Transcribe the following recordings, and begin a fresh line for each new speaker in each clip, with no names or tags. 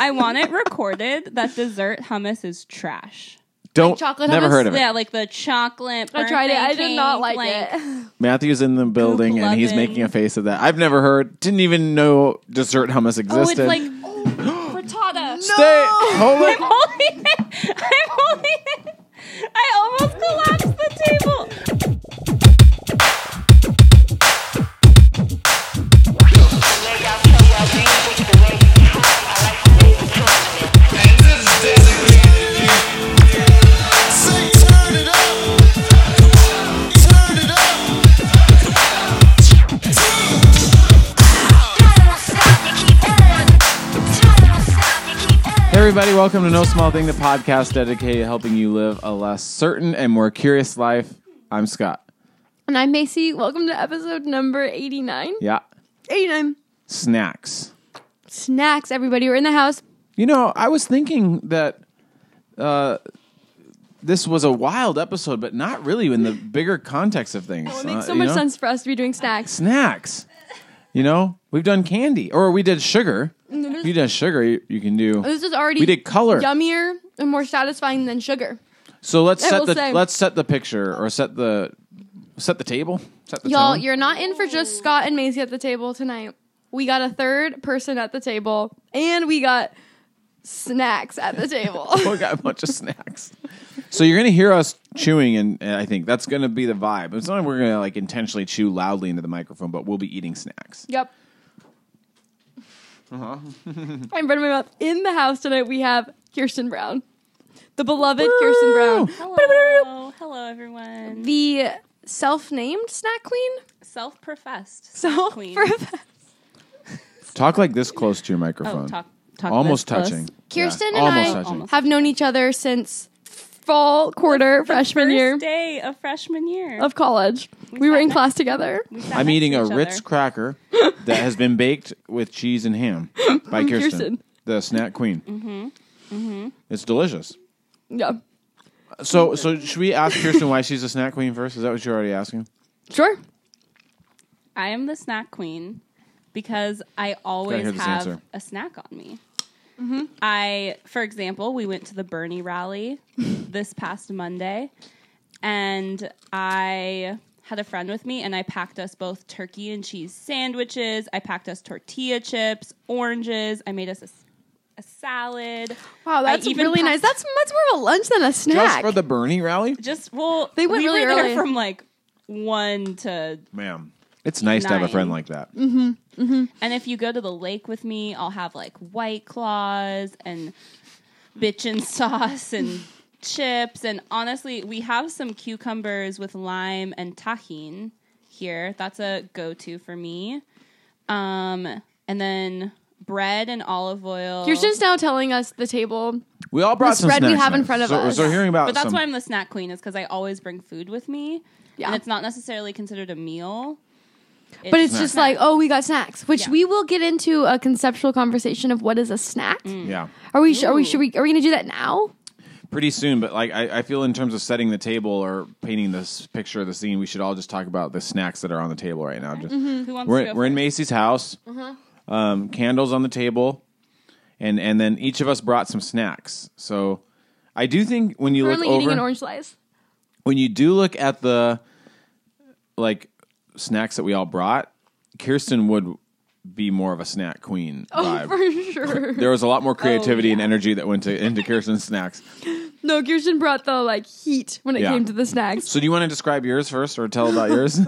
I want it recorded that dessert hummus is trash.
Don't
chocolate
never
hummus?
heard of it.
Yeah, like the chocolate.
I tried it.
birthday
I did not
cake,
like, it.
Matthew's in the building and he's
loving.
making a face at that. I've never heard. Didn't even know dessert hummus
Oh, it's
existed.
like
Frittata.
Stay. Hold
I'm
it.
holding it. I'm holding it. I almost collapsed the table.
Hey everybody, welcome to No Small Thing, the podcast dedicated to helping you live a less certain and more curious life. I'm Scott.
And I'm Macy. Welcome to episode number 89.
Yeah.
89.
Snacks.
Snacks, everybody. We're in the house.
You know, I was thinking that uh, this was a wild episode, but not really in the bigger context of things.
Oh, It makes
Uh,
so
you
much
know?
sense for us to be doing snacks.
Snacks. You know, we've done candy, or we did sugar. If you did sugar, you, you can do.
This is already
We did color.
yummier and more satisfying than sugar.
So let's
I
set
will
the
say-
let's set the picture or set the set the table. Set the
Y'all,
tone.
you're not in for just Scott and Maisie at the table tonight. We got a third person at the table, and we got snacks at the table.
we got a bunch of snacks. So you're gonna hear us chewing, and, and I think that's gonna be the vibe. It's not like we're gonna like intentionally chew loudly into the microphone, but we'll be eating snacks.
yep.
Uh-huh.
I'm running my mouth. In the house tonight, we have Kirsten Brown, the beloved Kirsten Brown,
Hello, hello everyone.
the self-named snack queen.
Self-professed.
So
Queen.
for-
Talk like this close to your microphone,
Oh, talk, talk
almost
this close.
touching.
Kirsten
Yeah,
and
almost
I
touching.
have known each other since fall quarter freshman
First
year
day of freshman year.
of college. We were
sat
in
next-
class together.
We sat
I'm
next
eating
to
a
each other.
Ritz cracker that has been baked with cheese and ham by Kirsten,
Kirsten.
the snack queen. Mm-hmm. Mm-hmm. It's delicious.
Yeah.
So, so should we ask Kirsten why she's a snack queen first? Is that what you're already asking?
Sure.
I am the snack queen because I always
hear this
have
answer.
a snack on me.
Mm-hmm.
I, for example, we went to the Bernie rally this past Monday, and I had a friend with me, and I packed us both turkey and cheese sandwiches. I packed us tortilla chips, oranges. I made us a, s- a salad.
Wow, that's
I even
really nice.
packed-
That's much more of a lunch than a
Just
snack.
for the Bernie rally,
Just well,
They went
we
really
were there
early.
from like one to
ma'am. It's nice to have a friend
Nine.
like that.
And if you go to the lake with me, I'll have like white claws and bitchin' sauce and chips. And honestly, we have some cucumbers with lime and tahine here. That's a go to for me. Um, and then bread and olive oil.
Kirsten's now telling us the table.
We all brought
The
some
spread we
snacks
have in
tonight.
front of
so,
us.
So hearing about
but that's
some,
why I'm the snack queen, is because I always bring food with me.
Yeah.
And it's not necessarily considered a meal.
But it's just like, oh, we got snacks, which
Yeah.
we will get into a conceptual conversation of what is a snack.
yeah
Are we? Are we?
Ooh.
Should we? Are we going to do that now?
pretty soon. But like I, I feel in terms of setting the table or painting this picture of the scene, we should all just talk about the snacks that are on the table right now. Just
who wants to
we're
go
we're in
first?
Macy's house,
Uh-huh.
um, candles on the table, and and then each of us brought some snacks. So I do think when you
We're
look
only eating
over
an orange slice.
when you do look at the like snacks that we all brought, Kirsten would be more of a snack queen.
Oh,
vibe.
for sure. Oh,
there was a lot more creativity and energy that went to into Kirsten's snacks.
No, Kirsten brought the like heat when it
Yeah.
came to the snacks.
So do you want to describe yours first or tell about yours?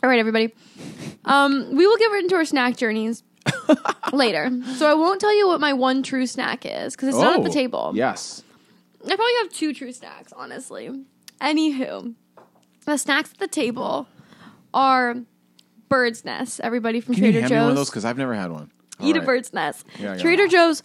All right, everybody. Um, we will get into our snack journeys later. So I won't tell you what my one true snack is because it's not at the table.
Oh, Yes.
I probably have two true snacks, honestly. Anywho, the snacks at the table are bird's nest. Everybody from
Can
Trader
you hand me one of those
Joe's.
because I've never had one.
Eat a
Alright.
bird's nest.
Yeah, I got
Trader
one.
Joe's.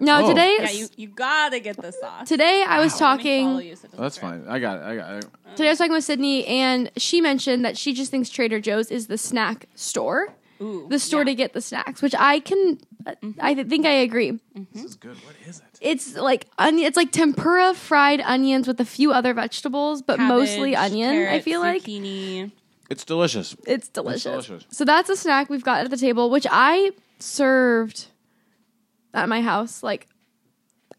Now
Oh.
today,
Yeah, you, you gotta get the sauce.
today I was
Let me follow
talking.
you so it doesn't
That's
spread.
fine. I got it. I got it.
Today I was talking with Sydney, and she mentioned that she just thinks Trader Joe's is the snack store,
Ooh,
the store
yeah. Mm-hmm.
to get the snacks, which I can. I th- think I agree.
This is good. What is it?
It's like onion. It's like tempura fried onions with a few other vegetables, but mostly
Cabbage,
onion. I
carrot,
feel like
zucchini.
It's delicious.
It's delicious.
delicious.
So that's a snack we've got at the table, which I served at my house. Like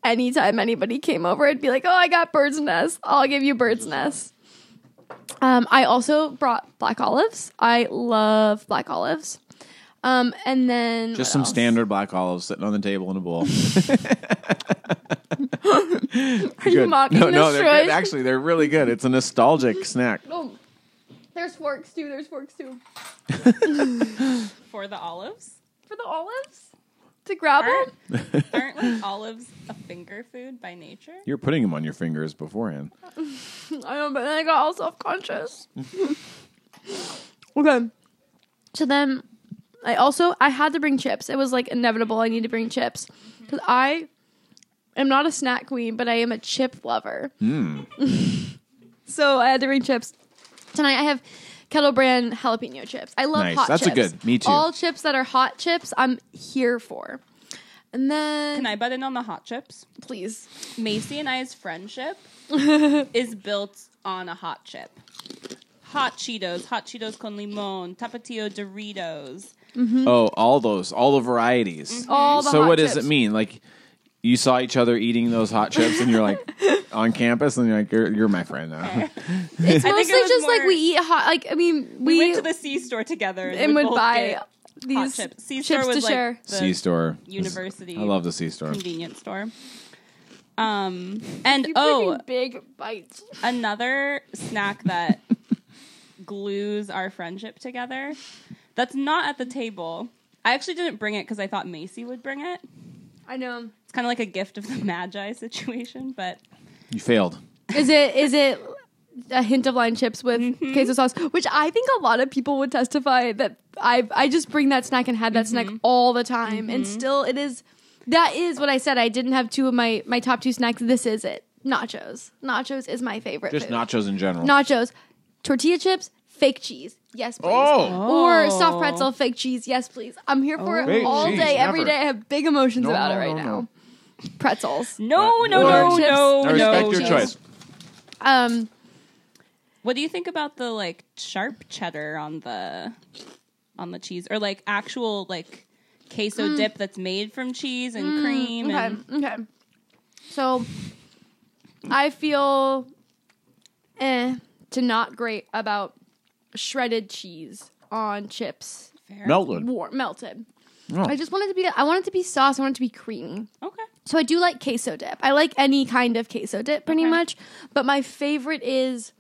anytime anybody came over, I'd be like, "Oh, I got bird's nest. I'll give you bird's nest." Um, I also brought black olives. I love black olives. Um, and then
Just
what
some
else?
standard black olives sitting on the table in a bowl.
Are you mocking
no,
this?
no, they're
Troy?
good. Actually, they're really good. It's a nostalgic snack.
Oh, there's forks too. There's forks too
for the olives.
for the olives to grab
Aren't,
them.
aren't like olives a finger food by nature?
You're putting them on your fingers beforehand.
I know, but then I got all self conscious. okay. So then I also I had to bring chips. It was like inevitable. I need to bring chips
Mm-hmm.
because I am not a snack queen, but I am a chip lover.
Hmm.
so I had to bring chips tonight. I have Kettle Brand jalapeno chips. I love
Nice.
hot.
That's a
chips.
good- me too.
All chips that are hot chips, I'm here for. And then
Can I butt in on the hot chips?
please?
Macy and I's friendship is built on a hot chip. Hot Cheetos, hot Cheetos con limon, Tapatio Doritos.
Oh, all those, all the varieties.
Mm-hmm. Mm, All the
so
hot
what
chips.
does it mean? Like you saw each other eating those hot chips, and you're like on campus, and you're like, "You're, you're my friend now."
It's
I think it
mostly
was
just like
more-
we eat hot. Like I mean,
We,
we,
went to the C store together and,
and
would,
would
both
buy
get hot
these
chips.
chips,
C store was
to
like
share.
the
C store,
University.
I love the C store.
convenience store. Um, and oh,
big bites.
another snack that glues our friendship together that's not at the table. I actually didn't bring it because I thought Macy would bring it.
I know.
It's kind of like a gift of the Magi situation, but
You failed.
Is it is it a hint of lime chips with
Mm-hmm.
queso sauce, which I think a lot of people would testify that I I just bring that snack and had that
Mm-hmm.
snack all the time, and still it is that is what I said. I didn't have two of my my top two snacks. This is it. Nachos. Nachos is my favorite.
Just
food.
nachos in general.
Nachos, tortilla chips, fake cheese. Yes, please.
Oh.
Or soft
Oh.
pretzel, fake cheese. Yes, please. I'm here for it
Fake
all
cheese,
day, every
never.
day. I have big emotions
No,
about
no,
it right
no,
now.
no.
Pretzels.
no, no, no,
Or
chips.
no,
I respect
no.
your
no.
choice.
Um,
What do you think about the like sharp cheddar on the on the cheese, or like actual like queso
Mm.
dip that's made from cheese and cream?
okay,
And
okay. So I feel eh to not great about shredded cheese on chips.
fair.
Melted.
War- melted.
Oh.
I just wanted to be I want it to be sauce, I want it to be creamy.
Okay.
So I do like queso dip. I like any kind of queso dip pretty
Okay.
much, but my favorite is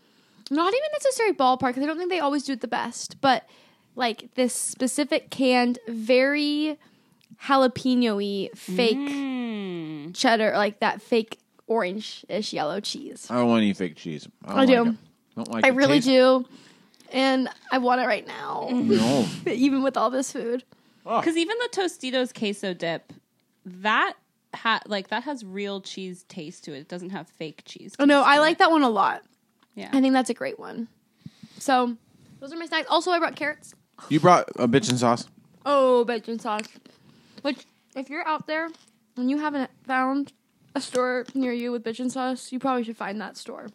not even necessarily ballpark because I don't think they always do it the best, but like this specific canned, very jalapeno y fake
Hmm.
cheddar, like that fake orange ish yellow cheese.
I don't want any fake cheese. I, don't
I do.
Like it. don't like
I
the
really
taste.
do. And I want it right now,
Mm-hmm.
No.
even with all this food.
Because even the Tostitos queso dip, that ha- like that has real cheese taste to it. It doesn't have fake cheese.
Oh no,
taste
I
to
like
it.
that one a lot.
Yeah.
I think that's a great one. So those are my snacks. Also, I brought carrots.
You brought a bitchin' sauce.
Oh, bacon sauce. Which, if you're out there and you haven't found a store near you with bitchin' sauce, you probably should find that store.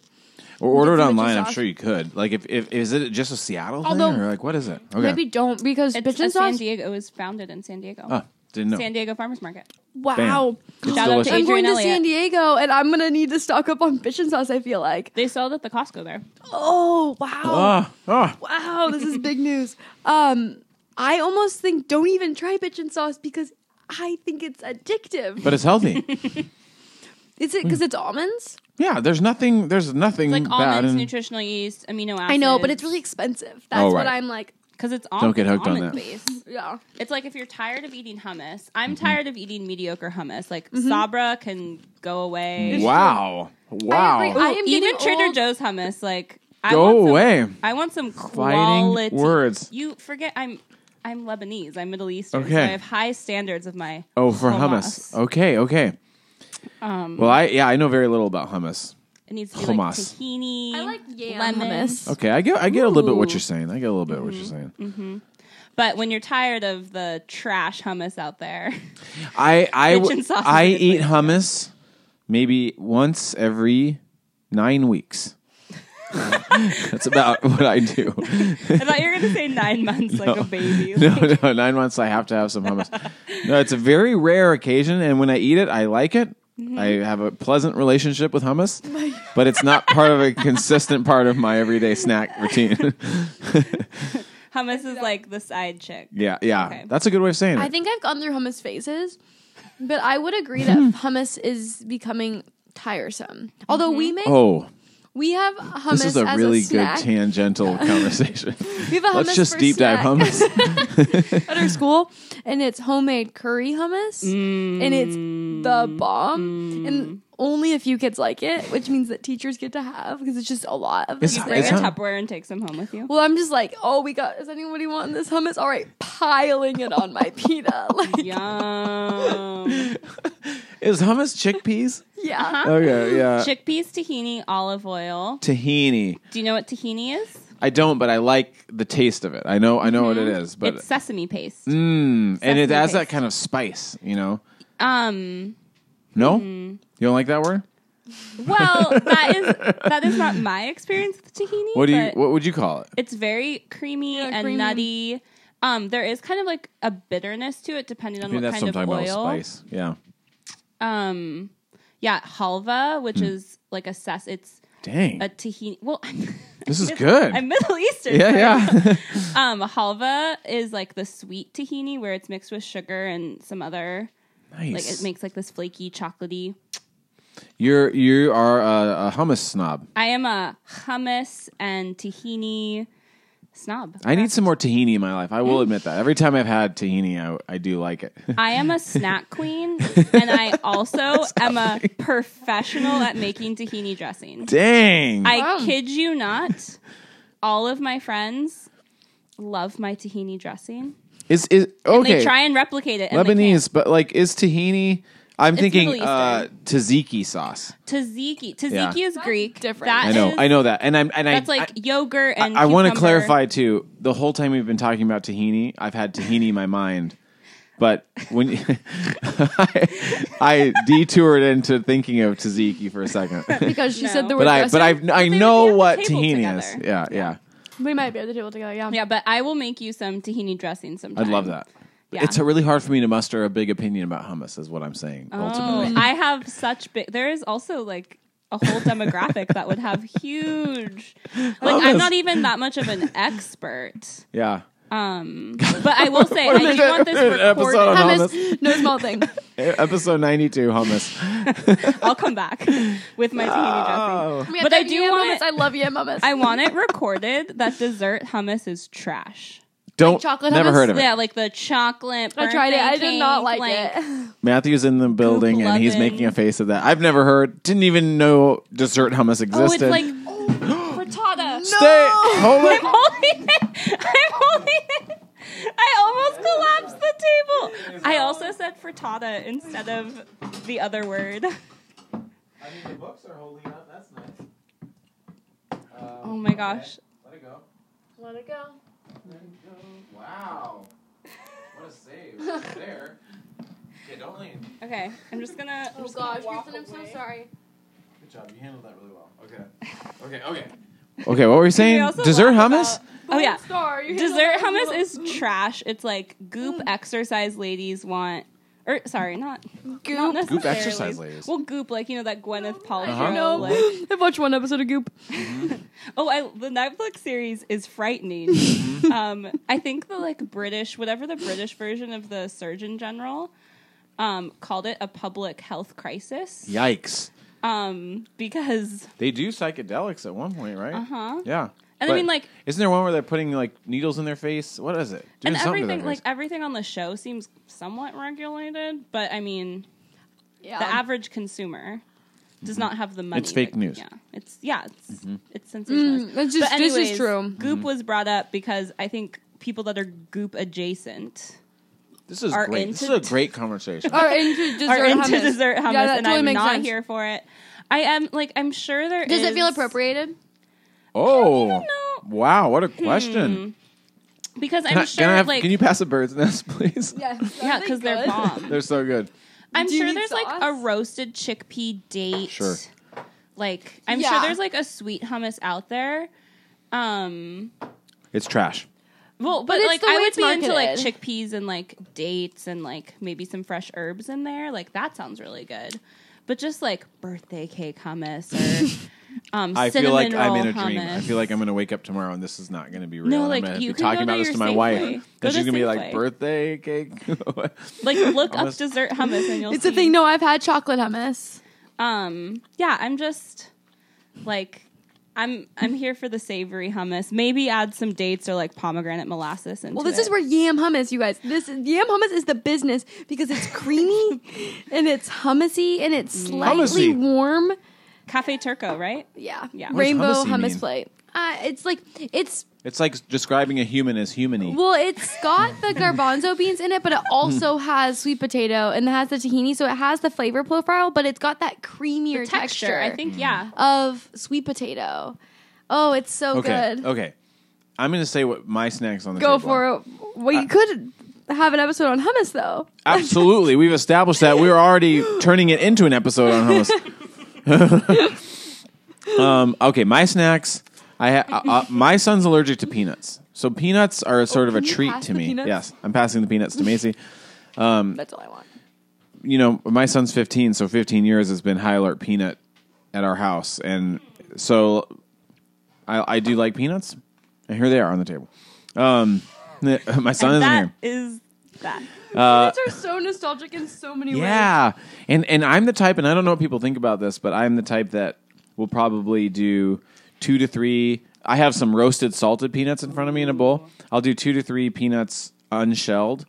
Or order it
some bitchin'
online. I'm
sauce.
sure you could. Like, if, if is it just a Seattle
Although-
thing or like what is it? Okay.
Maybe don't because
It's
bitchin'
a San
sauce.
Diego. It was founded in San Diego.
Ah, didn't know.
San Diego Farmers Market.
wow.
It's
Shout out
delicious.
to
I'm going
Adrian
to
Elliott.
San Diego and I'm gonna need to stock up on bitchin' sauce. I feel like.
They sold at the Costco
Mm,
there.
Oh wow!
Ah, ah.
Wow, this is big news. Um, I almost think don't even try bitchin' sauce because I think it's addictive.
But it's healthy.
Is it because it's almonds?
yeah, there's nothing. There's nothing
Like
bad. Mm.
almonds,
in-
nutritional yeast, amino acids.
I know, but it's really expensive. That's
Oh,
what
right.
I'm like.
because it's
Don't get hooked on
almond
that.
based.
Yeah.
It's like if you're tired of eating hummus. I'm
Mm-hmm.
tired of eating mediocre hummus. Like
Mm-hmm.
Sabra can go away.
Wow. Wow.
I agree. I am
Even
getting
Trader
old.
Joe's hummus, like I
Go
want some-
away.
I want some
Fighting
quality
words.
You forget I'm I'm Lebanese. I'm Middle Eastern.
Okay.
So I have high standards of my
oh, for hummus. Okay, okay.
Um,
Well, I yeah, I know very little about hummus.
it needs to be like
hummus.
tahini.
I like yam
lemon.
hummus.
Okay, I get I get a little bit what
Ooh.
you're saying. I get a little bit what you're
Mm-hmm.
saying.
But when you're tired of the trash hummus out there,
I I
Bitchin'
w-
sauce is
I
a good
eat
place to
hummus maybe once every nine weeks. That's about what I do.
I thought you were going to say nine months like a baby.
No, no, nine months. I have to have some hummus. No, it's a very rare occasion, and when I eat it, I like it.
Mm-hmm.
I have a pleasant relationship with hummus, but it's not part of a consistent part of my everyday snack routine.
Hummus is like the side chick.
yeah, yeah,
Okay.
that's a good way of saying it.
I think I've gone through hummus phases, but I would agree that hummus is becoming tiresome. Although we make
oh,
we have hummus
this is a
as
really
a
good
snack.
tangential conversation.
we have a hummus
Let's just
for
deep dive
snack.
hummus.
at our school, and it's homemade curry hummus, and it's the bomb. And only a few kids like it, which means that teachers get to have because it's just a lot of
It's-
this.
You bring
it's
a
hum-
Tupperware and take some home with you.
Well, I'm just like, oh, we got. Does anybody want this hummus? All right, piling it on my pita. Like,
Yum.
is hummus chickpeas?
yeah.
Uh-huh. Okay, yeah.
Chickpeas, tahini, olive oil.
Tahini.
Do you know what tahini is?
I don't, but I like the taste of it. I know, I know what it is, but
Mm-hmm. it's sesame paste.
Mm, and it
Sesame
adds that
paste.
kind of spice, you know.
Um.
No,
Mm-hmm.
you don't like that word.
Well, that is that is not my experience with tahini.
What do you?
but
What would you call it?
It's very creamy
Yeah,
and
creamy.
nutty. Um, there is kind of like a bitterness to it, depending on
Maybe
what
that's
kind
what
of
I'm talking about.
oil.
Spice. Yeah.
Um, yeah, halva,
Hmm.
which is like a sess. It's
Dang.
a tahini. Well,
This is good.
I'm Middle Eastern.
yeah, yeah.
Um, halva is like the sweet tahini where it's mixed with sugar and some other. Like
nice.
it makes like this flaky, chocolatey.
You're you are a, a hummus snob.
I am a hummus and tahini snob.
I need some more tahini in my life. I will admit that. Every time I've had tahini, I, I do like it.
Mm. I am a snack queen, and I also am a professional at making tahini dressing.
Dang.
I
Wow.
kid you not, all of my friends love my tahini dressing.
is is okay.
They try and replicate it. And they can't.
Lebanese, but like is tahini? I'm thinking
Middle
uh, tzatziki sauce.
tzatziki.
Yeah.
Tzatziki is Greek.
different.
That
I know,
is-
I know that, and I'm and I
That's like
I-
yogurt and.
I want to
cucumber.
clarify too. The whole time we've been talking about tahini, I've had tahini in my mind, but when I, I detoured into thinking of tzatziki for a second,
Because she said
No.
the word.
but I but I
dresser.
I
would
know
be at the
what
table
tahini
together.
is. Yeah, yeah,
we might be at the table together. Yeah.
Yeah, but I will make you some tahini dressing sometime.
I'd love that.
Yeah.
It's really hard for me to muster a big opinion about hummus, is what I'm saying.
Oh,
Ultimately,
I have such big. There is also like a whole demographic that would have huge. Like I'm not even that much of an expert, um,
yeah.
but I will say I did want this
Episode
recorded.
on
Hummus, no small thing.
E-, Episode 92 hummus.
I'll come back with my tahini dressing.
Oh.
But I do want
Hummus. I love yam hummus.
I want it recorded that dessert hummus is trash.
Don't
chocolate
never
hummus?
heard of it.
Yeah, like the chocolate.
I tried it.
birthday
I did not
cake,
like, it.
Matthew's in the building
Goop
and he's
loving.
making a face at that. I've never heard, didn't even know dessert hummus
Oh, it's
existed.
like frittata.
Stay, hold
I'm
it.
holding it. I'm holding it. I almost collapsed the table. I also said frittata instead of the other word.
I mean, the books are holding up. That's nice.
Oh my gosh.
Let it go.
Let it go.
Let it go. Wow. What a save. there. Okay, don't lean.
Okay, I'm just gonna. I'm just gonna walk away.
sorry.
Good job. You handled that really well. Okay. Okay, okay. Okay, what were you saying? Dessert hummus?
Oh yeah.
Star, you
Dessert hummus is trash. It's like goop exercise ladies want. Or sorry, not not
goop.
necessarily.
exercise ladies.
Well, goop like you know that Gwyneth Paltrow.
Uh-huh.
No,
like-
I've watched one episode of Goop.
Oh, I, the Netflix series is frightening.
Mm-hmm.
um, I think the like British, whatever the British version of the Surgeon General, um, called it a public health crisis.
Yikes.
Um, because
They do psychedelics at one point, right?
Uh-huh.
Yeah.
And I mean, like-
isn't there one where they're putting like needles in their face? What is it? Doing
and
something to their
everything like
face.
everything on the show seems somewhat regulated, but I mean
Yeah.
the average consumer does not have the money.
Mm-hmm. It's fake
to-
news. Mm-hmm.
Yeah, it's yeah, it's it's
that's
sensationalized.
Mm, just-
But
this is
anyways,
true.
Goop was brought up because I think people that are Goop adjacent.
this is
are
great. This is a
into-
great conversation.
Or into dessert
are into
hummus.
dessert hummus,
Yeah, that
and
totally
I'm
makes
not
sense.
here for it. I am like I'm sure there
Does it feel
is-
appropriated?
oh,
know. Hmm.
wow! What a question.
because I'm
Can, I-
sure
can I have-
like
can you pass a bird's nest, please?
Yeah.
yeah because they're bomb.
They're so good.
I'm
Do you
sure
need
there's like
sauce?
a roasted chickpea date.
Sure.
Like I'm
Yeah.
sure there's like a sweet hummus out there. Um
It's trash.
well, but,
it's
like
the
I
way
would
it's
be into like
marketed.
chickpeas and like dates and like maybe some fresh herbs in there. Like that sounds really good. But just like birthday cake hummus or um
I feel
cinnamon
like I'm in a
roll
dream. I
hummus.
feel like I'm going to wake up tomorrow and this is not going to be real.
No,
and
like,
I'm gonna
you
be
can go
talking
to
about this
your
to my
Safeway.
wife.
Go
Then
to
she's going to be
Safeway.
like, birthday cake.
like look
Hummus.
up dessert hummus and you'll
It's
see.
a thing. No, I've had chocolate hummus.
um yeah i'm just like i'm i'm here for the savory hummus maybe add some dates or like pomegranate molasses into
Well, this
is
is where yam hummus, you guys. This is- yam hummus is the business because it's creamy and it's hummusy and it's slightly
Hummusy.
warm.
cafe turco right
Yeah,
Yeah. What does
Rainbow
hummusy
hummus
mean?
plate. Uh, it's like it's
it's like describing a human as humany.
well, it's got the garbanzo beans in it, but it
Mm.
also has sweet potato and it has the tahini, so it has the flavor profile, but it's got that creamier
texture, i
Mm.
think yeah
of sweet potato. Oh, it's so
okay.
good.
Okay. I'm going to say what my snacks on the
Go
table are.
for it. Well,
Uh,
you could have an episode on hummus though.
Absolutely. We've established that. We were already turning it into an episode on hummus. um, okay, my snacks. I ha- uh, uh, my son's allergic to peanuts. So peanuts are sort of a
Oh, can you
treat
pass
to
the
me.
peanuts?
Yes, I'm passing the peanuts to Macy. Um,
That's all I want.
you know, my son's 15, so 15 years has been high alert peanut at our house. And so I, I do like peanuts. And here they are on the table. Um, my son
And
isn't
that
here.
is that
Peanuts are so nostalgic in so many
uh, Yeah. And and I'm the type and I don't know what people think about this, but I'm the type that will probably do 2 to 3 I have some roasted salted peanuts in front of me in a bowl. I'll do 2 to 3 peanuts unshelled,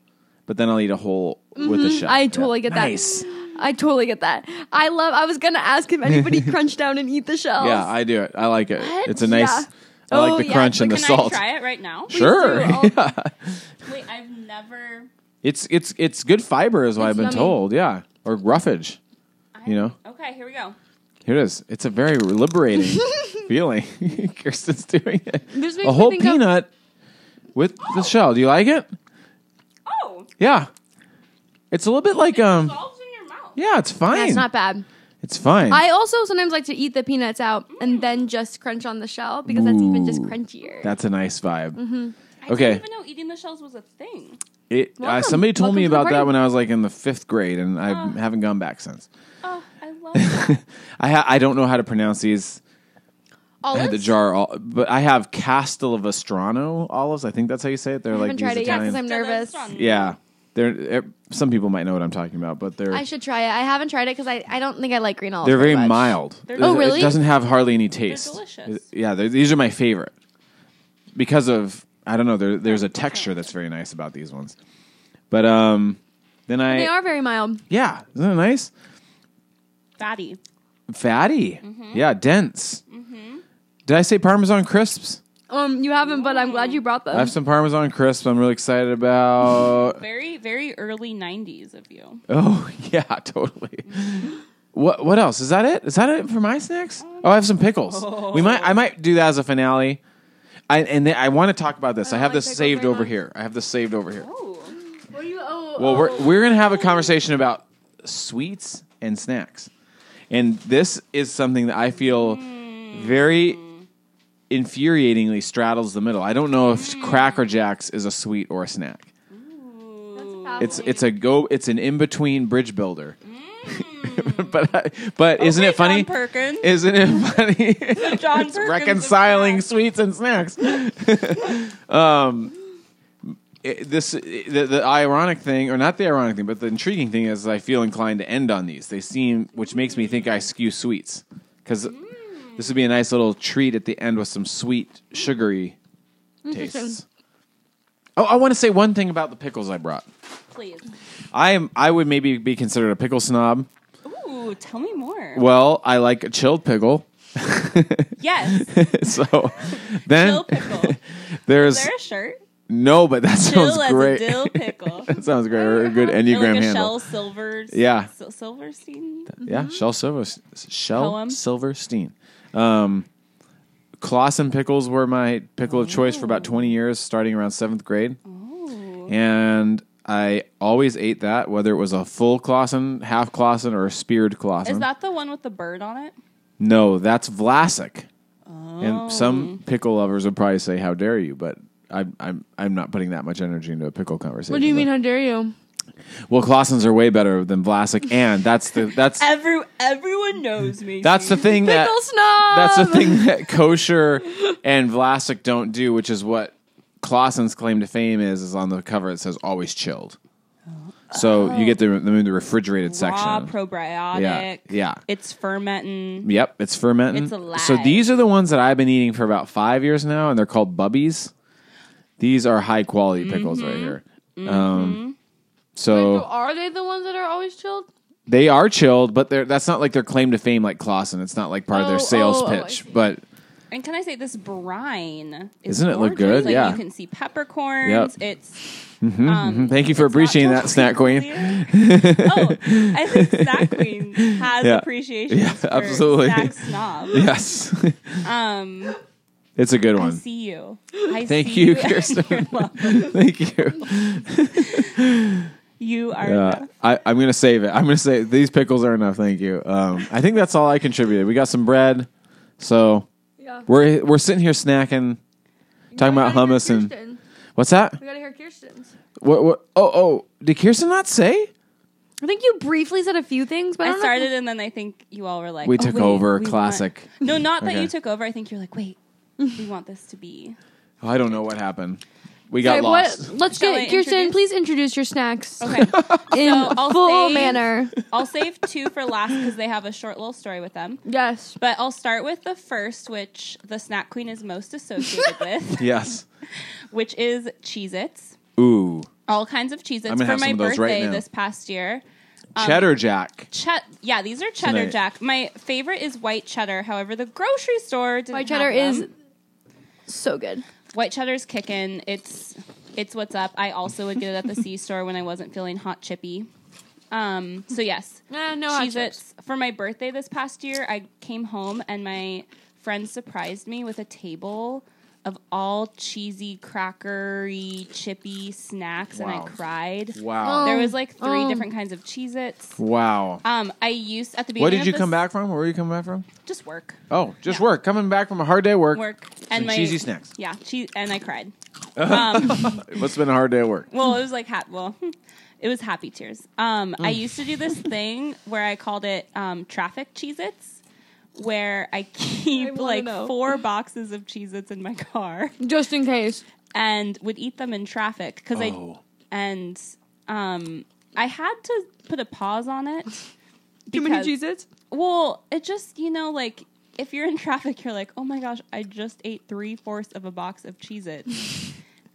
but then I'll eat a whole with a
Mm-hmm.
shell.
I totally get that.
Nice.
I totally get that. I love. I was gonna ask if anybody crunch down and eat the shells.
Yeah, I do it. I like it.
What?
It's a nice
Yeah.
I like
Oh,
the
yeah.
crunch and
can
the salt.
i try it right now
Sure.
do. I'll-
Yeah.
wait i've never
It's it's it's good fiber is what I've
It's
been
yummy.
told. Yeah. Or roughage.
I-
You know?
okay here we go
Here it is. It's a very liberating feeling. Kirsten's doing it.
This makes me
a whole
think of-
peanut with the shell. Do you like it?
oh
Yeah. It's a little bit like um.
salt's in your mouth
Yeah, it's fine.
That's not bad.
It's fine.
I also sometimes like to eat the peanuts out and then just crunch on the shell because that's even just
Ooh.
crunchier.
That's a nice vibe.
Mm-hmm.
I
Okay.
didn't even know eating the shells was a thing.
It. Uh,
Welcome.
somebody told
Welcome
me
to the
about that
party. Ah.
when I was like in the fifth grade, and I
Oh.
haven't gone back since.
Oh, I love that.
I ha- I don't know how to pronounce these. I had the
Olives?
jar, all- but I have Castellavastrano olives. I think that's how you say it. They're like
haven't tried
these
it yet 'cause
Italian.
I'm nervous.
yeah, they're. eh, Some people might know what I'm talking about, but they're.
I should try it. I haven't tried it because I, I don't think I like green olives.
They're very
very much.
mild.
They're-
There's-
Oh,
really?
It doesn't have hardly any taste.
delicious.
Yeah, they're- these are my favorite because of I don't know. There, there's a texture that's very nice about these ones. But um, then I
They are very mild.
yeah, isn't it nice?
Fatty.
Fatty.
Mm-hmm.
Yeah, dense. Did I say Parmesan crisps?
Um, you haven't, but I'm glad you brought them.
I have some Parmesan crisps. I'm really excited about.
Very, very early 90s of you.
Oh yeah, totally. What what else? Is that it? Is that it for my snacks? Oh, I have some pickles. We might I might do that as a finale. I and then I want to talk about this. I, have
like
this
pickles
saved
very
over
much.
here. I have this saved over here.
Oh.
Well, you- oh,
Well, we're
oh.
we're going to have a conversation about sweets and snacks. And this is something that I feel
Hmm.
very infuriatingly straddles the middle. I don't know if Cracker Jacks is a sweet or a snack.
oh,
It's it's a go. It's an in between bridge builder. but I- but isn't it funny?
John Perkins.
Isn't it funny?
John
it's
Perkins
reconciling
is back.
sweets and snacks. um, it- this the, the ironic thing, or not the ironic thing, but the intriguing thing is I feel inclined to end on these. They seem, which makes me think I skew sweets because this would be a nice little treat at the end with some sweet, sugary tastes. Oh, I want to say one thing about the pickles I brought.
Please.
I am. I would maybe be considered a pickle snob.
Ooh, tell me more.
Well, I like a chilled pickle.
yes.
so then
Dill pickle.
there's
Is there a shirt?
no, but that sounds
Dill as
great.
a dill pickle.
that sounds great. Or a good
Or like
enneagram
a Shell
handle.
Silver.
Yeah.
Sil- Silverstein.
Yeah, Shell Silver, Shell
Mm-hmm. Poem.
Silverstein. Um, Clausen pickles were my pickle of choice for about 20 years, starting around seventh grade,
Ooh.
and I always ate that, whether it was a full Clausen, half Clausen, or a speared Clausen.
Is that the one with the bird on it?
No, that's Vlasic.
Oh.
And some pickle lovers would probably say, "How dare you?" But I'm I'm I'm not putting that much energy into a pickle conversation.
What do you mean?
But-
How dare you?
Well, Clausen's are way better than Vlasic, and that's the that's
Every everyone knows me.
that's the thing that
Pickle snob.
that's the thing that kosher and Vlasic don't do, which is what Clausen's claim to fame is. Is on the cover it says always chilled. So
Oh.
you get the them in the refrigerated
raw
section.
probiotic.
Yeah, yeah.
It's fermenting.
Yep, it's fermenting.
It's alive.
So these are the ones that I've been eating for about five years now, and they're called Bubbies. These are high quality pickles right here. Um, so
So are they the ones that are always chilled?
they are chilled, but they're, that's not like their claim to fame, like Clausen. It's not like part of
Oh,
their sales
oh, oh, I
pitch.
see.
but
And can I say this brine? Is
Doesn't it look
gorgeous.
good?
Like,
Yeah.
You can see peppercorns.
Yep.
It's
thank you for
it's not
appreciating that,
totally
snack queen.
clear. oh, I think Snack Queen has
Yeah.
appreciation
Yeah,
for
absolutely.
Snack Snob.
Yes,
Um,
it's a good
I
one.
see you. I
Thank
see
you,
and
Kirsten.
your love.
Thank you.
You are
Uh,
enough.
I, I'm gonna save it. I'm gonna say these pickles are enough. Thank you. Um, I think that's all I contributed. We got some bread, so
Yeah.
we're we're sitting here snacking, talking about hummus and what's that?
We gotta hear Kirsten's.
What? What? Oh, oh! Did Kirsten not say?
I think you briefly said a few things, but I,
I
don't
started, and then I think you all were like,
We
"Oh,
took
wait,
over.
we
Classic.
want-" No, not that
Okay.
you took over. I think you're like, wait, we want this to be.
Oh, I don't know what happened. We
Know.
got
Okay,
lost.
what? Let's
Shall
get
I
Kirsten.
introduce?
Please introduce your snacks
Okay,
in
So I'll
full
save-
manner.
I'll save two for last because they have a short little story with them.
Yes.
But I'll start with the first, which the snack queen is most associated with,
Yes.
which is Cheez Its.
Ooh,
All kinds of Cheez Its
I'm gonna
for
have
my
some of those right
birthday
now.
this past year. Um,
cheddar jack.
Chet- yeah, these are cheddar
Tonight.
jack. My favorite is white cheddar. However, the grocery store didn't
White cheddar
have
is
them.
so good.
white cheddar's kicking. It's it's what's up. I also would get it at the C store when I wasn't feeling hot chippy. Um, so yes,
Uh, no
Cheez Its. For my birthday this past year, I came home and my friend surprised me with a table of all cheesy, crackery, chippy snacks, and
Wow.
I cried.
Wow.
There was like three
Oh.
different kinds of Cheez Its.
Wow.
Um, I used at the beginning.
What did
of
you
this-
come back from? Where were you coming back from?
Just work,
Oh, just
Yeah.
work. Coming back from a hard day of work.
work,
Some
and my
cheesy snacks.
Yeah, cheese, and I cried. Um,
It must have been a hard day at work.
Well, it was like ha- well, it was happy tears. Um,
Mm.
I used to do this thing where I called it um, traffic Cheez-Its, where I keep
wanna
like
know.
four boxes of Cheez-Its in my car
Just in case.
and would eat them in traffic because
Oh.
I and um, I had to put a pause on it.
Too many
because-
Cheez Its?
Well, it just you know like. If you're in traffic, you're like, oh my gosh, I just ate three fourths of a box of Cheez Its.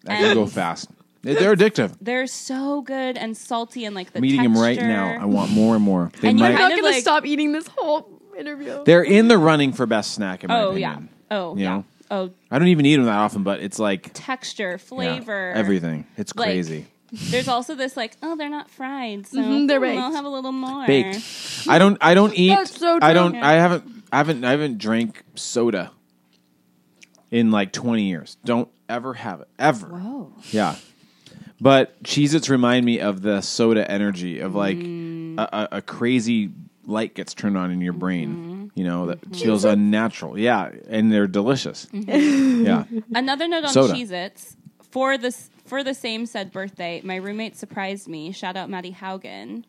I gotta go fast. They- They're addictive.
They're so good and salty and like the
I'm eating them right
texture.
now. I want more and more. They
And you
I'm
Kind
might.
not
of
gonna
like-
stop eating this whole interview.
They're in the running for best snack. In my
Oh yeah.
opinion.
Oh
You
yeah.
know?
Oh
I don't even eat them that often, but it's like
texture,
yeah,
flavor,
everything. It's
Like, eh.
crazy. Mm-hmm,
There's also this like, oh, they're not fried, so
Mhm, they're
hmm, I'll
baked.
have a little more.
Baked. I don't. I don't eat.
That's so
I
true.
don't.
Yeah.
I haven't. I haven't. I haven't drank soda in like 20 years. Don't ever have it ever.
Oh,
Yeah. But Cheez Its remind me of the soda energy of like
Mm.
a, a, a crazy light gets turned on in your brain,
Mm-hmm.
you know, that feels unnatural. Yeah. And they're delicious.
Mm-hmm.
Yeah.
another note on
Soda.
Cheez-Its for this for the same said birthday, my roommate surprised me. Shout out Maddie Haugen.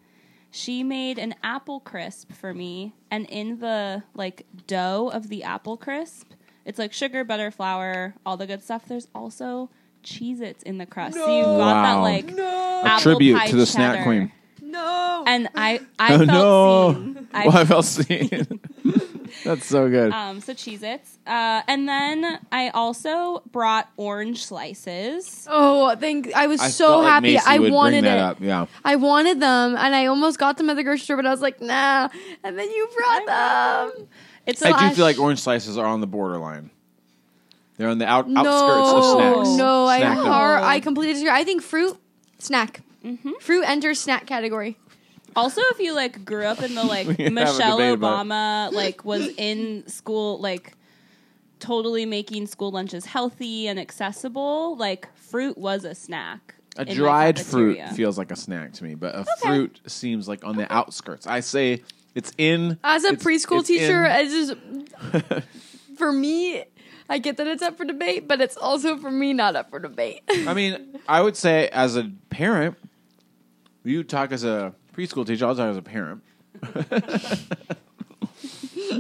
She made an apple crisp for me, and in the like dough of the apple crisp, it's like sugar, butter, flour, all the good stuff. There's also Cheez-Its in the crust, so you got that
Wow.
like
no.
apple
Tribute
pie
to the snack
cheddar.
queen.
No.
and I I
Oh,
felt
no.
seen.
well, I
I,
felt seen. That's so good.
um, so Cheez-Its. Uh, and then I also brought orange slices.
Oh, thank! I was
I
so
felt like
happy.
Macy
I
would bring
wanted
that
it.
up. Yeah.
I wanted them, and I almost got them at the grocery store, but I was like, nah. And then you brought
I
them.
It's a
I do
slash-
feel like orange slices are on the borderline. They're on the out,
No,
outskirts of snacks.
no, I
Snack them.
har- I completely disagree. I think fruit snack. Fruit enters snack category.
Also, if you like grew up in the
We
like
can have a
Michelle
debate about it.
Obama, like was in school, like totally making school lunches healthy and accessible, like fruit was a snack.
A
in my
dried fruit
cafeteria.
feels like a snack to me, but a fruit seems like on the outskirts. I say It's in
As a
it's-
preschool
it's
teacher,
in-
it's just for me. I get that it's up for debate, but it's also for me not up for debate.
I mean, I would say as a parent, you talk as a preschool teacher. I'll talk as a parent.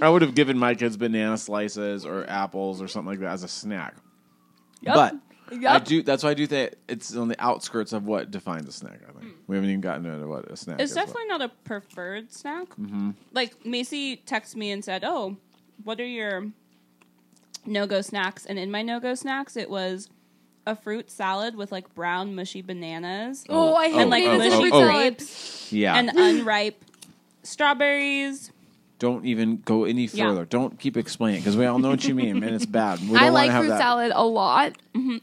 I would have given my kids banana slices or apples or something like that as a snack. But I
Yup.
do. That's why I do think it's on the outskirts of what defines a snack. I think we haven't even gotten into what a snack.
It's
is, but-
definitely not a preferred snack.
Mm-hmm.
Like Macy texted me and said, "Oh, what are your no-go snacks?" And in my no-go snacks, it was a fruit salad with like brown mushy bananas
oh, I hate
And, like,
bananas
mushy
and
oh, oh.
grapes.
yeah.
and unripe strawberries.
don't even go any
Yeah.
further. Don't keep explaining because we all know what you mean, and it's bad. We don't
I
wanna
like
have
fruit
that.
salad a lot.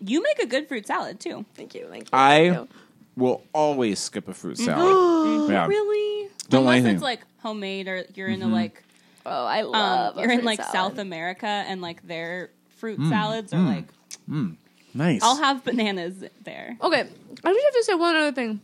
You make a good fruit salad too.
Thank you. Thank you. thank
I
you. Mm-hmm.
will always skip a fruit salad. yeah.
Really?
Don't
Unless
like anything. Mm-hmm.
it's like homemade or you're in a like
Oh, I love.
um,
a
you're in
fruit
like
salad.
South America and like their fruit
Mm,
salads are like
Nice.
I'll have bananas there.
Okay, I just have to say one other thing.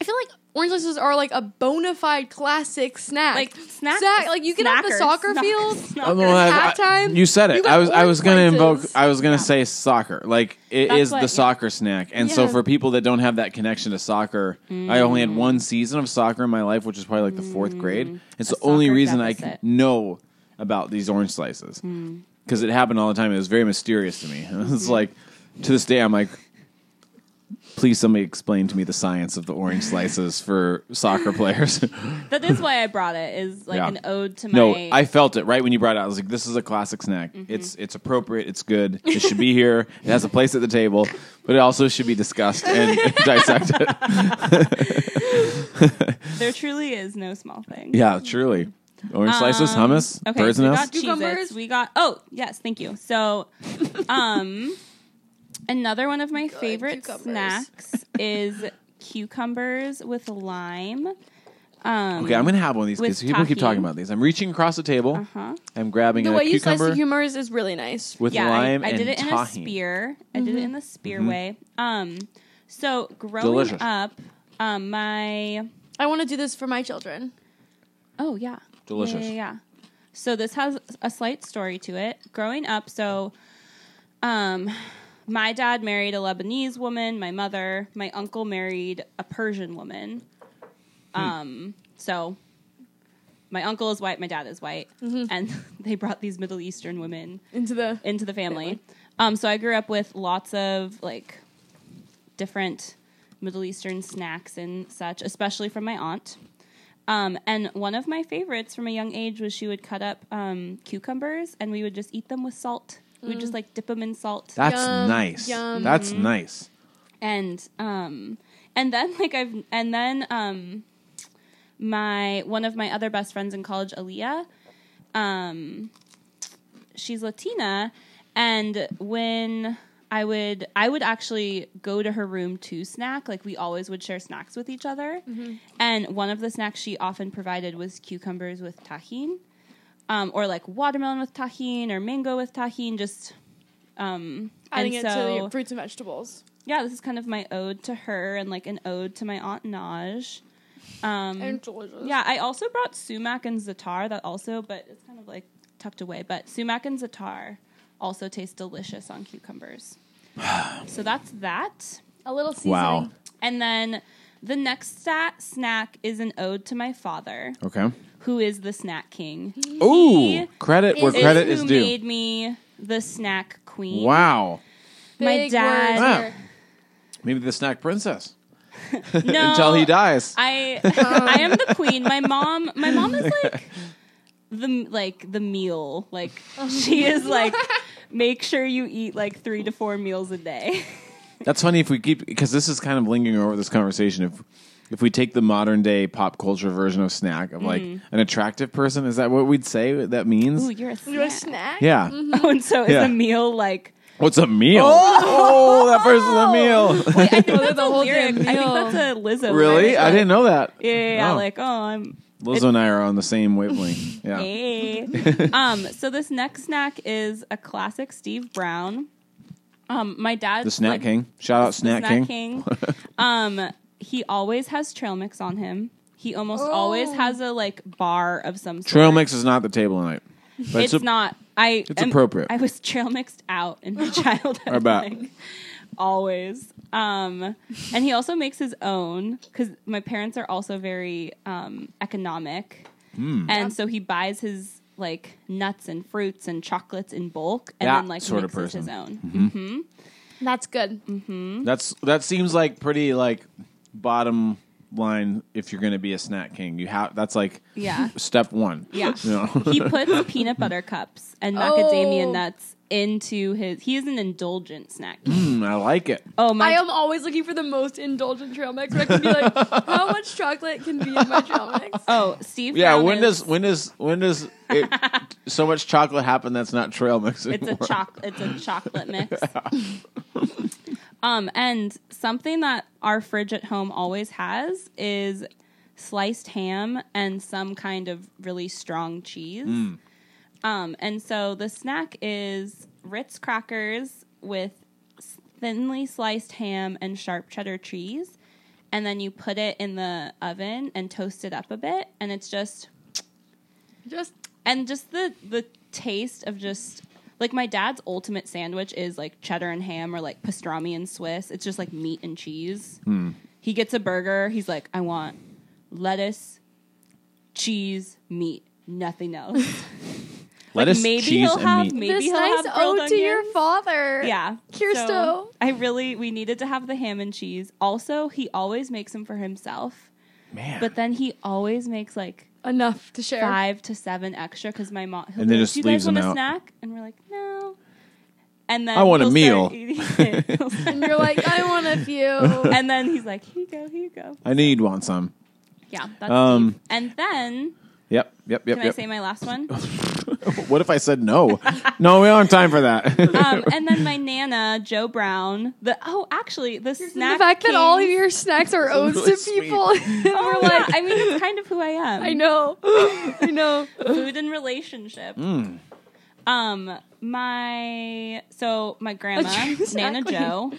I feel like orange slices are like a bona fide classic snack.
Like snack,
Snack- like you can have the
snackers,
soccer
snack-
field.
snackers.
Oh, no,
At
I-
halftime,
you said
you
it.
got
I was I
orange
was going to invoke.
slices.
I was going to say soccer. Like it
That's
is
what-
the
yeah.
soccer snack. And so
Yeah.
for people that don't have that connection to soccer, I only
Mm.
had one season of soccer in my life, which is probably like the fourth grade. It's
A
the only
soccer
reason I
deficit. Mm.
can know about these orange slices because it happened all the time. It was very mysterious to me. It's like to this day, I'm like. Please, somebody explain to me the science of the orange slices for soccer players.
That is why I brought it. Is like
Yeah.
an ode to my. Mm-hmm.
No, I felt it right when you brought it out. I was like, this is a classic snack. It's it's appropriate. It's good. It should be here. It has a place at the table, but it also should be discussed and dissected.
there truly is no small thing.
Yeah, truly. Orange slices, hummus,
Um, Okay,
bird's
so we got
nest.
Cucumbers?
Cheez-Its, We got oh yes, thank you. So, um, another one of my favorite
cucumbers.
snacks is cucumbers with lime. Um,
Okay, I'm gonna have one of these
With Uh,
because people keep
tahini.
talking about these. I'm reaching across the table.
Uh-huh.
huh?
I'm grabbing
The
a
way you slice
cucumber
the cucumbers is really nice.
with
Yeah, I-
lime
I, did
and
it in a
tahini.
spear. I did
Mm-hmm.
it in the spear way. Um, so growing
Delicious.
up, um, my
I want to do this for my children.
Oh yeah.
Delicious.
Yeah, yeah, yeah. So this has a slight story to it. Growing up, so um my dad married a Lebanese woman, my mother, my uncle married a Persian woman. Um so my uncle is white, my dad is white, and they brought these Middle Eastern women
Into the
into the family. Um, so I grew up with lots of like different Middle Eastern snacks and such, especially from my aunt. Um, and one of my favorites from a young age was she would cut up um, cucumbers and we would just eat them with salt. We'd just like dip them in salt.
That's
Yum,
nice.
yum.
That's
Mm-hmm.
nice.
and um and then like I've and then um my one of my other best friends in college, Aaliyah, um she's Latina and when I would I would actually go to her room to snack. Like we always would share snacks with each other.
Mm-hmm.
And one of the snacks she often provided was cucumbers with tahine. Um, or like watermelon with tahine or mango with tahine, just um
adding
and
it
so,
to your fruits and vegetables.
yeah, this is kind of my ode to her and like an ode to my aunt Naj.
and delicious.
um, Yeah, I also brought sumac and zatar. That also, but it's kind of like tucked away. But sumac and zatar also taste delicious on cucumbers. so that's that.
A little seasoning.
Wow.
And then the next stat snack is an ode to my father,
Okay.
who is the snack king.
Ooh, credit where
is
Oh, credit
who
is due.
made me the snack queen.
Wow.
My
Big
dad-
words here.
Maybe the snack princess
No,
until he dies.
Oh, I I am the queen. My mom my mom is like the like the meal. Like she is like make sure you eat like 3 to 4 meals a day.
That's funny if we keep because this is kind of lingering over this conversation. If if we take the modern day pop culture version of snack of like an attractive person, is that what we'd say that means?
Mm-hmm. Ooh, you're a snack.
You're a snack.
yeah.
Oh, and so is
Yeah.
a meal like
What's a meal? Oh, that person's a meal.
I think that's
the
a
whole
lyric.
damn
I think
meal.
that's a Lizzo.
really?
lyric.
I didn't know that.
Yeah, yeah, yeah,
Oh.
like oh, I'm
Lizzo and I are on the same wavelength. Yeah.
Hey. um, so this next snack is a classic Steve Brown. Um, my dad
The Snack King. Shout out Snack,
Snack King. um, he always has trail mix on him. He almost always has a like bar of some sort.
Trail mix is not the table tonight. But
it's
a-
not. I
it's appropriate.
I was trail mixed out in my childhood.
I bet.
like, always. Um, and he also makes his own because my parents are also very um, economic,
Hmm.
and so he buys his like nuts and fruits and chocolates in bulk, and
That
then like
sort of
mixes his
person.
own.
That's good.
That's that seems like pretty like bottom line if you're going to be a snack king. You have that's like
Yeah.
step 1.
Yeah.
You know?
he puts peanut butter cups and macadamia
Oh.
nuts into his. He is an indulgent snack.
Mm, I like it.
Oh
I
my!
am always looking for the most indulgent trail mix where I can be like, how much chocolate can be in my trail mix?
oh, Steve.
Yeah,
Brown
when
is-
does when does when does it, so much chocolate happen that's not trail mix
It's
anymore?
a choc. It's a chocolate mix. um, and something that our fridge at home always has is sliced ham and some kind of really strong cheese. Um, and so the snack is Ritz crackers with s- thinly sliced ham and sharp cheddar cheese. And then you put it in the oven and toast it up a bit, and it's just
Just
and just the the taste of just like my dad's ultimate sandwich is like cheddar and ham or like pastrami and Swiss. It's just like meat and cheese.
Hmm.
He gets a burger. He's like, I want lettuce, cheese, meat, nothing else.
Lettuce,
maybe
cheese,
he'll
and
have
meat.
maybe
this
he'll
nice
have grilled
ode to your
onions.
father.
Yeah.
Kirsto.
So, I really we needed to have the ham and cheese. Also, he always makes them for himself,
Man.
but then he always makes like
Enough to share.
five to seven extra because my mom he'll be
And then
like,
just
Do you
leaves
guys want
them
a
out.
snack? And we're like, no. And then
I want a
he'll start
meal.
eating it. He'll start-
And you're like, I want a few.
and then he's like, here you go, here you go.
I knew you'd want some.
Yeah, that's
Um,
deep. And then
Yep, yep, yep,
can I
yep.
say my last one? Um,
What if I said no? no, we don't have time for that.
Um, and then my nana Joe Brown. The oh, actually, the snack.
the fact that all of
kings-
your snacks are odes
really
to
sweet.
people. and we're
Oh, Yeah,
like,
I mean, it's kind of who I am.
I know. I know.
food and relationship. Um, my so my grandma
Exactly.
Nana Joe.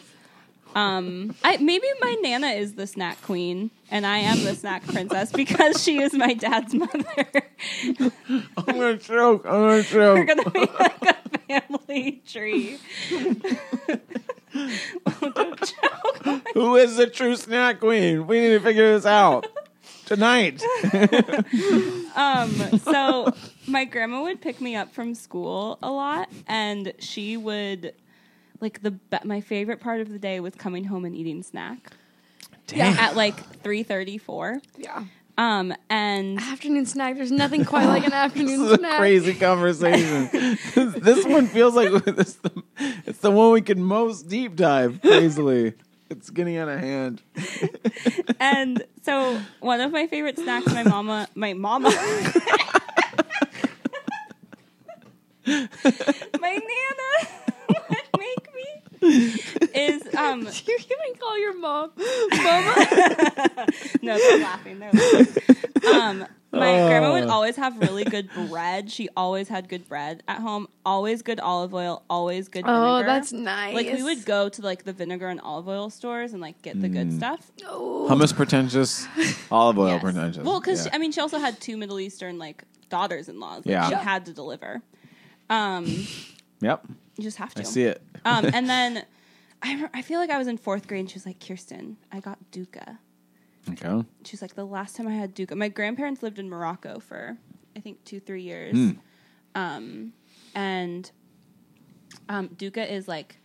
Um, I maybe my Nana is the snack queen and I am the snack princess because she is my dad's mother.
I'm gonna choke. I'm gonna
We're
choke.
gonna be like a family tree.
Who is the true snack queen? We need to figure this out tonight.
Um, so my grandma would pick me up from school a lot, and she would like the be- my favorite part of the day was coming home and eating snack
Yeah.
at like three thirty four.
Yeah.
Um, and
Afternoon snack. There's nothing quite like an afternoon
This is a
snack.
crazy conversation. this, this one feels like it's the, it's the one we can most deep dive crazily. It's getting out of hand.
and so one of my favorite snacks, my mama, my mama, my nana would make me is um
You even call your mom mama.
no they're laughing they're laughing. Um, my grandma would always have really good bread. She always had good bread at home. Always good olive oil. Always good.
Oh,
vinegar.
that's nice.
Like we would go to like the vinegar and olive oil stores and like get the good stuff.
Oh.
Hummus pretentious, olive oil
Yes.
pretentious.
Well, because
Yeah.
I mean, she also had two Middle Eastern like daughters-in-laws. Like,
Yeah.
she
Yeah.
had to deliver. Um, you
yep,
just have to.
I see it.
Um, and then I, re- I feel like I was in fourth grade. and She was like, Kirsten, I got Duca.
Okay,
She's like, the last time I had Duca, my grandparents lived in Morocco for I think two, three years.
Hmm.
Um, and um, Duca is like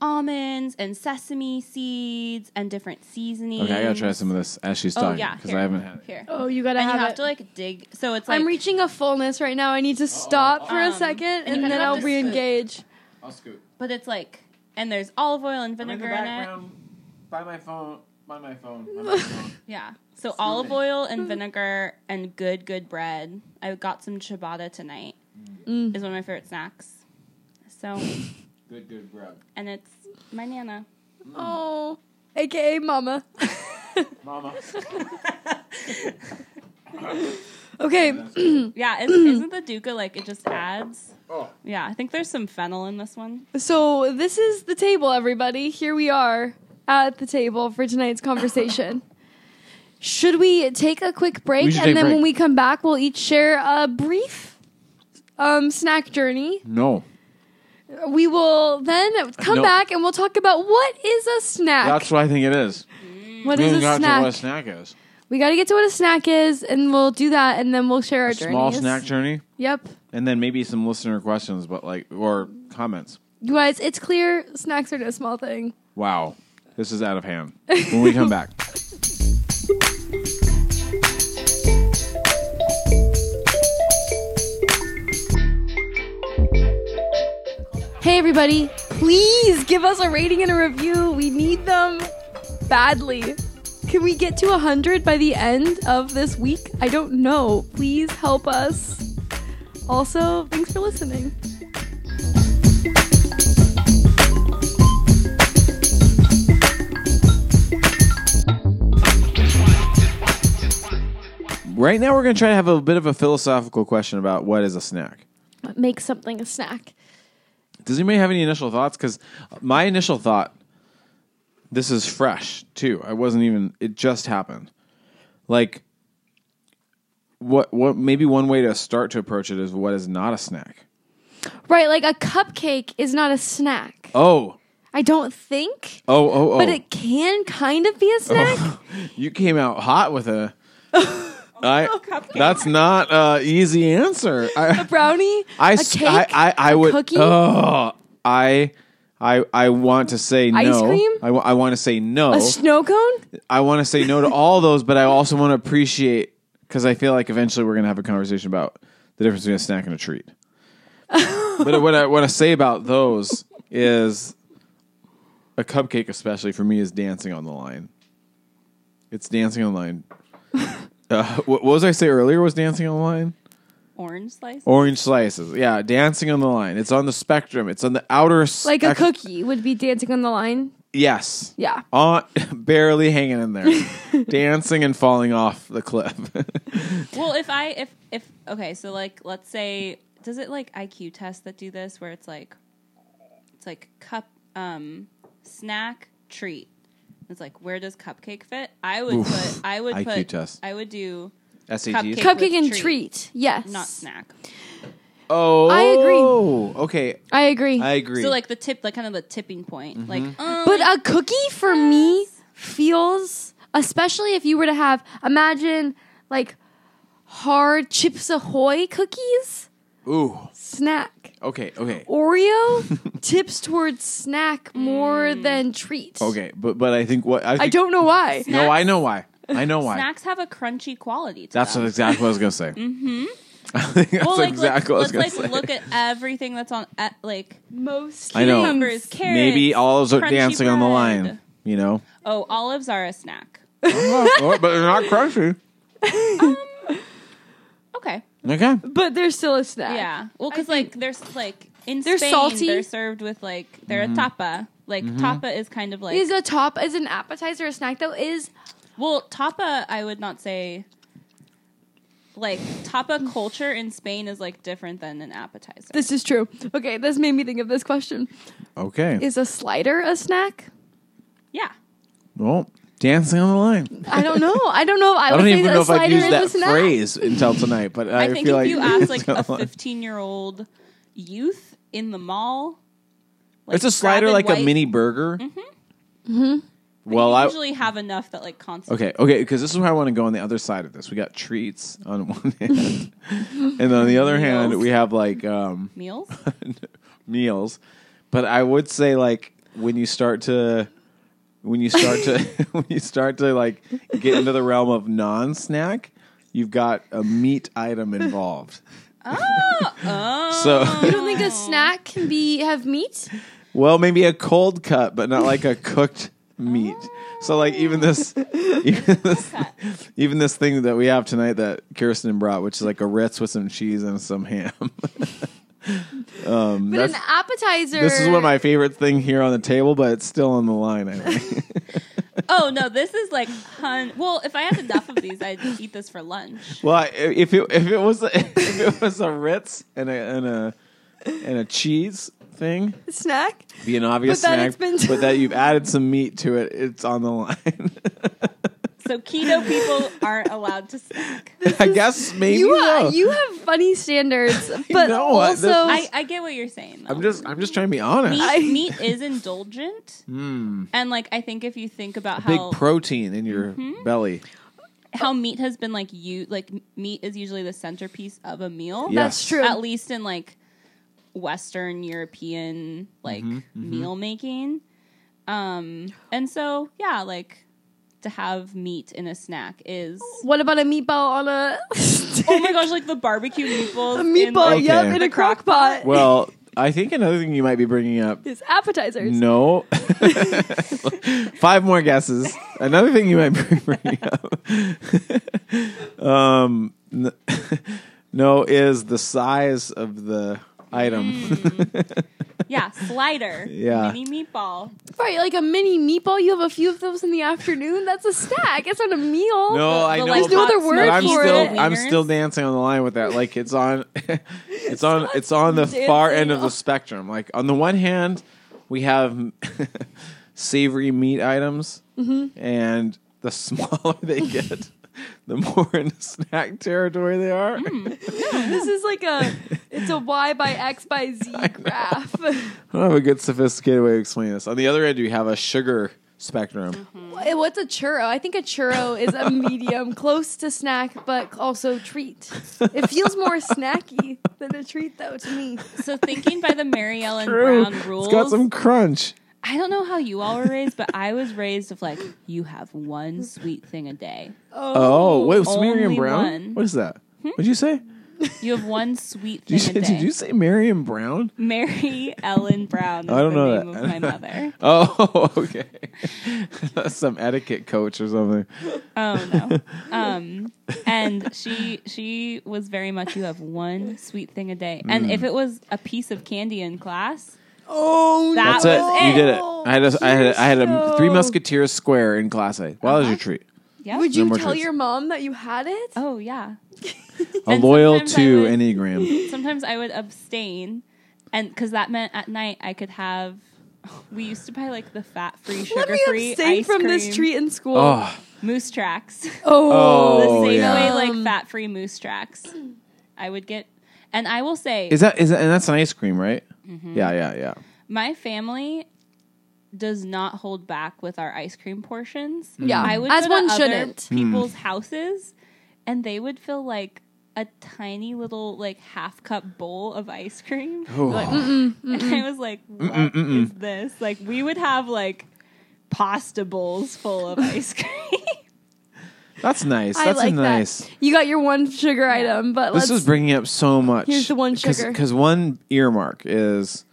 almonds and sesame seeds and different seasonings.
okay, I gotta try some of this as she's
Oh
talking
yeah,
because
here.
I haven't had it.
Here.
Oh, you gotta
and
have,
you have
it.
to like dig. So it's like Um,
I'm reaching a fullness right now. I need to stop for a second and,
you
then
have
I'll
to-
re-engage.
I'll scoot.
but it's like and there's olive oil and vinegar in, it.
by my phone. By my phone.
Yeah. So olive oil and vinegar and good good bread. I got some ciabatta tonight.
Mm.
Is one of my favorite snacks. So
good, good grub.
and it's my nana.
Oh, aka Mama.
Mama.
Okay,
Yeah, is, isn't the duca like it just adds?
Oh.
Yeah, I think there's some fennel in this one.
so this is the table, everybody. Here we are at the table for tonight's conversation. Should we take a quick break
We
and
should
then
take a break.
when we come back, we'll each share a brief um, snack journey.
No.
We will then come
No.
back and we'll talk about what is a snack.
That's what I think it is.
what
We
is
haven't
a
got to
snack?
what a snack is.
We got to get to what a snack is, and we'll do that, and then we'll share our journey.
Small snack journey.
Yep.
And then maybe some listener questions, but like or comments.
You guys, it's clear snacks are no small thing.
Wow. This is out of hand. When we come back.
Hey, everybody, please give us a rating and a review. We need them badly. Can we get to 100 by the end of this week? I don't know. Please help us. Also, thanks for listening.
Right now we're gonna try to have a bit of a philosophical question about what is a snack.
What makes something a snack?
Does anybody have any initial thoughts? Because my initial thought, this is fresh too. I wasn't even. It just happened. Like, what? What? Maybe one way to start to approach it is what is not a snack.
Right, like a cupcake is not a snack.
Oh,
I don't think,
oh, oh, oh!
but it can kind of be a snack.
you came out hot with a. I,
Oh,
cupcake.
that's not a easy answer. I,
Brownie,
I,
a
s-
cake,
I, I, I
a
would.
cookie.
Oh, I, I, I want to say
Ice
no.
cream?
I, wa- I want to say no.
a snow cone.
I want to say no to all those, but I also want to appreciate because I feel like eventually we're going to have a conversation about the difference between a snack and a treat. but what I want to say about those is a cupcake, especially for me, is dancing on the line. It's dancing on the line. Uh, what, what was I say earlier? Was dancing on the line?
Orange slice.
Orange slices. Yeah, dancing on the line. It's on the spectrum. It's on the outer. s-
Like a
ex-
cookie would be dancing on the line.
Yes.
Yeah.
On, barely hanging in there, dancing and falling off the cliff.
Well, if I if if okay, so like let's say does it like IQ tests that do this where it's like it's like cup um snack treat. It's like where does cupcake fit? I would
Oof.
put I would
IQ
put
test.
I would do
SATs.
Cupcake
Cupcake
with
and
treat.
treat. Yes.
not snack.
oh,
I
agree. Okay,
I agree.
I agree.
So like the tip like kind of the tipping point.
Mm-hmm.
Like uh,
but a cookie for me feels, especially if you were to have, imagine like hard Chips Ahoy cookies,
ooh,
snack.
okay, okay,
Oreo tips towards snack
Mm.
more than treat.
okay. But but I think what I, think,
I don't know why.
No, I know why. I know why.
snacks have a crunchy quality to
That's
them.
what, exactly what I was gonna say. mm-hmm. I think that's
well, like,
exactly
let's,
what I was
let's like
gonna
look
say.
at everything that's on at, like
Most
I know.
cucumbers, carrots.
Maybe olives are
crunchy
dancing on the
bread.
line. You know,
Oh, olives are a snack.
but they're not crunchy.
Okay.
Okay.
but they're still a snack.
Yeah. Well, because like there's like in
They're
Spain,
salty.
They're served with like they're
Mm-hmm.
a tapa. Like tapa is kind of like
Is a top is an appetizer a snack though? Is
well tapa. I would not say like tapa culture in Spain is like different than an appetizer.
this is true. Okay, this made me think of this question.
Okay.
Is a slider a snack?
yeah.
well, dancing on the line.
I don't know. I don't know. I,
I
would
don't
say
even
that
know
a
if I've
slider
used
is a
that
snack.
phrase until tonight, but I,
I, think
feel
if
like
you ask like a 15 year old youth in the mall, like,
it's a slider like
grabbing
a
white-
mini burger. Mm-hmm. Well, I,
usually have enough that like constantly.
okay, okay, because this is where I want to go on the other side of this. We got treats on one hand, and then on the other hand,
Meals.
we have like um,
Meals.
meals. But I would say like when you start to when you start to when you start to like get into the realm of non-snack, you've got a meat item involved.
Oh,
So
You don't think a snack can be have meat?
Well, maybe a cold cut, but not like a cooked meat. So like even this even this
cut.
even this thing that we have tonight that Kirsten brought, which is like a Ritz with some cheese and some ham. um
But an
that's-
appetizer.
this is one of my favorite thing here on the table, but it's still on the line, I think.
oh no, this is like hun. Well, if I had enough of these, I'd eat this for lunch.
well, I- if it if it was a, if it was a Ritz and a and a and a cheese thing,
snack.
be an obvious
But that
snack,
it's been-
but that you've added some meat to it, it's on the line.
So keto people aren't allowed to snack.
I guess maybe
You
though.
are, you have funny standards, but
know, I- this
also
I, I get what you're saying. though.
I'm just I'm just trying to be honest.
meat,
I-
meat is indulgent, and like I think if you think about
Hmm. Big
how Mm-hmm.
protein in your belly.
how meat has been like you like m- meat is usually the centerpiece of a meal.
Yeah.
that's
Yes.
true.
At least in like Western European like
Mm-hmm,
meal making. Um and so yeah, like to have meat in a snack is
What about a meatball on a
Oh my gosh, like the barbecue meatballs.
a
in,
meatball?
like-
Yep,
Okay.
in a crock pot.
Well, I think another thing you might be bringing up.
It's appetizers.
No. Five more guesses. Another thing you might be bringing up. um, n- no, is the size of the item.
Mm. yeah, slider.
Yeah.
Mini meatball.
Right, like a mini meatball. You have a few of those in the afternoon. That's a snack. It's not a meal.
No, Oh, I
the
know.
There's
no other
but
word
I'm
for
still,
it.
I'm still
Wieners.
dancing on the line with that. Like it's on, it's on, it's on the
dancing
far end of the
off.
spectrum. Like on the one hand, we have savory meat items,
Mm-hmm.
and the smaller they get, the more in the snack territory they are.
Mm.
This is like a it's a Y by X by Z graph.
I don't have a good sophisticated way of explaining this. On the other end, you have a sugar spectrum.
What- What's a churro? I think a churro is a medium, close to snack, but also treat. It feels more snacky than a treat, though, to me.
So thinking by the Mary Ellen
True.
Mm-hmm. Brown rules.
It's got some crunch.
I don't know how you all were raised, but I was raised of like you have one sweet thing a day.
Oh, wait, it's Miriam
only
Brown.
one.
What is that? What'd you say?
You have one sweet thing
Did you,
a day.
say, did you say Miriam Brown?
Mary Ellen Brown is
I don't
the
know
name
that.
of my mother.
Oh, okay. That's some etiquette coach or something.
Oh no. Um, and she she was very much you have one sweet thing a day. And
Mm.
if it was a piece of candy in class,
Oh,
That
That's
was
it. You did it. I had a, I had a, I had a
Cute.
three musketeers square in class A. Well, that was your treat.
yeah.
Would
No
you
more
tell
treats.
your mom that you had it?
oh yeah.
A
And
loyal
sometimes I
two
would-
enneagram.
Sometimes I would abstain, and because that meant at night I could have. We used to buy like the fat free,
Let
sugar
me
free
abstain
ice
from
cream,
this treat in school.
Oh,
moose tracks.
Oh.
the
Oh,
same
yeah.
way like
Um,
fat free moose tracks. I would get, and I will say,
is that is that? And that's an ice cream, right?
Mm-hmm.
Yeah, yeah, yeah.
my family does not hold back with our ice cream portions.
Yeah,
I would
as
go to
one
other
shouldn't.
Hmm.
people's houses, and they would fill like a tiny little like half cup bowl of ice cream. Like, And I was like, "What is this?" Like we would have like pasta bowls full of ice cream.
That's nice.
I
That's a
like
nice.
that. You got your one sugar item, but
This
let's
is bringing up so much.
Here's the one sugar.
Because one earmark is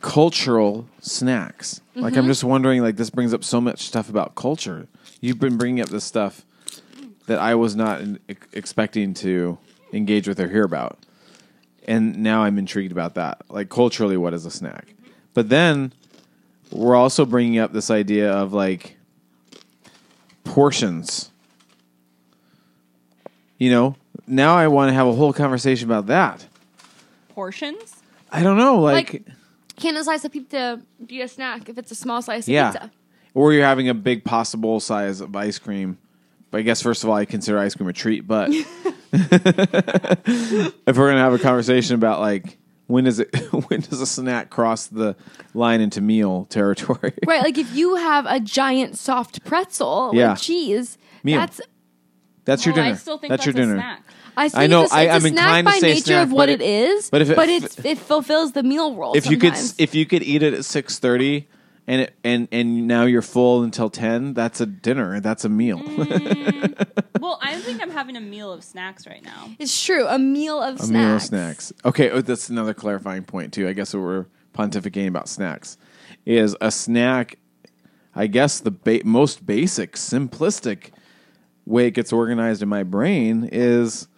cultural snacks. Like
Mm-hmm.
I'm just wondering, like this brings up so much stuff about culture. You've been bringing up this stuff that I was not in, e- expecting to engage with or hear about, and now I'm intrigued about that. Like culturally, what is a snack? But then we're also bringing up this idea of like portions. You know, now I want to have a whole conversation about that.
Portions.
I don't know, like,
Like- can a slice of pizza be a snack if it's a small slice of
yeah,
pizza?
or you're having a big possible size of ice cream. But I guess first of all, I consider ice cream a treat. But if we're gonna have a conversation about like when does it when does a snack cross the line into meal territory?
Right, like if you have a giant soft pretzel
Yeah.
with cheese,
Meal.
that's
That's your
Well,
dinner.
Oh, I still think
that's,
that's,
your
a
dinner.
snack.
I, still
I know,
It's a,
I-
it's a
I'm
snack
inclined to
by
say
nature
snack,
of what
but
it is,
but
but
if it-
it, it fulfills the meal role.
If you could
sometimes.
if you could eat it at six thirty. And, it, and and now you're full until ten. That's a dinner. That's a meal.
Well, I think I'm having a meal of snacks right now.
it's true, a meal of
A
snacks.
meal of snacks. Okay, oh, that's another clarifying point too. I guess what we're pontificating about snacks is a snack. I guess the ba- most basic, simplistic way it gets organized in my brain is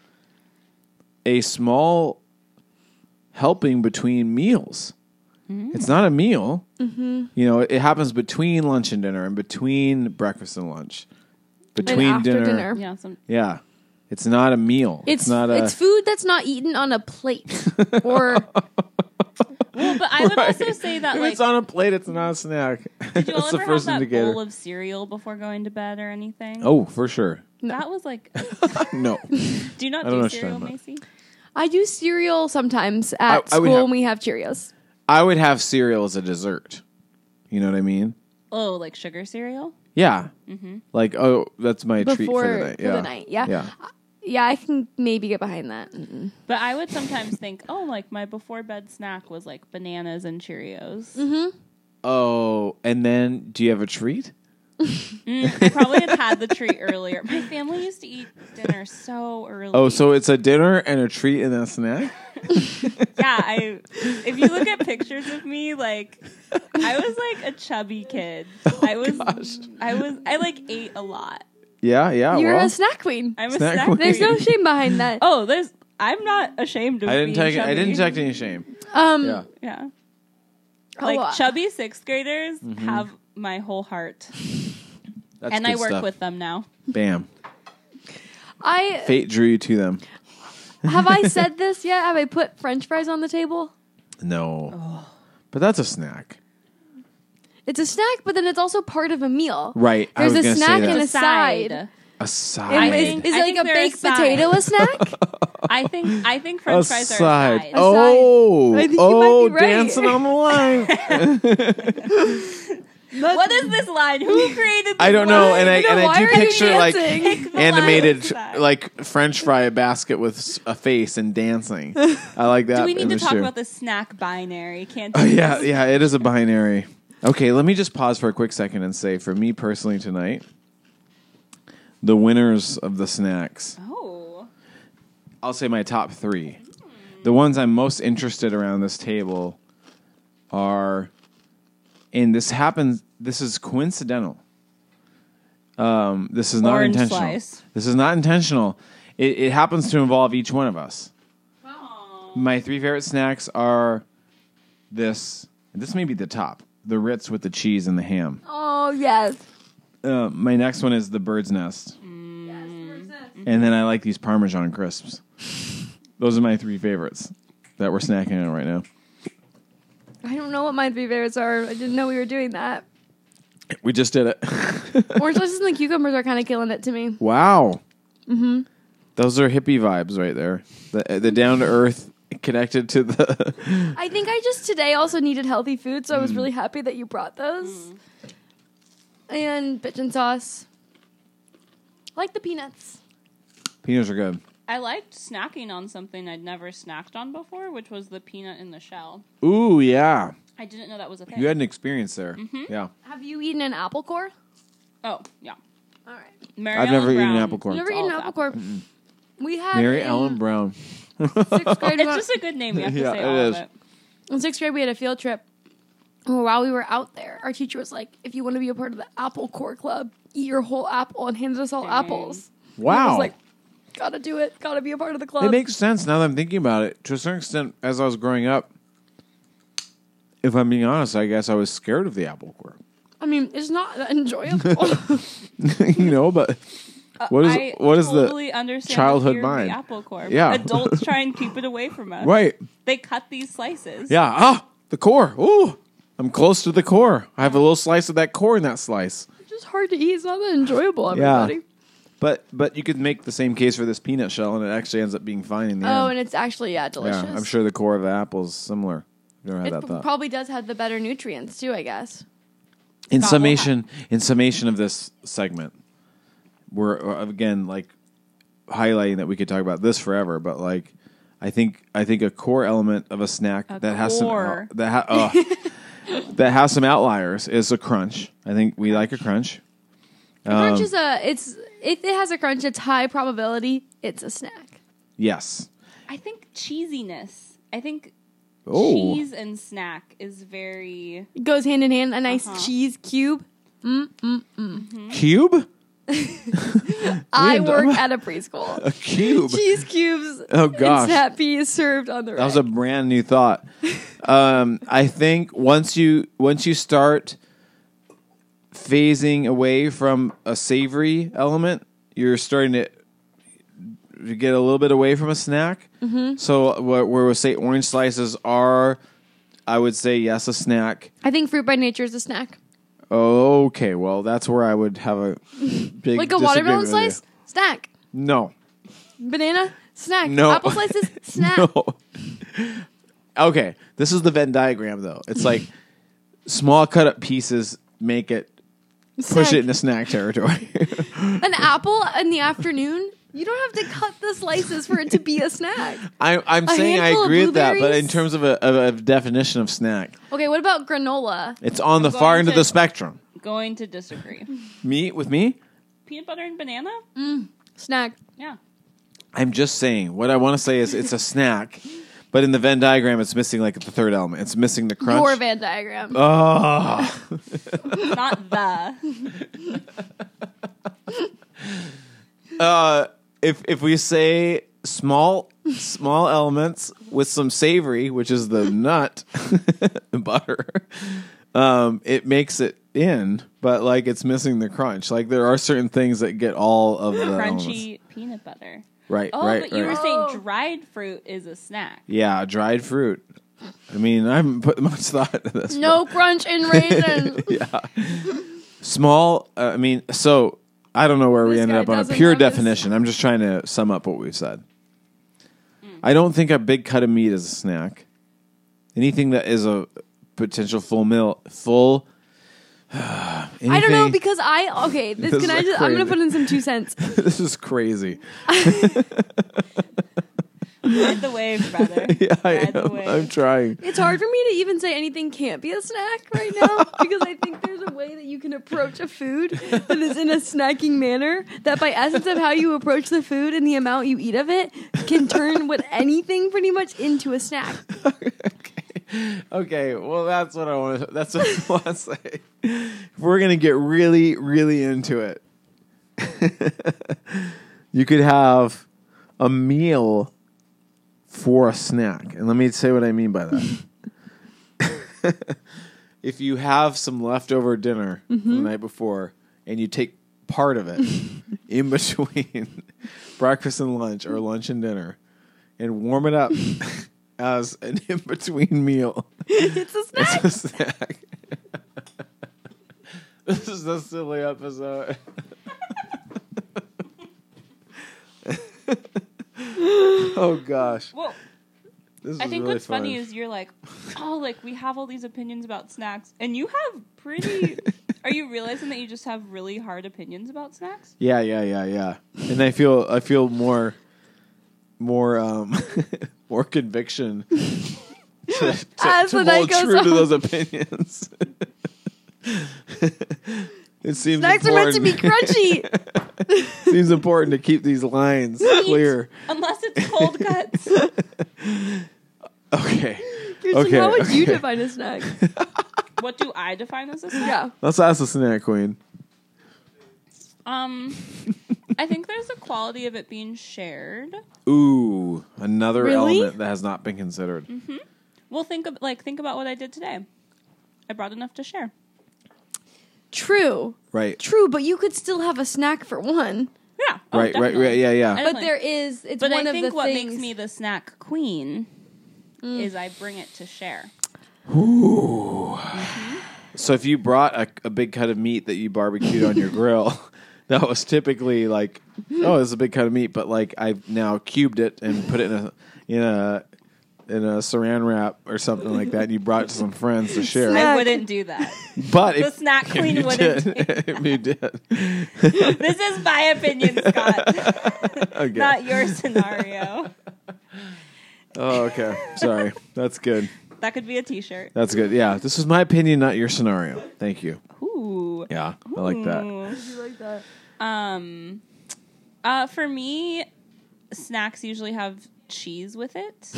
a small helping between meals.
Mm-hmm.
It's not a meal. You know, it happens between lunch and dinner, and between breakfast and lunch, between
after dinner.
Yeah, some
Yeah, it's not a meal.
It's
not a.
it's food that's not eaten on a plate or
Well, but I would also
Right.
say that
If
like
it's on a plate, it's not a snack.
Did you all
That's the
ever
first
have that
indicator.
bowl of cereal before going to bed or anything?
oh, for sure.
that was like.
No.
Do you not
I
do
don't know what you're
cereal,
talking
Macy?
I do cereal sometimes at
I would
school
have-
when we have Cheerios.
I would have cereal as a dessert. You know what I mean?
Oh, like sugar cereal.
Yeah. Like, oh, that's my treat
Before
for the night. Yeah.
yeah.
Yeah.
Yeah, I can maybe get behind that.
But I would sometimes think, oh, like my before bed snack was like bananas and Cheerios.
Oh, and then do you have a treat?
I probably had had the treat earlier. My family used to eat dinner so early.
Oh, so it's a dinner and a treat and a snack?
yeah. I if you look at pictures of me, like I was like a chubby kid.
Oh,
I was, I was, I like ate a lot.
Yeah, yeah.
You're
Oh, well,
a snack queen.
I'm
Snack
a snack.
queen.
queen.
There's no shame behind that.
Oh, there's. I'm not ashamed of.
I didn't
being
take. I didn't
chubby.
take any shame.
um,
Yeah.
Yeah.
oh,
like
uh,
chubby sixth graders have my whole heart,
That's
and
Mm-hmm. good
I work
stuff.
with them now.
Bam.
I
Fate drew you to them.
have I said this yet? Have I put French fries on the table?
No. But that's a snack.
It's a snack, but then it's also part of a meal.
Right. I
There's
was
a
gonna say
snack
that.
and a side.
A
And
side.
is,
think-
is it
I
like
think
a
they're a
baked
side.
potato a snack?
I think I think
a
French fries are a
side.
side.
Oh,
I think you
oh,
might be right.
dancing on the line.
What is this line? Who created? This
I don't know,
line?
and I
You know,
and
why
I do
are you
picture like
dancing?
Pick the line
animated
side.
like French fry basket with s- a face and dancing. I like that.
Do we need to
image
talk
too.
about the snack binary? Can't.
Oh, yeah, yeah, it is a binary. Okay, let me just pause for a quick second and say, for me personally tonight, the winners of the snacks.
Oh.
I'll say my top three. The ones I'm most interested around this table are, and this happens. This is coincidental. Um, this is not
Orange
intentional.
slice.
This is not intentional. It, it happens to involve each one of us. My three favorite snacks are this. This may be the top. The Ritz with the cheese and the ham.
oh yes.
Uh, my next one is the bird's nest, and then I like these Parmesan crisps. Those are my three favorites that we're snacking on right now.
I don't know what my three favorites are. I didn't know we were doing that.
We just did it.
Orange slices and the cucumbers are kind of killing it to me.
Wow. Mm-hmm. Those are hippie vibes right there. The, uh, the down to earth connected to the.
I think I just today also needed healthy food, so I
Mm.
was really happy that you brought those. And bitchin' sauce. I like the peanuts.
Peanuts are good.
I liked snacking on something I'd never snacked on before, which was the peanut in the shell.
Ooh, yeah.
I didn't know that was a thing.
You had an experience there. Yeah.
Have you eaten an apple core?
oh, yeah.
All right.
Mary
I've never
Ellen
eaten
Brown.
apple corn.
Never
It's
eaten
all
apple core. We had
Mary
in
Ellen Brown.
sixth grade.
It's
when-
just a good name. You have to
Yeah,
say
it
all
is.
of it.
in sixth grade we had a field trip. Well, while we were out there, our teacher was like, "If you want to be a part of the apple core club, eat your whole apple," and handed us all
Dang.
apples. I
Wow.
was like, "Gotta do it. Gotta be a part of the club."
It makes sense now that I'm thinking about it. To a certain extent, as I was growing up, if I'm being honest, I guess I was scared of the apple core.
I mean, it's not that enjoyable.
you know, but
Uh,
what is
I
what is
totally
the
understand the
childhood
fear of the
mind?
apple core.
Yeah.
adults try and keep it away from us.
right?
They cut these slices.
Yeah. Ah, the core. Ooh, I'm close to the core. I have a little slice of that core in that slice.
It's just hard to eat. It's not that enjoyable,
Yeah.
everybody.
But but you could make the same case for this peanut shell, and it actually ends up being fine in the
Oh,
end.
and it's actually yeah, delicious.
yeah, I'm sure the core of the apple is similar. Never had
It
that thought.
probably does have the better nutrients too. I guess.
in
Scott will
summation in summation of this segment we're uh, again like highlighting that we could talk about this forever but like i think i think a core element of a snack that has some
core.
that ha- ugh. that has some outliers is a crunch i think we like a crunch Um,
crunch is a. It's if it has a crunch, it's high probability. It's a snack.
yes
I think cheesiness. I think
oh
cheese and snack is very.
It goes hand in hand. A nice
Uh-huh.
cheese cube.
Oh, cube
I
didn't-
work at a preschool.
a cube
cheese cubes.
Oh, gosh.
And snap peas served on the.
That was a brand new thought. um, I think once you once you start phasing away from a savory element, you're starting to you get a
Mm-hmm.
little bit away from a snack. So what where we say orange slices are I would say yes, a snack.
I think fruit by nature is a snack.
Okay, well, that's where I would have a big
Like a watermelon
disagreement with
slice, snack.
you. No,
Banana, snack.
No.
Apple slices, snack.
no. okay, this is the Venn diagram though. It's like small cut up pieces make it push
Snack.
it into snack territory.
An apple in the afternoon. You don't have to cut the slices for it to be a snack.
I, I'm
A
saying I
handful of
agree with that, but in
blueberries?
terms of a, of a definition of snack,
Okay, what about granola?
it's on the far
going
end of
to-
the spectrum.
Going to disagree.
Me with me,
Peanut butter and banana?
Snack.
Yeah.
I'm just saying what I want to say is it's a snack, but in the Venn diagram, it's missing like the third element. It's missing the crunch. Uh, Ah.
Your Venn diagram.
Ugh.
Not the.
uh, if if we say small small elements with some savory, which is the nut, the butter, um, it makes it in, but like it's missing the crunch. Like there are certain things that get all of the elements.
Crunchy peanut butter.
Right,
Oh,
right,
but you
right.
were saying
Oh.
dried fruit is a snack.
yeah, dried fruit. I mean, I haven't put much thought into this.
no crunch in raisins.
Small. Uh, I mean, so I don't know where we
This
ended
guy
up on a
doesn't
pure
have his-
definition. I'm just trying to sum up what we've said. I don't think a big cut of meat is a snack. Anything that is a potential full meal, full.
I don't know
anything-
because I okay. This,
This
can
is
I just? I'm gonna
crazy.
put in some two cents.
this is crazy.
Ride the wave, brother.
Yeah, I
Ride the
am.
wave.
I'm trying.
It's hard for me to even say anything can't be a snack right now because I think there's a way that you can approach a food that is in a snacking manner that, by essence of how you approach the food and the amount you eat of it, can turn what anything pretty much into a snack.
okay. okay, well, that's what I want. to That's what I want to say. We're gonna get really, really into it. you could have a meal for a snack, and let me say what I mean by that. if you have some leftover dinner from the night before, and you take part of it in between breakfast and lunch, or lunch and dinner, and warm it up as an in between meal.
It's a snack.
It's a snack. this is a silly episode. oh gosh,
Well,
this is
I think
really
what's funny is you're like, oh, like we have all these opinions about snacks, and you have pretty. Are you realizing that you just have really hard opinions about snacks?
yeah, yeah, yeah, yeah, and I feel I feel more more um more conviction to, to,
As
to
the night
hold
goes
true to
on.
those opinions. it seems
Snacks are meant to be
important.
crunchy.
seems important to keep these lines clear.
Unless it's cold cuts.
Okay.
Kirsten,
Okay,
how would you
okay.
define a snack?
what do I define as a snack?
Yeah.
Let's ask the snack queen.
Um, I think there's a quality of it being shared.
Ooh, another
Really? Mm.
element that has not been considered.
Well, think of like think about what I did today. I brought enough to share.
True.
Right.
True, but you could still have a snack for one.
Yeah. oh,
right, right,
definitely.
right. Yeah,
I
yeah.
don't-
But there is. It's
But
one
I
of
think
the
what
things. Mm.
makes me the snack queen is I bring it to share.
So if you brought a, a big cut of meat that you barbecued on your grill, that was typically like, oh, it's a big cut of meat, but like I've now cubed it and put it in a in a in a saran wrap or something like that, and you brought it to some friends to share.
Snack.
I wouldn't do that.
But
The
if,
snack
if
queen
you
wouldn't
did- if you did,
This is my opinion, Scott,
okay.
not your scenario.
Oh, okay. Sorry. That's good.
That could be a T-shirt.
That's good. Yeah. This is my opinion, not your scenario. Thank you.
Ooh.
Yeah. I like that.
Ooh.
like that.
Mm-hmm. Um, uh, for me, snacks usually have cheese with it.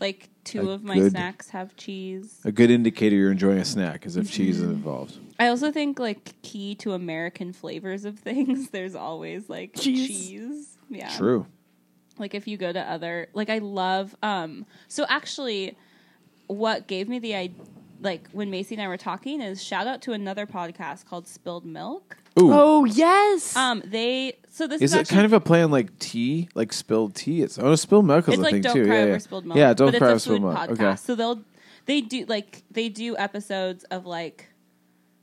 Like two
Mm. A
of my
good-
snacks have cheese.
A good indicator you're enjoying a snack is if cheese is involved.
I also think like key to American flavors of things. There's always like
Cheese.
cheese. Yeah.
True.
like if you go to other like i love um so actually what gave me the idea like when macy and i were talking is shout out to another podcast called spilled milk
Ooh.
Oh yes.
um they so this is,
is it
actually,
kind of a play on like tea, like spilled tea? It's oh, spilled milk is
it's
a
like
thing
don't
too.
cry
yeah,
over
yeah.
spilled milk
yeah, don't
but
cry
it's a
over
food
spilled milk.
podcast
Okay,
so they'll they do like they do episodes of like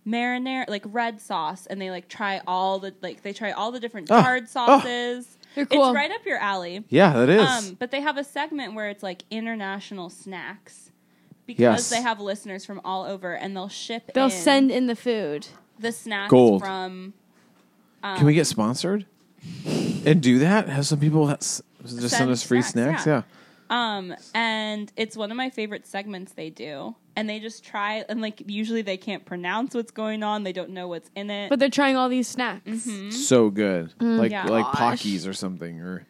marinara like red sauce and they like try all the like they try all the different
Oh,
hard
oh.
sauces.
They're cool.
It's right up your alley.
Yeah, that is.
Um, but they have a segment where it's like international snacks because
Yes.
they have listeners from all over and they'll ship
They'll
in
send in the food.
the snacks
Gold.
from
Can
um,
we get sponsored and do that? Have some people s- just send
Send
us free
snacks,
snacks?
yeah.
Yeah.
Um, and it's one of my favorite segments they do. And they just try, and like usually they can't pronounce what's going on. They don't know what's in it.
But they're trying all these snacks.
Mm-hmm.
so good, like
Mm, yeah. Mm-hmm.
like
Gosh.
Pockies or something, or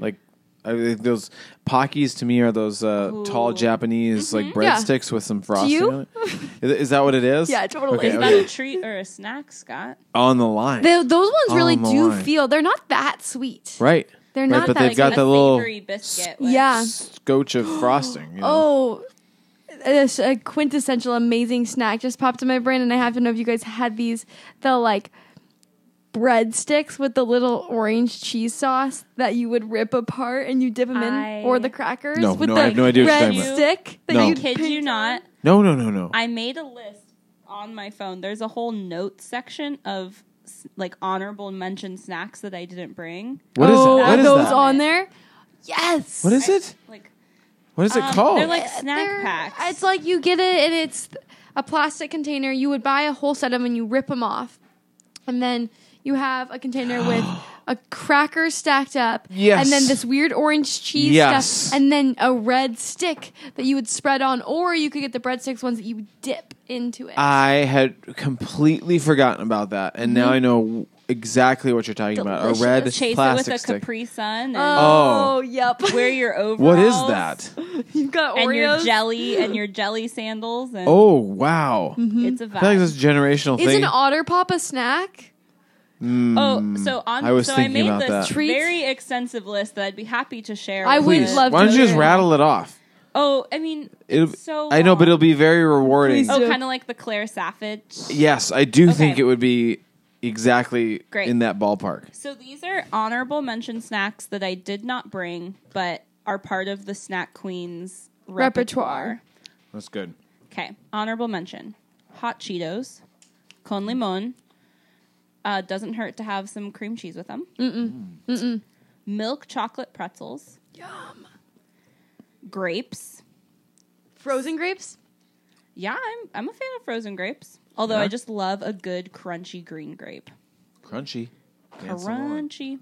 like I think those Pockies to me are those uh,
Ooh.
tall
Mm-hmm.
Japanese like
Yeah.
breadsticks with some frosting.
you?
On it. Is, is that what it is?
Yeah, totally.
is
Okay,
that
okay.
a treat or a snack, Scott?
On the line,
They- those ones really
On the
do
line.
feel they're not that sweet.
Oh, right?
They're
right,
not
but
that
they've
like
got
a
the little
savory biscuit. with-
Yeah.
scotch of frosting. You know?
Oh, a, a quintessential amazing snack just popped in my brain, and I have to know if you guys had these. The like breadsticks with the little orange cheese sauce that you would rip apart and you dip them
I-
in, or the crackers
No,
with
no,
the
I have no idea what you're
red
talking
about.
stick. That
No.
you'd
Kid
pick
you
up.
not,
no, no, no, no.
I made a list on my phone. There's a whole note section of s- like honorable mention snacks that I didn't bring.
What is
oh,
it? What
are
is
those
that?
on there? Yes.
What is it?
Like
What is it
um,
called?
They're like
Uh,
snack
they're-
packs.
It's like you get it, and it's a plastic container. You would buy a whole set of them, and you rip them off, and then you have a container with a cracker stacked up,
Yes.
and then this weird orange cheese
Yes.
stuff, and then a red stick that you would spread on, or you could get the breadsticks ones that you would dip into it.
I had completely forgotten about that, and now I know exactly what you're talking about. A red
Mm-hmm. chase it with
plastic
a
stick.
Capri Sun and
oh, yep.
wear your overalls.
What is that?
You've got
And your
Oreos.
jelly and your jelly sandals and
Oh wow!
it's a vibe.
I feel like this generational
Is
thing.
an otter pop a snack?
Oh, so on.
Mm, I was
so I
thinking
made
about
this
that.
Treats?
very extensive list that I'd be happy to share.
I
with
would
Please,
you.
love
why don't
to
you just
hear it.
rattle it off?
Oh, I mean,
It'll,
it's so
I know, but it'll
long.
be very rewarding.
Please
oh,
do.
kind of like the Claire Saffage.
Yes, I do think
Okay.
it would be exactly
Great.
in that ballpark.
So these are honorable mention snacks that I did not bring, but are part of the snack queen's
Repertoire.
repertoire.
That's good.
Okay, honorable mention: hot Cheetos, con limon. Uh, doesn't hurt to have some cream cheese with them. Mm-mm. Mm-mm. Milk chocolate pretzels,
Yum.
grapes.
Frozen grapes.
Yeah, I'm I'm a fan of frozen grapes. Although
Yeah?
I just love a good crunchy green grape.
Crunchy. Dancing along.
Crunchy.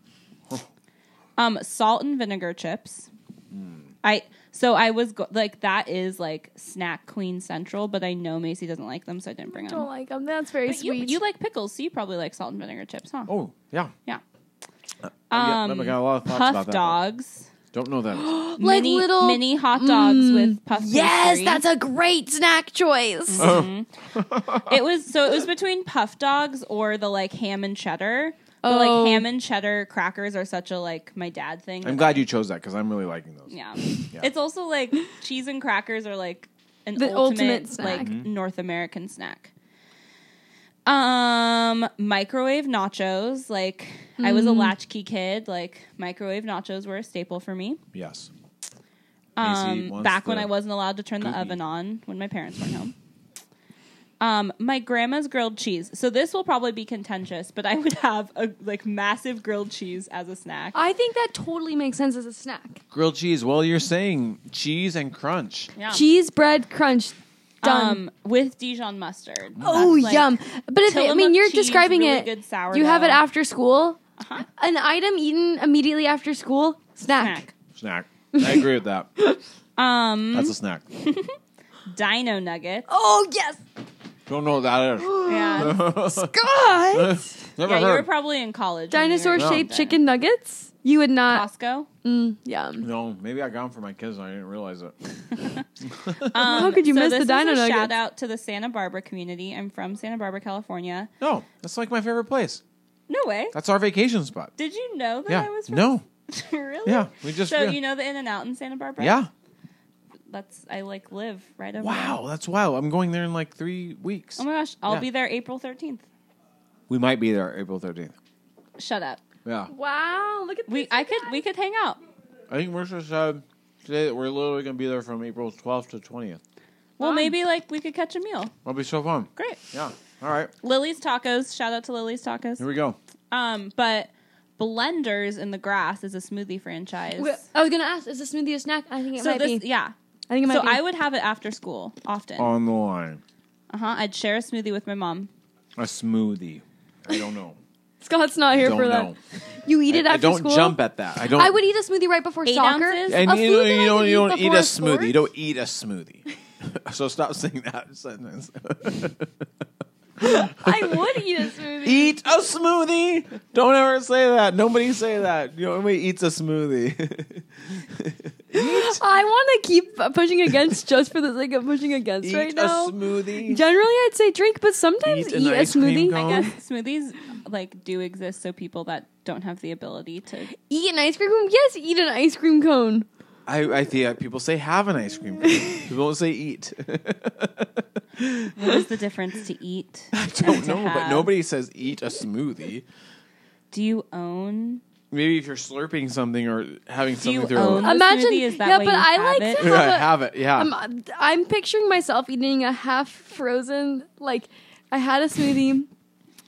Um, salt and vinegar chips.
Mm.
I so I was go- like that is like snack queen central, but I know Macy doesn't like them, so I didn't bring them.
Don't like them. That's very
But you,
sweet.
you like pickles, so you probably like salt and vinegar chips, huh?
Oh yeah.
Yeah.
I
Um,
got- I got a lot of thoughts about
Puff
that.
dogs,
Don't know that.
Like
mini,
little-
mini hot dogs with puff.
Mm. Yes,
pastry.
that's a great snack choice.
it was so it was between puff dogs or the like ham and cheddar.
Oh.
But like ham and cheddar crackers are such a like my dad thing.
I'm
that,
glad you chose that because I'm really liking those.
Yeah. It's also like cheese and crackers are like an
The ultimate
ultimate,
snack.
like
Mm-hmm.
North American snack. Um microwave nachos, like I was a
Mm-hmm.
latchkey kid, like microwave nachos were a staple for me.
Yes. Macy
Um,
wants
back when
the-
I wasn't allowed to turn the
cookie.
oven on when my parents weren't home. Um, my grandma's grilled cheese. So this will probably be contentious, but I would have a like massive grilled cheese as a snack.
I think that totally makes sense as a snack.
Grilled cheese. Well, you're saying cheese and crunch.
Yeah.
Cheese bread crunch. Done.
Um, with Dijon mustard.
oh,
That's, like,
yum. But if, I
Tillamook
mean, you're
cheese,
describing
really
it.
good sourdough.
you have it after school.
Uh-huh.
An item eaten immediately after school. Snack.
Snack.
Snack. I agree with that.
Um,
That's a snack.
dino nuggets.
Oh, yes.
Don't know what that is.
Yeah,
God.
Never
yeah you were
heard.
probably in college. when you were
Dinosaur shaped
done.
chicken nuggets. You would not.
Costco.
Mm, yum.
no, maybe I got them for my kids and I didn't realize it.
How could you
Um, so
miss
this
the dino
is a
nuggets?
Shout out to the Santa Barbara community. I'm from Santa Barbara, California.
No, that's like my favorite place.
No way.
That's our vacation spot.
Did you know that
Uh, yeah.
I was from?
no.
really?
Yeah. We just.
So
yeah.
you know the In and Out in Santa Barbara?
yeah.
That's I like live right over. there.
Wow, that's wild. I'm going there in like three weeks.
Oh my gosh, I'll
Yeah.
be there April 13th.
we might be there April 13th.
Shut up.
Yeah.
Wow. Look at
We
this.
I could we could hang out.
I think Marcia said today that we're literally going to be there from April 12th to 20th.
Well,
fun.
maybe like we could catch a meal.
That'll be so fun.
Great.
Yeah. All right.
Lily's Tacos. Shout out to Lily's
Here
Tacos.
we go.
Um, but Blenders in the Grass is a smoothie franchise.
Wait, I was gonna ask, is this smoothie a snack? I think it
so
might
this,
be.
yeah.
I think it might
So
be.
I would have it after school often. Uh
On the line.
huh. I'd share a smoothie with my mom.
A smoothie. I don't know.
Scott's not here
don't
for
know.
that. You eat it
I
after
don't
school.
jump at that. I don't.
I would eat a smoothie right before
Eight
soccer.
ounces?
And
A
you,
food
know,
that
you
I
don't.
could
You don't
eat
eat a
before
smoothie. You
sports?
don't eat a smoothie. so stop saying that sentence.
I would eat a smoothie.
eat a smoothie. Don't ever say that. Nobody say that. You know, nobody eats a smoothie.
I want to keep pushing against just for the sake of pushing against
eat
right
a
now.
smoothie.
Generally, I'd say drink, but sometimes
Eat
eat,
an
a
ice cream
smoothie.
cone.
I
Oh.
guess smoothies like do exist so people that don't have the ability to.
Eat an ice cream cone? Yes, eat an ice cream cone.
I, I think uh, people say have an ice cream. cone. people don't say eat.
What is the difference to eat?
I don't
to
know, but
have.
nobody says eat a smoothie.
Do you own?
Maybe if you're slurping something or having
Do
something
you
through.
own? The
Imagine-
smoothie? Is that
yeah,
way
but
you
I
have
like
it?
to-
Yeah, have it. Yeah.
I'm, I'm picturing myself eating a half frozen, like, I had a smoothie.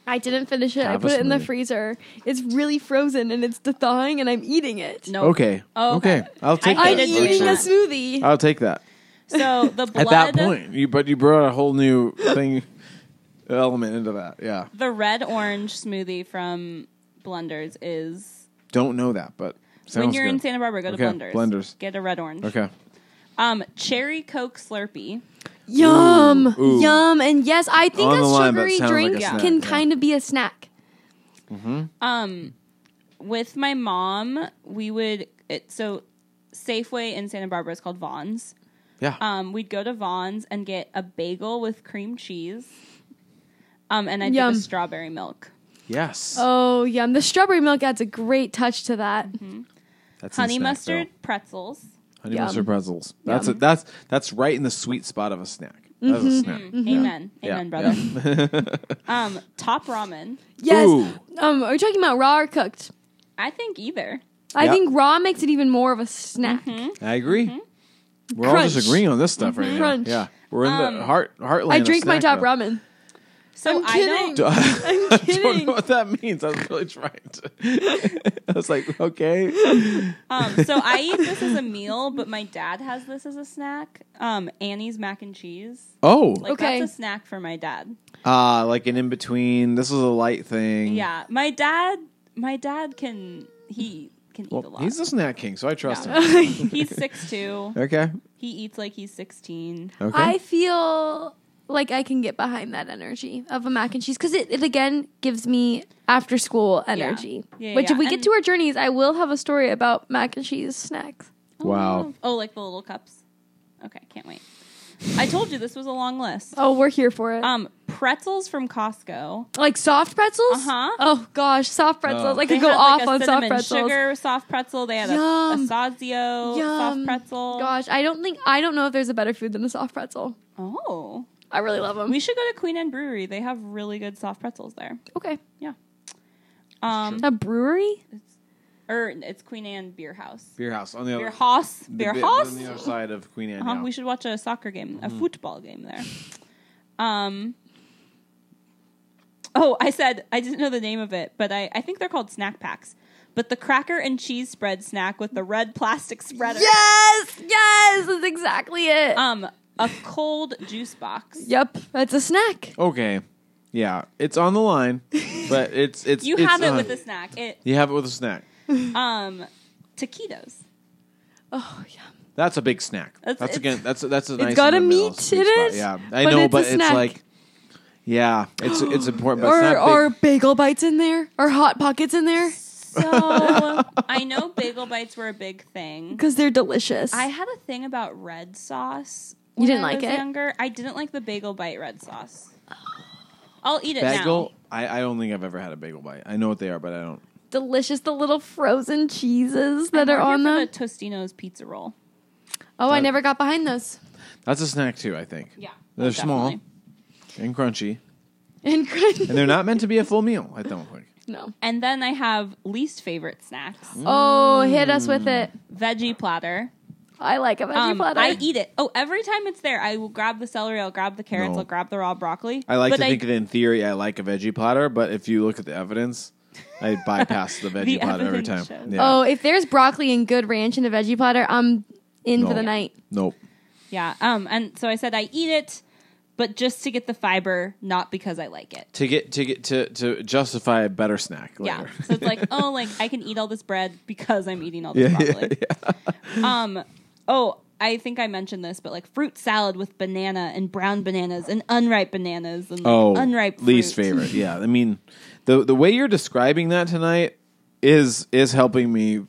I didn't finish it. I
Have a
put it in the
smoothie.
freezer. It's really frozen and it's thawing, and I'm eating it.
No.
okay.
Oh, Okay.
okay. I'll take
I
I'm
that.
hated doing
eating a
that.
smoothie.
I'll take that.
So the blood
At that point, you but you brought a whole new thing element into that. Yeah.
The red orange smoothie from Blenders is
Don't know that, but sounds
when you're
good.
in Santa Barbara, go to
Okay,
Blenders.
Blenders.
Get a red orange.
Okay.
Um, cherry Coke Slurpee.
Yum,
Ooh, ooh.
yum, and yes, I think
On the
a
line, but it
sugary
sounds like a
drink
snack,
can
yeah.
kind of be a snack.
Um, with my mom, we would it, so Safeway in Santa Barbara is called Vaughn's.
Yeah.
Uh,
Um, we'd go to Vaughn's and get a bagel with cream cheese. Um, and I'd
Yum.
get a strawberry milk.
yes.
Oh, yum! The strawberry milk adds a great touch to that.
That's in
Honey
snack,
mustard
though.
pretzels.
Honey
Yum.
mustard pretzels. That's a, that's that's right in the sweet spot of a snack. That's
Mm-hmm.
a snack.
Amen.
Yeah,
Amen,
yeah.
brother. um, top ramen.
Yes.
Ooh.
Um, are you talking about raw or cooked?
I think either.
I
Yep.
think raw makes it even more of a snack.
I agree. We're all
Mm-hmm. Crunch.
disagreeing on this stuff right now.
Crunch.
Yeah. We're in the heart heartland.
I
of
drink my top
snack, though.
ramen.
So
I'm
I don't.
kidding.
I
I'm
don't
kidding.
know what that means. I was really trying to. I was like, okay.
Um, so I eat this as a meal, but my dad has this as a snack. Um, Annie's mac and cheese.
Oh,
Like
Okay.
that's a snack for my dad.
ah, like an in between. This is a light thing.
Yeah, my dad. My dad can he can eat a
Well,
lot.
he's a snack king, so I trust
Yeah.
him.
he's six two.
Okay.
He eats like he's sixteen.
Okay.
I feel like I can get behind that energy of a mac and cheese because it, it again gives me after school energy.
Yeah,
Which,
yeah.
if we
And-
get to our journeys, I will have a story about mac and cheese snacks.
wow.
Oh, like the little cups. Okay, can't wait. I told you this was a long list.
Oh, we're here for it.
Um, pretzels from Costco.
Like soft pretzels?
Uh-huh.
Oh gosh, soft pretzels.
Oh.
I could
They
go
had,
off
like, a
on soft
cinnamon
pretzels.
Sugar soft pretzel. They had a, a
Yum.
sazio soft
Yum.
pretzel.
Gosh, I don't think I don't know if there's a better food than a soft pretzel.
Oh,
I really love them.
we should go to Queen Anne Brewery. They have really good soft pretzels there.
okay,
Um,
a brewery.
or it's Queen Anne Beer House.
Beer house on the
Beer
other.
House.
the
Beer
bit
House.
on the other side of Queen Anne.
Uh-huh,
yeah. Mm-hmm.
We should watch a soccer game, a football game there. Um. Oh, I said I didn't know the name of it, but I, I think they're called snack packs. But the cracker and cheese spread snack with the red plastic spreader.
Yes, yes, that's exactly it.
Um, a cold juice box.
yep, that's a snack.
Okay. Yeah, it's on the line, but it's it's
You
it's uh,
have it
on.
with a snack. It
You have it with a snack.
um, taquitos.
Oh yeah,
That's a big snack.
That's- it's-
That's, again. That's that's a
It's
nice.
got
in
a
the middle
meat
sweet
in
spot.
it,
Yeah, I
but
know,
it's a
but it's
snack.
like, yeah, it's it's important, but
or
it's not
or
big.
bagel bites in there, or hot pockets in there
So I know bagel bites were a big thing.
because they're delicious.
I had a thing about red sauce.
You
when
didn't
I
like
was
it?
Younger, I didn't like the bagel bite red sauce. I'll eat it
bagel. I, I don't think I've ever had a bagel bite. I know what they are, but I don't.
delicious, the little frozen cheeses
now.
that are on
the
them.
Tostino's pizza roll.
Oh, I
That-
never got behind those.
That's a snack too. I think.
Yeah,
they're small
Oh, definitely.
and crunchy,
And
and they're not meant to be a full meal. I don't think.
no.
And then I have least favorite snacks:
Oh, hit us with it.
veggie platter,
I like a veggie
Um,
platter.
I eat it. Oh, every time it's there, I will grab the celery, I'll grab the carrots,
No.
I'll grab the raw broccoli.
I like
But
to think that in theory I like a veggie platter, but if you look at the evidence, I bypass the veggie
The
platter every time.
evidence shows.
Yeah.
Oh, if there's broccoli and good ranch in a veggie platter, I'm in
No.
for the night.
Nope.
Yeah. Um. And so I said I eat it, but just to get the fiber, not because I like it.
To get to get to, to justify a better snack later.
Yeah. So it's like, oh, like I can eat all this bread because I'm eating all this
Yeah, yeah,
broccoli. Um. Oh, I think I mentioned this, but like fruit salad with banana and brown bananas and unripe bananas and like
oh,
unripe fruit.
least favorite. Yeah, I mean, the the way you're describing that tonight is is helping me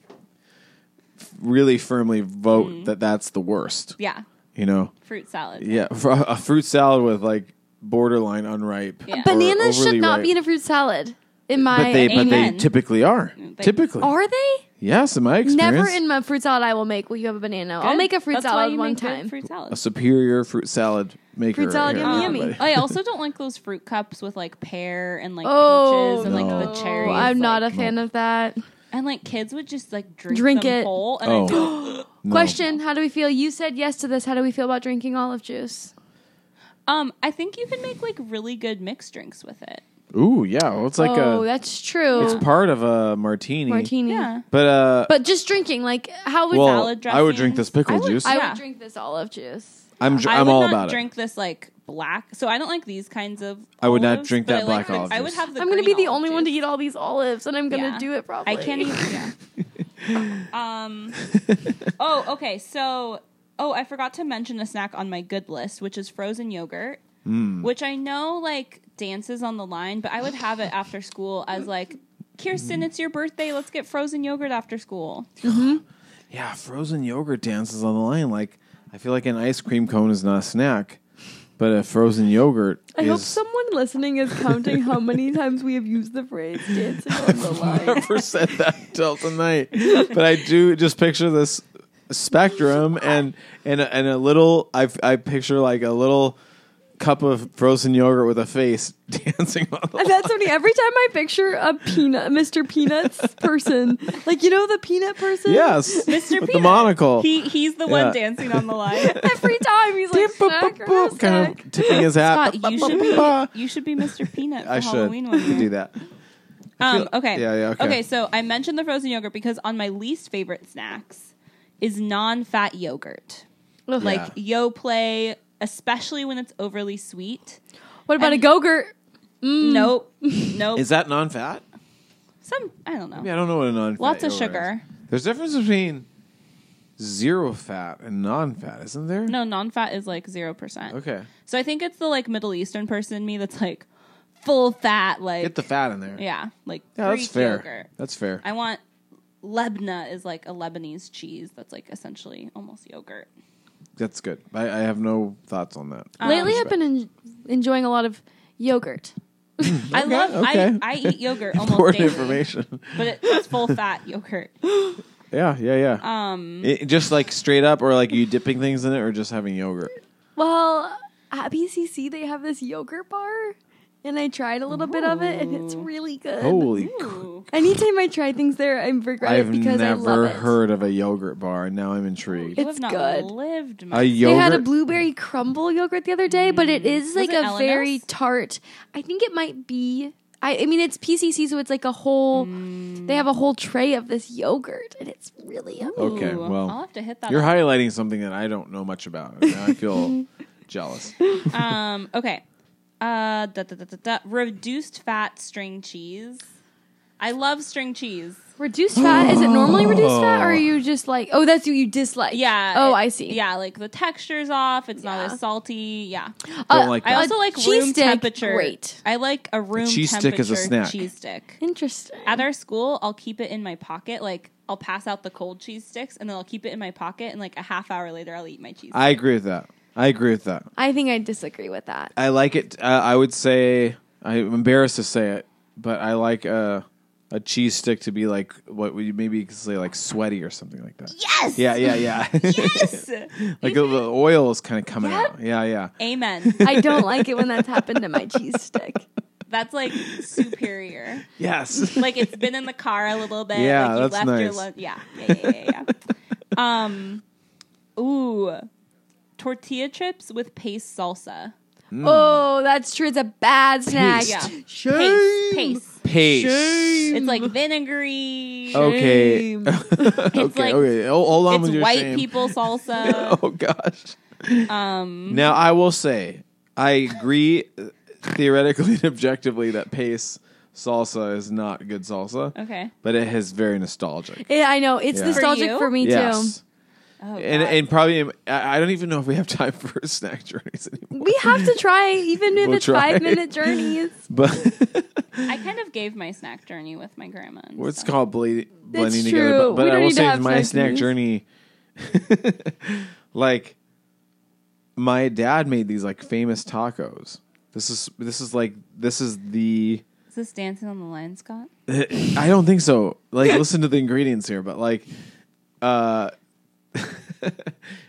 f- really firmly vote that that's the worst.
Mm-hmm. Yeah.
You know,
Fruit salad.
yeah, fr- a fruit salad with like borderline unripe.
Yeah.
or
Bananas should
overly
not
ripe.
be in a fruit salad. In my
But they but they
Amen.
typically are.
They-
typically,
are they?
yes, in my experience,
Never in my fruit salad I will make. Will you have a banana? I'll
Good.
make a fruit
That's why
salad
you
one
make good
time.
Fruit salad.
a superior fruit salad maker.
Fruit salad, Uh,
here,
yummy,
Um,
yummy.
everybody.
I also don't like those fruit cups with like pear and like
Oh,
peaches and like
No.
the cherries.
I'm not
like-
a fan of that.
And like kids would just like drink,
Drink
them
it.
whole. And
Oh.
I don't.
No.
Question: How do we feel? You said yes to this. How do we feel about drinking olive juice?
Um, I think you can make like really good mixed drinks with it.
Ooh, yeah, well, it's like
oh,
a
that's true.
it's part of a martini.
Martini.
Yeah.
But uh,
But just drinking, like how would
well,
salad
I would
dressing.
drink this pickle
I would-
juice.
I
yeah.
would drink this olive juice.
I'm dr-
I
I'm
would
all
not
about
drink this like black. So I don't like these kinds of.
I would not
olives,
drink
but
that
I like
black
the-
olive
I would
juice.
have the.
I'm gonna be
green
the
olive
only one to
juice.
eat all these olives, and I'm gonna
Yeah.
do it
I
probably.
can't eat. Yeah. um. Oh, okay. So, oh, I forgot to mention a snack on my good list, which is frozen yogurt,
Mm.
which I know like dances on the line, but I would have it after school as like,
Mm.
Kirsten, it's your birthday. Let's get frozen yogurt after school.
it. Yeah, frozen yogurt dances on the line. Like I feel like an ice cream cone is not a snack, but a frozen yogurt
I hope
is
someone listening is counting how many times we have used the phrase dancing on the line.
never said that till tonight. But I do just picture this spectrum and and a, and a little. I I picture like a little cup of frozen yogurt with a face dancing on the.
And that's funny. Every time I picture a peanut, Mr. Peanuts person, like you know the peanut person.
Yes,
Mr.
with the
Peanut.
monocle.
He he's the
Yeah.
one dancing on the line.
Every time he's like, snack or no
kind
snack?
of tipping his hat.
Scott, you should be you should be Mr. Peanut for
I should
Halloween one year.
do that.
Um, okay.
Yeah, yeah, okay.
so I mentioned the frozen yogurt because on my least favorite snacks is non fat yogurt.
Ugh.
Like yo play, especially when it's overly sweet.
what about a
and-
go-gurt?
Nope. Nope.
Is that non-fat?
Some I don't know.
Yeah, I don't know what a non-fat.
Lots of
yogurt
sugar.
is. There's a difference between zero fat and non-fat, isn't there?
No, non fat is like zero percent.
Okay,
So I think it's the like Middle Eastern person in me that's like full fat, like
get the fat in there.
yeah, like
Yeah, that's
Greek
fair.
yogurt.
That's fair.
I want lebna is like a Lebanese cheese that's like essentially almost yogurt.
That's good. I, I have no thoughts on that.
Lately, I've been en- enjoying a lot of yogurt.
I love.
okay.
I, I eat yogurt almost
important
daily,
information.
but it, it's full fat yogurt.
yeah, yeah, yeah.
Um,
It- just like straight up, or like you dipping things in it, or just having yogurt.
Well, at BCC they have this yogurt bar, and I tried a little bit of it, and it's really good.
Holy. cr-
ooh.
Anytime I try things there, I regret
Oh. I've
it because I love
never
it.
heard of a yogurt bar, and now I'm intrigued.
you
It's
have not
good.
lived.
A
Much.
They
yogurt.
had a blueberry crumble yogurt the other day, but it is like
Mm. it
a
Elena's?
very tart. I think it might be. I, I mean, it's PCC, so it's like a whole. They have a whole tray of this yogurt, and it's really.
okay,
Ooh,
well,
I'll have to hit that.
You're
up.
highlighting something that I don't know much about. and I feel jealous.
Um, okay. Uh, da, da, da, da, da. reduced fat string cheese. I love string cheese.
Reduced fat? Is it normally reduced fat, or are you just like? Oh, that's you. You dislike.
Yeah.
Oh,
it-
I see.
Yeah, like the texture's off. It's not
Yeah.
as salty. Yeah.
Don't like
I
that.
also like
cheese
room
stick,
temperature.
great.
I like a room
cheese stick
temperature
is a snack.
cheese stick.
Interesting.
At our school, I'll keep it in my pocket. Like I'll pass out the cold cheese sticks, and then I'll keep it in my pocket, and like a half hour later, I'll eat my cheese.
I agree with that. I agree with that.
I think I disagree with that.
I like it. Uh, I would say I'm embarrassed to say it, but I like a a cheese stick to be like what we maybe you could say like sweaty or something like that.
yes.
Yeah, yeah, yeah. like the the oil is kind of coming
Yep.
out. Yeah, yeah.
Amen.
I don't like it when that's happened to my cheese stick.
That's like superior.
Yes.
Like it's been in the car a little bit.
Yeah,
like you
that's
left
nice.
your lunch. Yeah, yeah, yeah, yeah. yeah. um, Ooh, tortilla chips with paste salsa.
Oh, that's true. It's a bad snack.
Mm. Yeah, paste,
Shame.
paste.
Pace.
It's like vinegary.
Okay.
Shame.
okay.
like-
okay. Hold, hold on Oh, with
it's
your
white
shame.
people uh, salsa.
Oh gosh.
Um,
Now I will say, I agree uh, theoretically and objectively that pace salsa is not good salsa,
okay.
but it is very nostalgic.
Yeah, I know. It's
Yeah. For
nostalgic
you?
for, me
yes.
Oh,
And,
God.
and probably, I I don't even know if we have time for snack journeys
too.
anymore.
We have to try, even if
We'll
it's
try.
five minute journeys.
But
I kind of gave my snack journey with my grandma. and
Well, it's
stuff.
called ble- blending
It's
together.
true.
But,
We
but I
don't
will
need to
say,
have
my
snack
snack journey, like my dad made these like famous tacos. This is this is like this is the.
Is this Dancing on the Line, Scott?
I don't think so. Like, listen to the ingredients here, but like, uh,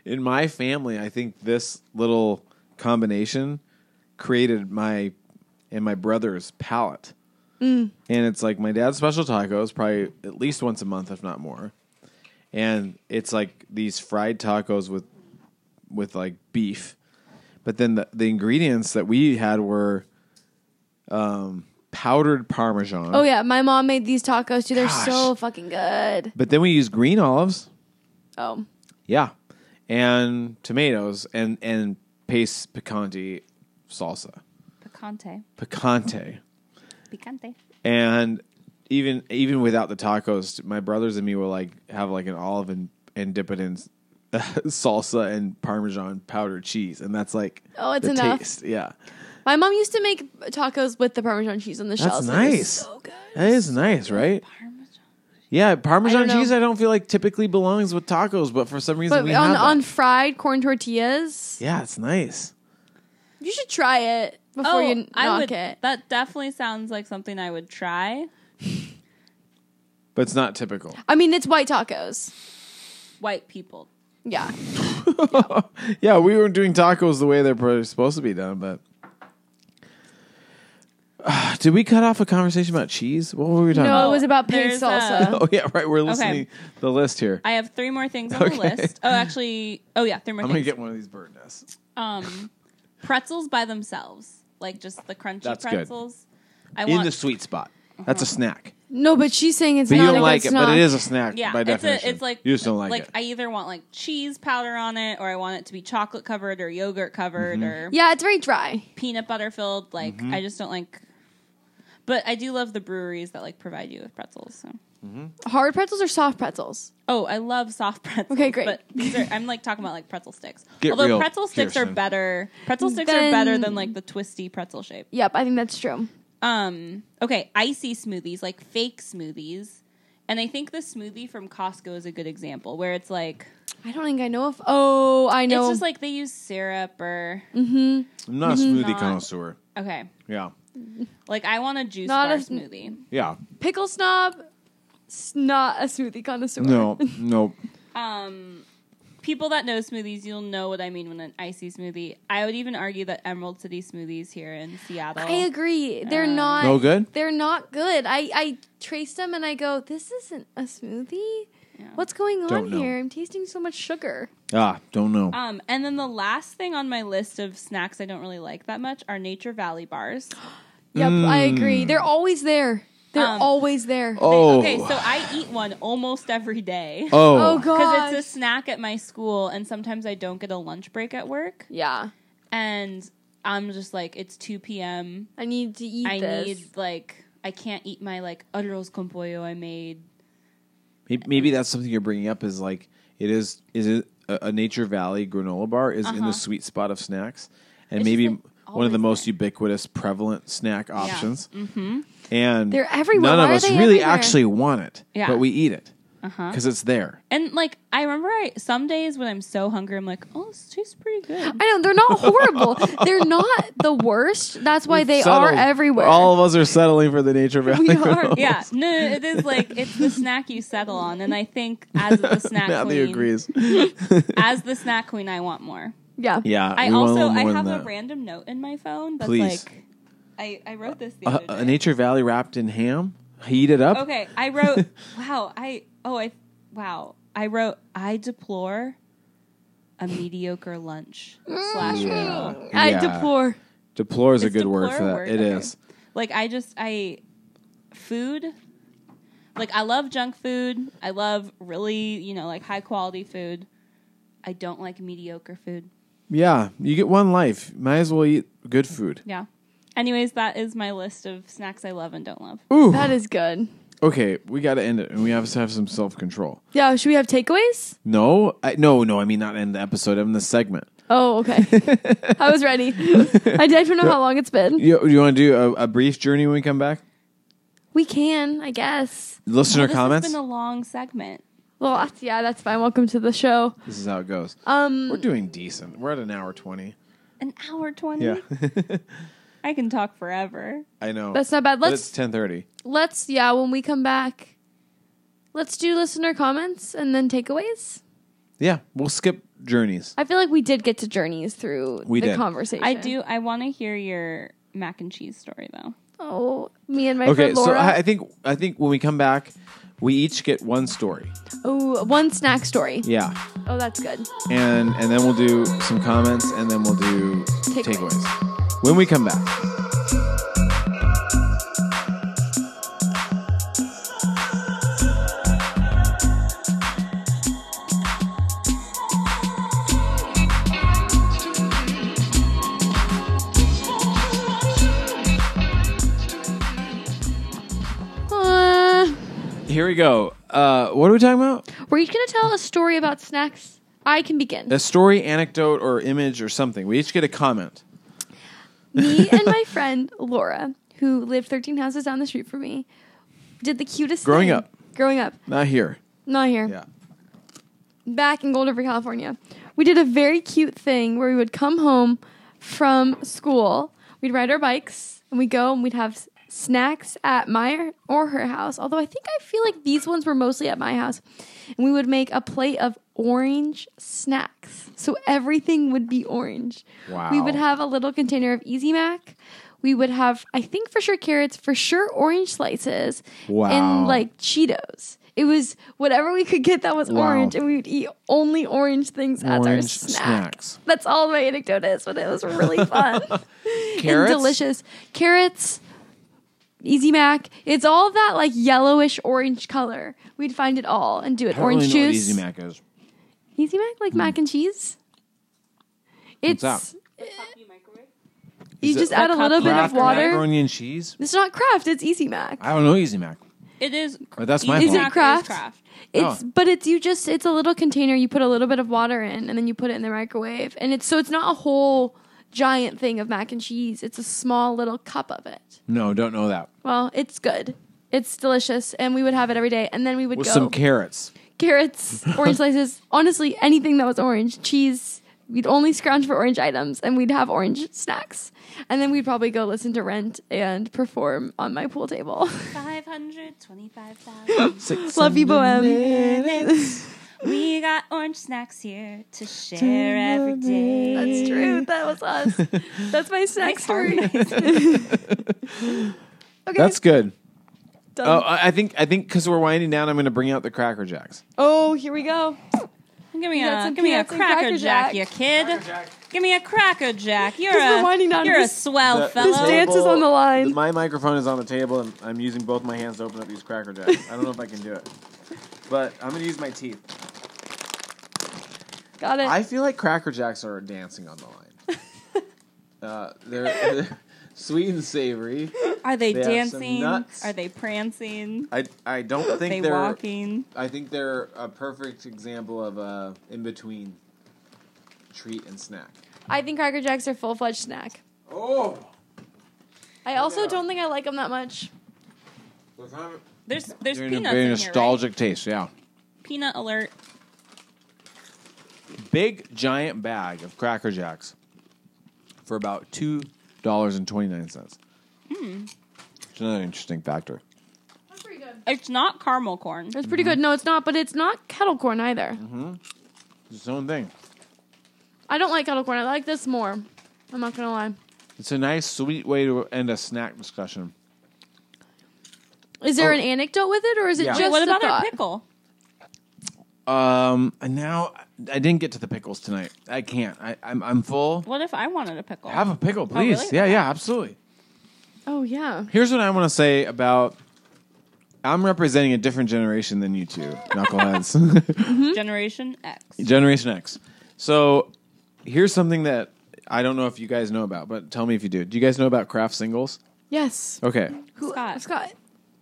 in my family, I think this little combination created my and my brother's palate. And it's like my dad's special tacos, probably at least once a month, if not more. And it's like these fried tacos with with like beef, but then the, the ingredients that we had were um, powdered parmesan.
Oh yeah, my mom made these tacos too. They're
Gosh.
so fucking good.
But then we use green olives.
Oh,
Yeah. And tomatoes and and paste picante salsa.
Picante.
Picante.
Picante.
And even even without the tacos, my brothers and me will like have like an olive and, and dip it in uh, salsa and parmesan powdered cheese and that's like
Oh, it's
the
enough.
taste. Yeah.
my mom used to make tacos with the Parmesan cheese on the
That's
shells. They're
nice.
So good.
That is nice, right?
Parmesan.
Yeah, parmesan
I don't know.
cheese I don't feel like typically belongs with tacos, but for some reason
But
we
on
have that.
on fried corn tortillas,
Yeah, it's nice.
you should try it before
Oh,
you knock
I would.
it.
That definitely sounds like something I would try.
But it's not typical.
I mean, it's white tacos.
White people.
Yeah,
yeah, we were doing tacos the way they're probably supposed to be done, but did we cut off a conversation about cheese? What were we talking
no, it
about?
was about pink
There's,
salsa.
uh,
Oh yeah, right. We're listening to the list here.
I have three more things on the
Okay.
list. Oh, actually, oh yeah, three more
I'm gonna
things.
get one of these bird nests.
um, pretzels by themselves, like just the crunchy
That's good.
pretzels. I
In
want
the sweet spot. That's a snack.
no, but she's saying it's
But
not
you don't
a
like
good
it, but
snack.
it is a snack
Yeah,
by
it's,
definition.
a, it's like
you just don't like, it.
I either want like cheese powder on it, or I want it to be chocolate covered, or yogurt covered,
Mm-hmm.
or
Yeah, it's very dry.
peanut butter filled. Like I just don't like. But I do love the breweries that like provide you with pretzels. So.
Hard pretzels or soft pretzels?
Oh, I love soft pretzels.
Okay, great.
But these are, I'm like talking about like pretzel sticks.
Get
Although
real,
pretzel sticks are
Kirsten.
better. Pretzel sticks are
Then-
better than like the twisty pretzel shape.
Yep, I think that's true.
Um, okay, icy smoothies, like fake smoothies. And I think the smoothie from Costco is a good example where it's like
I don't think I know if. Oh, I know.
it's just like they use syrup or
I'm not a smoothie
Not-
connoisseur.
okay.
Yeah.
Like I want a juice
Not
bar
a-
smoothie.
Yeah.
pickle snob, s- not a smoothie connoisseur.
No. No.
Um people that know smoothies, you'll know what I mean when an icy smoothie. I would even argue that Emerald City smoothies here in Seattle.
I agree. They're not
No good?
They're not good. I I trace them and I go, this isn't a smoothie.
Yeah.
What's going on
Don't know.
here? I'm tasting so much sugar.
Ah. Don't know.
Um, and then the last thing on my list of snacks I don't really like that much are Nature Valley bars.
Yep, I agree. They're always there. They're
Um,
always there. Oh,
Mm. oh.
Okay, so I eat one almost every day.
oh.
god.
because it's a snack at my school and sometimes i don't get a lunch break at work
yeah.
and i'm just like it's 2 p.m
I need to eat
i
this.
need like i can't eat my like arroz con pollo i made
Maybe, maybe that's something you're bringing up is like it is is it a, a Nature Valley granola bar is in
Uh-huh.
the sweet spot of snacks and
It's just,
maybe
like,
one of
always
the most
there.
ubiquitous prevalent snack options. Mm-hmm. And
They're everywhere.
None
Why
of
are
us
they
really
everywhere?
actually want it,
Yeah. Uh-huh.
but we eat it because it's there.
and like i remember I, some days when i'm so hungry i'm like oh this tastes pretty good
I know they're not horrible. they're not the worst. That's why they are
Settled.
everywhere.
All of us are settling for the Nature Valley.
we are.
granola.
yeah no, no it is like it's the snack you settle on and i think as the snack
Matthew
queen
agrees.
as the snack queen i want more
Yeah.
Yeah,
i
we want
also
little
i
more
have
than
a
that.
random note in my phone that's
Please.
like I, I wrote this the
Uh,
other day.
a Nature Valley wrapped in ham, heat it up.
Okay, I wrote. wow, I oh I wow, I wrote. I deplore a mediocre lunch slash
Yeah.
meal.
I
Yeah.
deplore.
Deplore is a
It's
good word for
deplore
that.
word?
It
Okay.
is.
Like I just I food like I love junk food. I love really, you know, like high quality food. I don't like mediocre food.
Yeah, you get one life. Might as well eat good food.
Yeah. Anyways, that is my list of snacks I love and don't love.
Ooh.
That is good.
okay, we got to end it, and we have to have some self control.
Yeah, should we have takeaways?
No, I, no, no. I mean, not end the episode. I mean, the segment.
Oh, okay. I was ready. I don't know how long it's been.
You, you want to do a, a brief journey when we come back?
We can, I guess.
Listener
This
comments.
has been a long segment.
Well, that's, yeah, that's fine. Welcome to the show.
this is how it goes.
Um,
We're doing decent. We're at an hour twenty.
An hour 20.
Yeah,
I can talk forever.
I know.
that's not bad.
But
Let's
it's ten thirty.
let's yeah. When we come back, let's do listener comments and then takeaways.
Yeah, we'll skip journeys.
I feel like we did get to journeys through
We
the
did.
conversation.
I do I want to hear your mac and cheese story though.
Oh, me and my
Okay,
friend Laura.
so I, I think I think when we come back, we each get one story.
oh, one snack story.
Yeah,
Oh, that's good.
and and then we'll do some comments, and then we'll do
Takeaways.
takeaways when we come back.
Uh,
Here we go. Uh, what are we talking about?
we're each gonna tell a story about snacks. I can begin.
A story, anecdote, or image, or something. We each get a comment.
me and my friend Laura, who lived 13 houses down the street from me, did the cutest
Growing
thing.
up.
Growing up.
Not here.
Not here.
Yeah.
Back in Gold River, California. We did a very cute thing where we would come home from school. We'd ride our bikes and we'd go and we'd have s- snacks at my or her house. Although I think I feel like these ones were mostly at my house. And we would make a plate of orange snacks. So everything would be orange. We would
Wow.
have a little container of Easy Mac. We would have, I think for sure, carrots, for sure, orange slices,
Wow.
and like Cheetos. It was whatever we could get that was
Wow.
orange, and we would eat only orange things as our
Orange
snack.
snacks.
That's all my anecdote is, but it was really fun and
Carrots.
delicious. Carrots, Easy Mac. It's all that like yellowish orange color. We'd find it all and do it.
I don't
orange
really know what
juice.
Easy Mac is.
Easy Mac, like mac and cheese. It's
that?
you
Is it
just
like
add a little bit of
Kraft
water.
Macaroni and cheese.
It's not craft. It's Easy Mac.
I don't know Easy Mac.
It is
Oh, that's my
Easy
fault.
Mac
Is it Kraft?
Kraft.
It's
Oh.
but it's you just it's a little container. You put a little bit of water in, and then you put it in the microwave, and it's so it's not a whole giant thing of mac and cheese. It's a small little cup of it.
No, don't know that.
Well, it's good. It's delicious, and we would have it every day. And then we would
With
go
some carrots.
carrots, orange slices, honestly anything that was orange, cheese. We'd only scrounge for orange items, and we'd have orange snacks. And then we'd probably go listen to Rent and perform on my pool table.
525,000.
Six
Love you, Bohem.
we got orange snacks here to share every day.
That's true. That was us. That's my snack
Nice
story. okay,
That's good.
done.
Oh,
Oh,
I I think I think because we're winding down, I'm going to bring out the Cracker Jacks.
Oh, here we go.
Give me
You got
a
some
give me a
peanuts and
cracker
Cracker
jack,
Jack.
you kid. Give me a cracker jack. You're
'Cause we're
a
winding down.
you're a
This-
swell
The-
fellow.
this dance is on the line.
My microphone is on the table, and I'm using both my hands to open up these Cracker Jacks. I don't know if I can do it, but I'm going to use my teeth.
Got it.
I feel like Cracker Jacks are dancing on the line. uh, they're, they're sweet and savory.
Are they,
They have some
dancing?
nuts.
Are they prancing?
I I don't
Are they
think they are
walking?
I think they're a perfect example of a in between treat and snack.
I think Cracker Jacks are full fledged snack.
Oh,
I also don't think I like them that much.
There's there's
they're
peanuts
a very
in here,
nostalgic taste. Yeah,
right? Peanut alert.
big giant bag of Cracker Jacks for about two dollars and twenty nine cents. Hmm. It's another interesting factor.
That's pretty good.
It's not caramel corn.
It's pretty good. No, it's not. But it's not kettle corn either.
Mm-hmm. It's its own thing.
I don't like kettle corn. I like this more. I'm not gonna lie.
It's a nice, sweet way to end a snack discussion.
Is there
Oh.
an anecdote with it, or is it
Yeah. Wait,
just
what
a
about our
thought?
pickle?
Um, and now I didn't get to the pickles tonight. I can't. I, I'm I'm full.
What if I wanted a pickle?
Have a pickle, please.
really?
Yeah, yeah, absolutely.
Oh yeah.
Here's what I want to say about. I'm representing a different generation than you two, knuckleheads.
Hmm?
Generation X.
Generation X. So here's something that I don't know if you guys know about, but tell me if you do. Do you guys know about craft singles?
Yes.
Okay.
Who-
Scott.
Scott.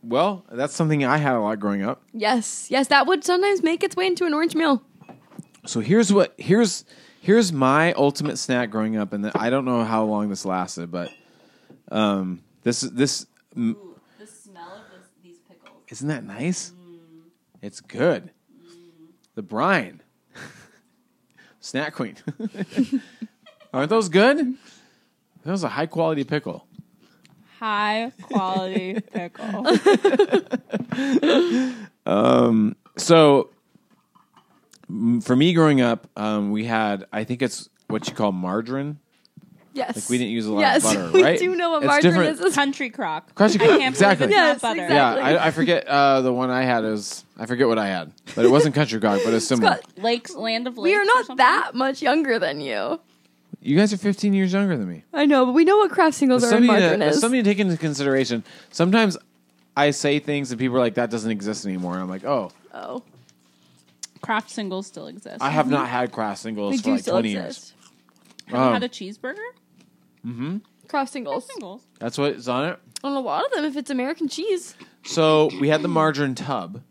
Well, that's something I had a lot growing up.
Yes. Yes, that would sometimes make its way into an orange meal.
So here's what here's here's my ultimate snack growing up, and that- I don't know how long this lasted, but um, this this m-
The smell of this, these pickles.
isn't that nice. It's good. The brine, snack queen. Aren't those good? That was a high quality pickle.
High quality pickle.
So, m- for me growing up, um, we had I think it's what you call margarine.
Yes.
Like we didn't use a lot
yes,
of butter,
we
right?
do know what
It's
margarine
different-
is.
Country crock.
Crunchy
I
Crock,
can't
exactly.
believe it's
Yes,
not butter.
exactly.
Yeah, I, I forget uh, the one I had is I forget what I had, but it wasn't country crock, but it's similar.
Scott,
Lakes, land of lakes.
we are
or
not
something?
that much younger than you.
you guys are 15 years younger than me.
I know, but we know what craft singles
That's
are and
something,
margarine
to, that's
is.
something to take into consideration. Sometimes I say things and people are like, "That doesn't exist anymore." And I'm like, "Oh,
oh,
Craft singles still exist.
I have not had craft singles
they
for
do
like
still
20
exist.
years."
Have you
Um,
had a cheeseburger?
Craft singles.
Singles.
that's what is on it.
On a lot of them, if it's American cheese.
So we had the margarine tub,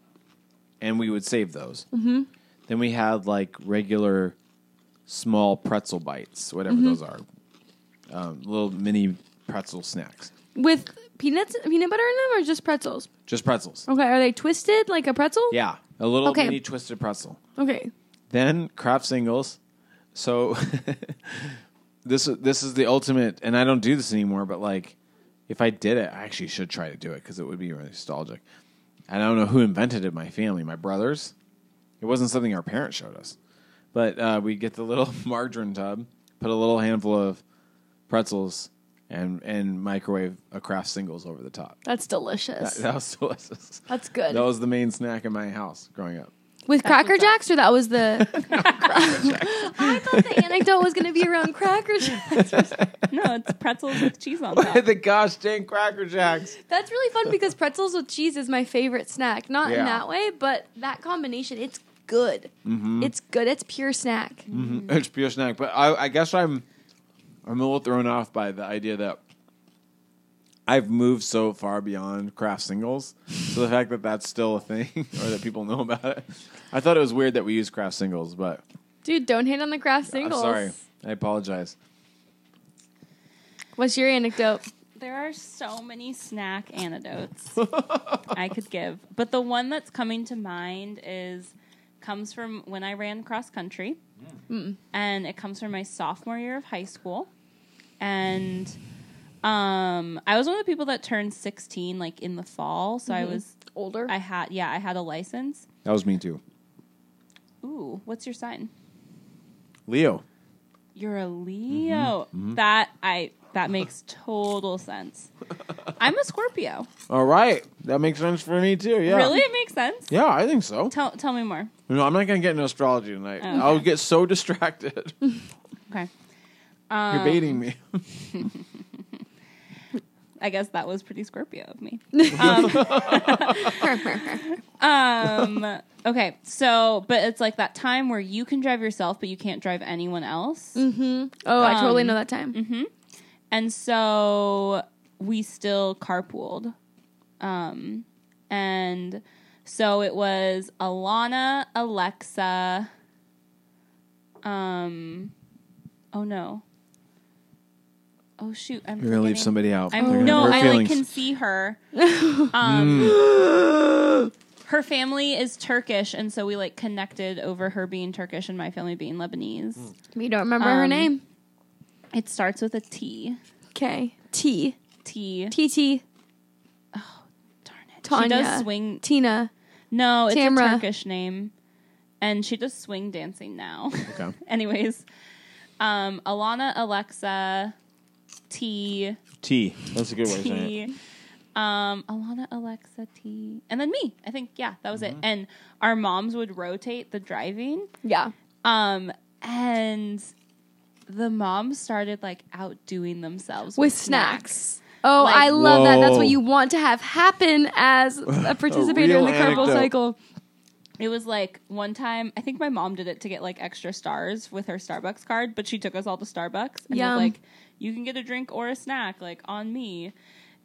and we would save those. Mm-hmm. Then we had like regular small pretzel bites, whatever those are, um, little mini pretzel snacks,
With peanuts, peanut butter in them, or just pretzels?
just pretzels.
Okay, are they twisted like a pretzel?
Yeah, a little
Oh. Okay.
mini twisted pretzel.
Okay.
Then craft singles. So this this is the ultimate, and I don't do this anymore. But like, if I did it, I actually should try to do it because it would be really nostalgic. And I don't know who invented it. My family, my brothers. It wasn't something our parents showed us, but uh, we get the little margarine tub, put a little handful of pretzels, and and microwave a craft singles over the top.
That's delicious.
That was delicious.
That's good.
That was the main snack in my house growing up.
With Cracker Jacks, or that was the. I thought the anecdote was going to be around Cracker Jacks.
No, it's pretzels with cheese on top.
the gosh dang Cracker Jacks.
That's really fun because pretzels with cheese is my favorite snack. Not
Yeah.
in that way, but that combination, it's good.
Mm-hmm.
It's good. It's pure snack.
It's pure snack, but I, I guess I'm I'm a little thrown off by the idea that I've moved so far beyond craft singles. So the fact that that's still a thing or that people know about it, I thought it was weird that we use craft singles. But
Dude, don't hate on the craft singles.
I'm sorry, I apologize.
What's your anecdote?
There are so many snack antidotes I could give, but the one that's coming to mind is comes from when I ran cross country, Mm. and it comes from my sophomore year of high school, and um, I was one of the people that turned sixteen like in the fall, so I was
Older.
I had yeah I had a license.
That was me too,
Ooh, what's your sign?
Leo.
You're a Leo. That I that makes total sense. I'm a Scorpio.
All right, that makes sense for me too. Yeah,
Really, it makes sense.
Yeah, I think so.
Tell tell me more.
No, I'm not gonna get into astrology tonight.
Okay.
I'll get so distracted.
Okay.
You're baiting me.
I guess that was pretty Scorpio of me.
Oh,
Um, okay, so but it's like that time where you can drive yourself, but you can't drive anyone else,
oh, I totally know that time.
and so we still carpooled. Um, and so it was Alana, Alexa. Um, oh no. Oh shoot! I'm
You're gonna leave
forgetting.
somebody out.
I'm,
They're gonna
no,
hurt
I like
feelings.
can see her. Um,
Hmm.
Her family is Turkish, and so we like connected over her being Turkish and my family being Lebanese.
We don't remember her
Um,
name.
It starts with a T.
Okay. T.
T.
T T.
Darn it. She
Tanya.
does swing.
Tina.
No, it's
Tamra.
a Turkish name, and she does swing dancing now.
Okay.
Anyways, um, Alana, Alexa, T.
T. That's a good way of saying it.
T. um, Alana, Alexa, T, and then me. I think yeah, that was it. And our moms would rotate the driving,
Yeah.
um, and the moms started like outdoing themselves
With snacks. Oh,
Like-
I love that. That's
Whoa.
what you want to have happen as a participator in
real
the
anecdote.
carpool cycle.
It was like one time, I think my mom did it to get like extra stars with her Starbucks card, but she took us all to Starbucks and
Yum.
was like, you can get a drink or a snack, like on me.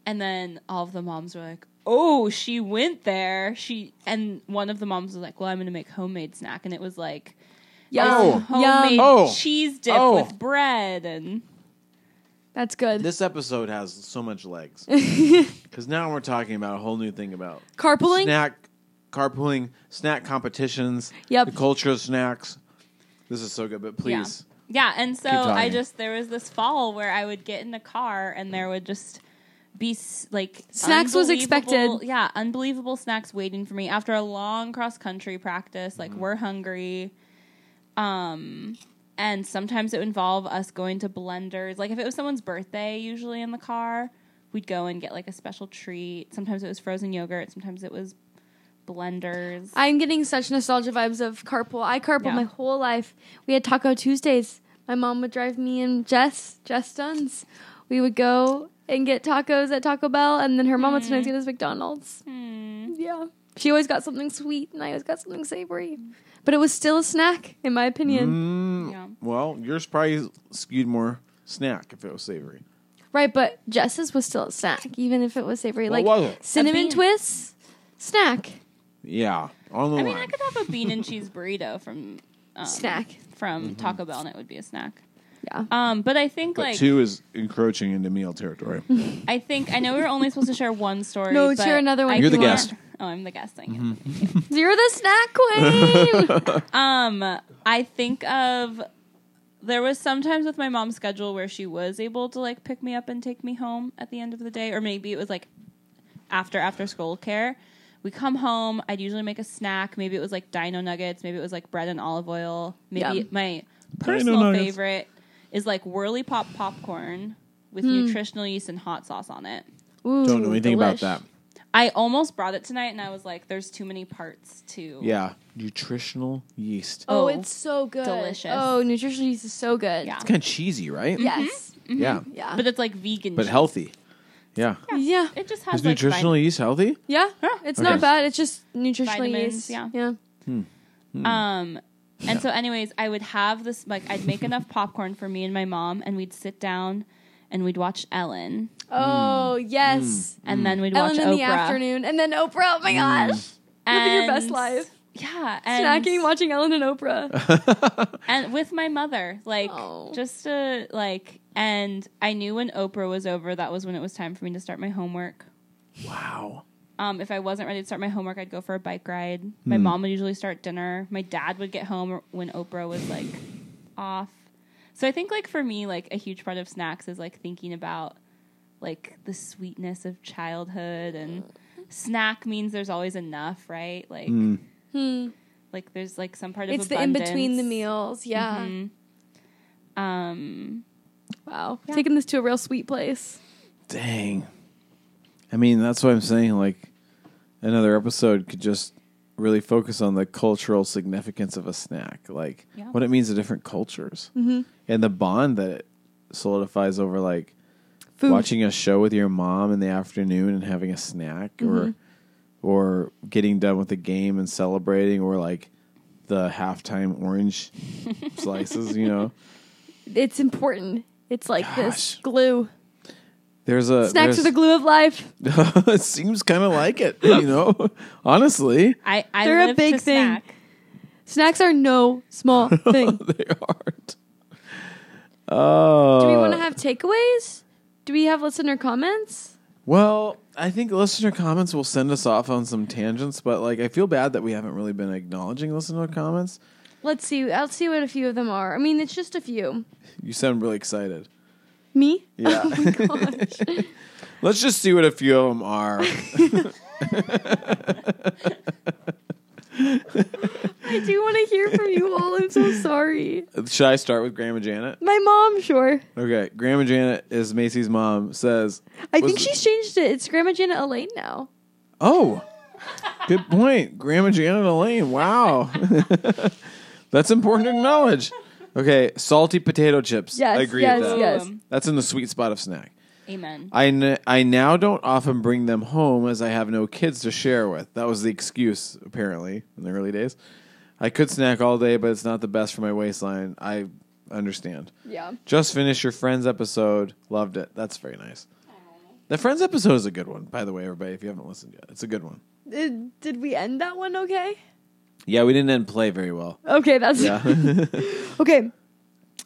And then all of the moms were like, oh, she went there. She And one of the moms was like, well, I'm going to make homemade snack. And it was like
Yum.
Oh.
homemade
Yum.
Oh.
cheese dip
Oh.
with bread. And
That's good.
This episode has so much legs because now we're talking about a whole new thing about
Carpooling.
snack carpooling, snack competitions,
Yep.
the culture of snacks. This is so good, but please.
Yeah. Yeah. And so I
talking.
just, there was this fall where I would get in the car and there would just be s- like
Snacks was
unbelievable-
expected.
Yeah. Unbelievable snacks waiting for me after a long cross country practice. Like,
Mm-hmm.
we're hungry. Um, and sometimes it would involve us going to blenders. Like, if it was someone's birthday, usually in the car, we'd go and get like a special treat. Sometimes it was frozen yogurt, sometimes it was blenders.
I'm getting such nostalgia vibes of carpool. I carpool
Yeah.
my whole life. We had Taco Tuesdays. My mom would drive me and Jess, Jess Dunn's. We would go and get tacos at Taco Bell, and then her mom would
Hmm.
sometimes get us McDonald's. Yeah. She always got something sweet, and I always got something savory. But it was still a snack, in my opinion.
Mm,
Yeah.
Well, yours probably skewed more snack if it was savory.
Right, but Jess's was still a snack, even if it was savory.
What
like
was it?
A
cinnamon
bean.
twists, snack.
Yeah, on the
I
line.
mean, I could have a bean and cheese burrito from um,
Snack.
from Taco Bell, and it would be a snack.
Yeah.
Um, but I think
Mm-hmm. but
like
two is encroaching into meal territory.
I think I know we are only supposed to share one story.
No,
but
share another one
I
if
You're the
can't-
guest. Mm-hmm.
Oh, I'm the guest. I guess.
You're the snack queen.
Um, I think of there was sometimes with my mom's schedule where she was able to like pick me up and take me home at the end of the day, or maybe it was like after after school care. We come home. I'd usually make a snack. Maybe it was like Dino nuggets. Maybe it was like bread and olive oil. Maybe
Yum.
my
Dino
personal
Nuggets.
favorite is like whirly pop popcorn with nutritional yeast and hot sauce on it.
Ooh,
Don't know anything
delish.
about that.
I almost brought it tonight, and I was like, "There's too many parts to
Yeah, nutritional yeast.
Oh,
Oh, it's so good.
delicious.
Oh, nutrition yeast is so good. Mm-hmm.
Yeah. Mm-hmm.
It's kind of cheesy, right?
Yes.
Yeah,
Yeah.
But it's like vegan,
but
cheese.
healthy. Yeah.
yeah.
It just has
Is
like
nutritional yeast healthy?
Yeah. It's
Okay.
not bad. It's just nutritional
Vitamins,
yeast.
yeah.
Yeah.
Um, and so, anyways, I would have this like I'd make enough popcorn for me and my mom, and we'd sit down and we'd watch Ellen,
Mm.
Oh, yes.
and then we'd
Ellen
watch
in
Oprah.
the afternoon. And then Oprah. Oh my
Mm.
gosh. Living your best
And-
life.
Yeah,
Snacking,
and,
watching Ellen and Oprah.
and with my mother, like
Oh.
just to like, and I knew when Oprah was over, that was when it was time for me to start my homework.
Wow.
Um, if I wasn't ready to start my homework, I'd go for a bike ride. My mom would usually start dinner. My dad would get home when Oprah was like off. So I think like for me, like a huge part of snacks is like thinking about like the sweetness of childhood and snack means there's always enough, right? Like like there's like some part of
Hmm. it's the in between the
abundance.
meals. Yeah.
Mhm. Um
Wow. Taking this to a real sweet place.
Dang. I mean, that's what I'm saying. Like, another episode could just really focus on the cultural significance of a snack, like
Yeah.
what it means to different cultures
Mm-hmm.
and the bond that it solidifies over, like,
Food.
watching a show with your mom in the afternoon and having a snack
Mm-hmm.
or or getting done with the game and celebrating or like the halftime orange slices you know
It's important. It's like this
Gosh.
glue.
there's a
Snacks are the
there's-
glue of life.
it seems kind of like it you know honestly
I, I
They're a
live
big
to
thing.
snack.
Snacks are no small thing.
they aren't oh Uh,
Do we want to have takeaways? Do we have listener comments?
well i think listener comments will send us off on some tangents but like i feel bad that we haven't really been acknowledging listener comments
Let's see. I'll see what a few of them are. I mean, it's just a few.
you sound really excited
Me?
Yeah.
Oh my gosh.
Let's just see what a few of them are.
I do want to hear from you all. I'm so sorry. history.
Should I start with Grandma Janet?
My mom, sure.
Okay, Grandma Janet is Macy's mom. Says,
I
was
think
the-
she's changed it. It's Grandma Janet Elaine now.
"Oh, good point, Grandma Janet Elaine. Wow, that's important to acknowledge." Okay, salty potato chips.
Yes,
I agree
yes,
with that.
yes.
Boom.
That's in the sweet spot of snack.
Amen.
I, n- I now don't often bring them home as I have no kids to share with. That was the excuse, apparently, in the early days. I could snack all day, but it's not the best for my waistline. I understand.
Yeah.
Just finished your Friends episode. Loved it. That's very nice. The Friends episode is a good one, by the way, everybody, if you haven't listened yet. It's a good one.
Uh, did we end that one okay?
Yeah, we didn't end play very well.
Okay, that's
Yeah.
okay.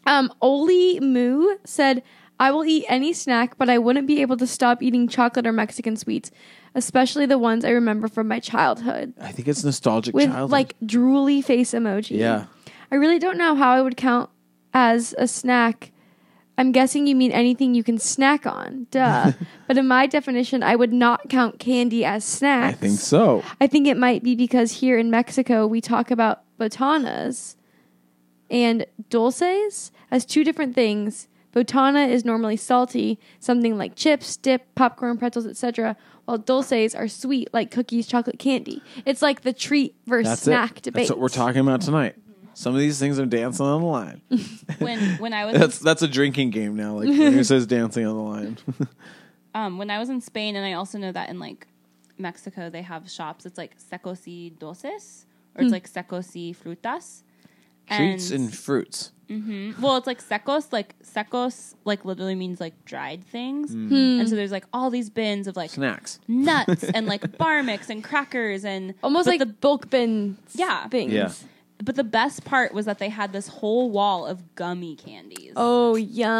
Um, Oli Moo said, I will eat any snack, but I wouldn't be able to stop eating chocolate or Mexican sweets, especially the ones I remember from my childhood.
I think it's nostalgic
With
childhood.
like drooly face emoji.
yeah.
I really don't know how I would count as a snack. I'm guessing you mean anything you can snack on. Duh. but in my definition, I would not count candy as
I
snacks.
think so.
I think it might be because here in Mexico we talk about botanas and dulces as two different things. Botana is normally salty, something like chips, dip, popcorn, pretzels, etc., while dulces are sweet, like cookies, chocolate candy. It's like the treat versus
That's
snack
it.
debate. Mm-hmm.
That's what we're talking about tonight. Some of these things are dancing on the line.
When when I was in
That's that's a drinking game now. Like who says dancing on the line?
um, when I was in Spain, and I also know that in like Mexico they have shops. It's like secos y dulces, or
Hmm.
it's like secos y frutas.
Treats and fruits.
well, it's like secos, like secos, like literally means like dried things.
Hmm.
And so there's like all these bins of like
Snacks.
nuts and like bar mix and crackers and
Almost
but
like
the
the bulk bin
Yeah.
things.
Yeah.
But the best part was that they had this whole wall of gummy candies.
Oh, yum.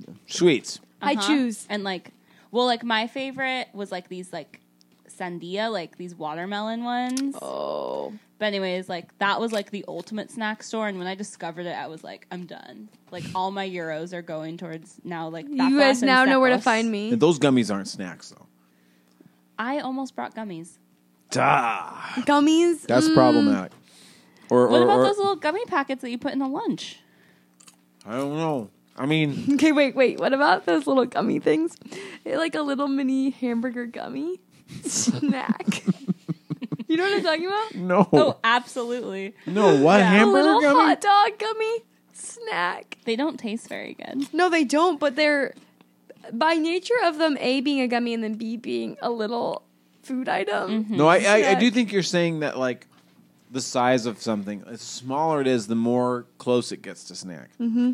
Uh-huh.
Sweets.
I choose.
Uh-huh. And like, well, like my favorite was like these like sandia, like these watermelon ones.
Oh.
But anyways, like that was like the ultimate snack store. And when I discovered it, I was like, I'm done. Like all my euros are going towards now. Like
You guys
tapas and
now know where to
tacos.
find me.
And those gummies aren't snacks though.
I almost brought gummies.
Duh.
Gummies.
That's
mm,
problematic. Or,
What
or,
about
or-
those little gummy packets that you put in a lunch?
I don't know. I mean,
Okay, wait, wait. What about those little gummy things? Eh, Like a little mini hamburger gummy snack. you know what I'm talking about?
no,
Oh, absolutely.
no. What
Yeah.
A
hamburger
little
gummy?
hot dog gummy snack.
They don't taste very good.
No, they don't, but they're by nature of them A being a gummy and then B being a little food item.
No, I, I, I do
Snack.
think you're saying that like the size of something, the smaller it is, the more close it gets to snack. Mm-hmm.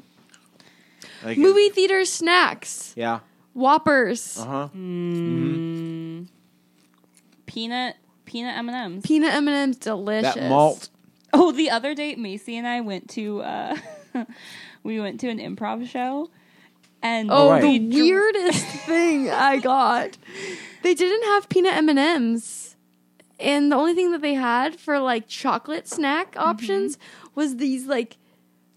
Like,
Movie theater snacks.
Yeah.
Whoppers.
Uh huh.
Peanut peanut M and M's.
Peanut M&M's delicious.
That malt.
Oh, the other day, Macy and I went to uh, we went to an improv show, and
Oh,
Right.
the
we dr-
weirdest thing I got. They didn't have peanut M and M's, and the only thing that they had for like chocolate snack
Mm-hmm.
options was these like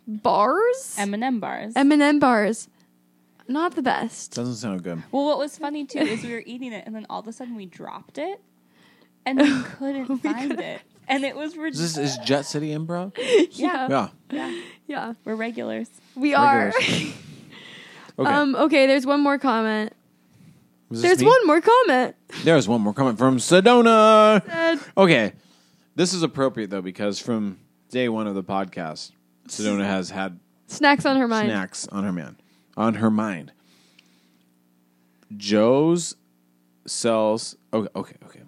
bars,
M and M bars.
M and M bars. Not the best.
Doesn't sound good.
well, what was funny too is we were eating it, and then all of a sudden we dropped it, and we couldn't find it, and it was
Is this
ridiculous.
is Jet City Improv?
Yeah.
Yeah.
yeah,
We're regulars.
we are.
Okay.
um, okay, there's one more comment.
Was this
There's
me?
one more comment.
There's one more comment from Sedona.
Uh,
Okay. This is appropriate though because from day one of the podcast, Sedona has had
snacks on her mind.
snacks on her man, on her mind. Joe's sells. Okay, okay, okay.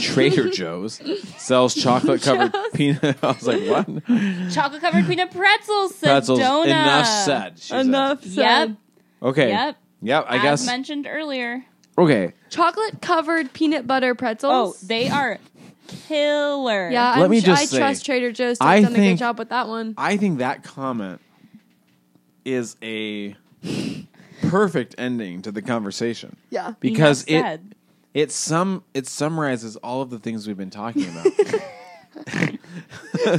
Trader Joe's sells chocolate covered peanut. I was like, what?
Chocolate covered peanut pretzels.
Pretzels.
Sedona.
Enough said. she said.
Enough said.
Yep.
Okay.
Yep.
Yep. I
as
guess.
mentioned earlier.
okay.
Chocolate covered peanut butter
Oh,
pretzels.
they are killer.
yeah.
Let
I'm
me
su-
just
I
say,
trust Trader Joe's. to
I
have done a good
think-
job with that one.
I think that comment is a perfect ending to the conversation
Yeah.
because
Enough
it
said.
it sum it summarizes all of the things we've been talking about.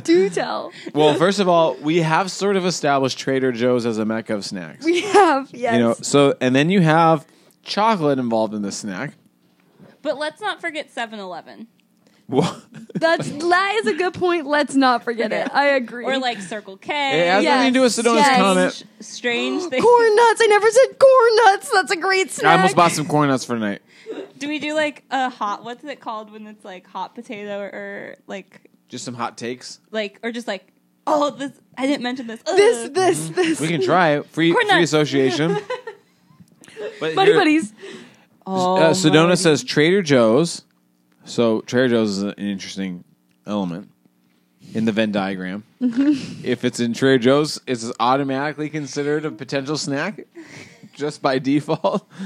Do tell.
well, first of all, we have sort of established Trader Joe's as a mecca of snacks.
We have, yes.
You know, so and then you have chocolate involved in the snack.
But let's not forget 7 Eleven.
Wha-
That's that is a good point. Let's not forget it. I agree.
or like Circle K.
It has
Yeah.
nothing to do with Sedona's
Yes.
comment.
Strange thing.
corn nuts. I never said corn nuts. That's a great snack.
I almost bought some corn nuts for tonight.
Do we do like a hot? What's it called when it's like hot potato or, or like
Just some hot takes.
like or just like oh this I didn't mention this. Ugh.
this. This. This.
We can try it. Free,
Corn
free
nuts.
association. But
Buddy
here-
buddies.
Oh,
uh, Sedona
Lordy.
says Trader Joe's. So Trader Joe's is an interesting element in the Venn diagram. if it's in Trader Joe's, it's automatically considered a potential snack just by default.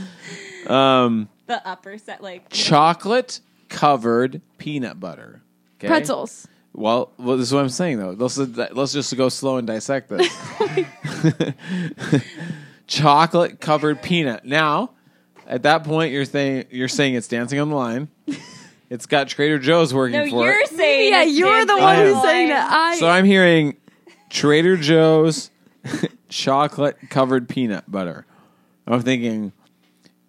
Um,
the upper set like
Chocolate covered peanut butter. Okay?
Pretzels.
Well, well, this is what I'm saying though. Let's let's just go slow and dissect this. Chocolate covered peanut. Now, at that point, you're saying you're saying it's dancing on the line. It's got Trader Joe's working
no
for
you're
it.
saying
Yeah,
it's
you're the
dancing
one
I
who's
am.
saying that. I.
So I'm hearing Trader Joe's chocolate covered peanut butter. I'm thinking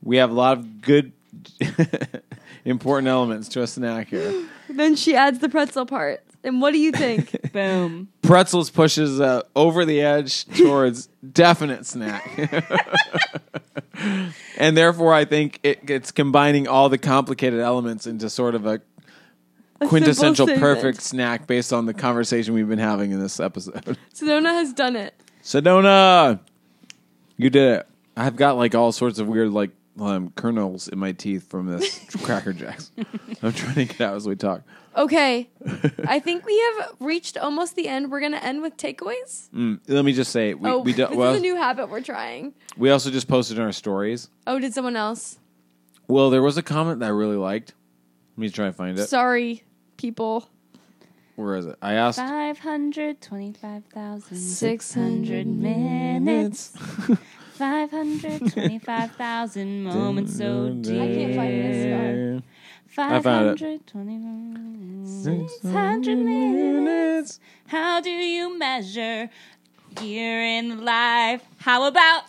we have a lot of good, important elements to a snack here.
then she adds the pretzel part. And what do you think?
boom.
pretzels pushes uh, over the edge towards definite snack and therefore i think it, it's combining all the complicated elements into sort of a
A
quintessential
simple
perfect snack based on the conversation we've been having in this episode
statement. Sedona has done it.
sedona you did it i've got like all sorts of weird like um, kernels in my teeth from this cracker jacks i'm trying to get out as we talk
Okay, I think we have reached almost the end. We're gonna end with takeaways.
Mm, let me just say we,
oh,
we, do,
this
well,
is a new habit we're trying.
we also just posted in our stories
Oh, did someone else?
Well, there was a comment that I really liked. Let me try and find it.
Sorry, people.
Where is it? I asked.
Five hundred twenty-five thousand six
600
hundred minutes. Five hundred twenty-five thousand moments. So dear.
I
can't find this
I
Five
found it.
hundred twenty-five.
Six
600 minutes. How do you measure year in life? How about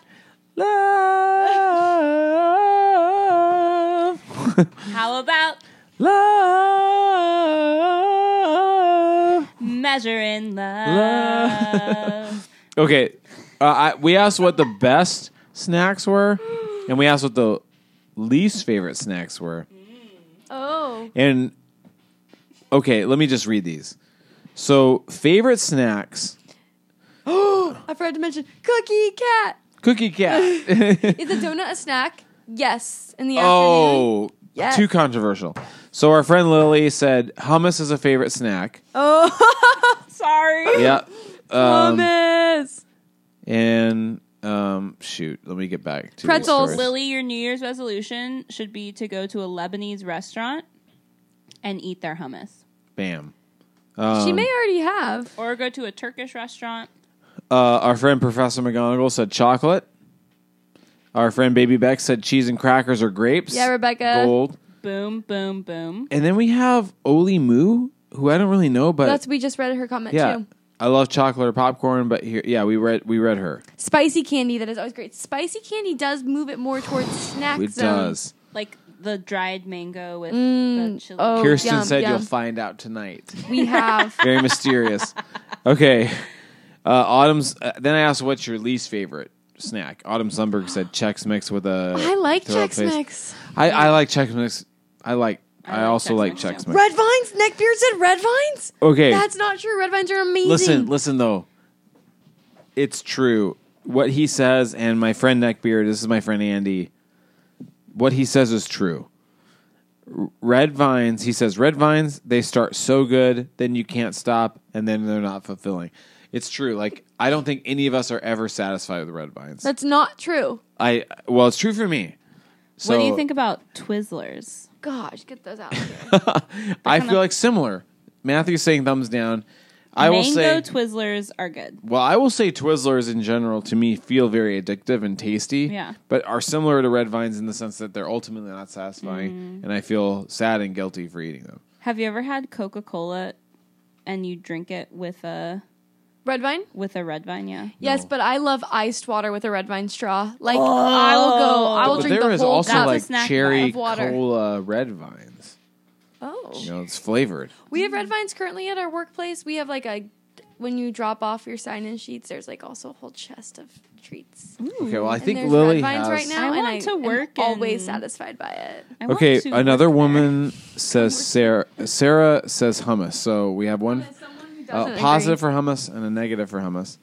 Love.
how about
Love.
measuring
Love.
love?
Okay. Uh, I, we asked what the best snacks were, and we asked what the least favorite snacks were.
Oh,
And okay, let me just read these. So, favorite snacks,
I forgot to mention cookie cat.
cookie cat.
Is a donut a snack? Yes. In the afternoon.
oh,
Yes.
too controversial. So, our friend Lily said hummus is a favorite snack.
Oh,
Sorry.
Yeah. Um,
hummus.
and um, shoot, let me get back to the
Pretzels.
stories.
Lily, your New Year's resolution should be to go to a Lebanese restaurant and eat their hummus.
Bam. um,
she may already have.
Or go to a Turkish restaurant.
Uh, our friend Professor McGonagall said chocolate. Our friend Baby Beck said cheese and crackers or grapes.
Yeah, Rebecca.
Gold.
Boom, boom, boom.
And then we have Oli Moo, who I don't really know, but
That's we just read her comment
Yeah.
too.
I love chocolate or popcorn, but here, yeah, we read we read her.
Spicy candy that is always great. Spicy candy does move it more towards snack
It
zone.
does.
Like the dried mango with the chili.
oh.
Kirsten
yum,
said
yum.
you'll find out tonight.
We have
Very mysterious. Okay, uh, Autumn's. Uh, then I asked, "What's your least favorite snack?" Autumn Sundberg said Chex Mix with a.
I like
throw up
Chex
face.
Mix.
I, I like Chex Mix. I like. I,
like
also
Chex
like
Mix,
Chex
too.
Mix.
Red Vines? Neckbeard said Red Vines?
Okay,
That's not true. Red Vines are amazing.
listen, listen though. It's true what he says, and my friend Neckbeard. This is my friend Andy. What he says is true. R- Red vines, he says. Red vines, they start so good, then you can't stop, and then they're not fulfilling. It's true. Like I don't think any of us are ever satisfied with red vines.
That's not true.
I well, it's true for me. So
what do you think about Twizzlers?
Gosh, get those out. Here.
I feel like similar. Matthew's saying thumbs down. I will
mango
say
Twizzlers are good.
Well, I will say Twizzlers in general to me feel very addictive and tasty.
Yeah.
But are similar to red vines in the sense that they're ultimately not satisfying
Mm.
and I feel sad and guilty for eating them.
Have you ever had Coca Cola and you drink it with a
Red Vine?
with a red vine? Yeah.
Yes, but I love iced water with a Red Vine straw.
Oh.
Like, I will go, I will
but
drink
there
the
is
whole
also
cup.
That's a
like
snack
cherry
of water.
cola red vines.
Oh.
You know, it's flavored.
We have red vines currently at our workplace. We have like a when you drop off your sign-in sheets, there's like also a whole chest of treats.
Okay, well, I think
and there's
Lily
red vines
has.
right now.
I
and
want
I
to
am
work
always
in-
satisfied by it.
I want
Okay,
to
another
work there.
woman says Sarah. Sarah says hummus. So we have one uh, positive for hummus and a negative for hummus.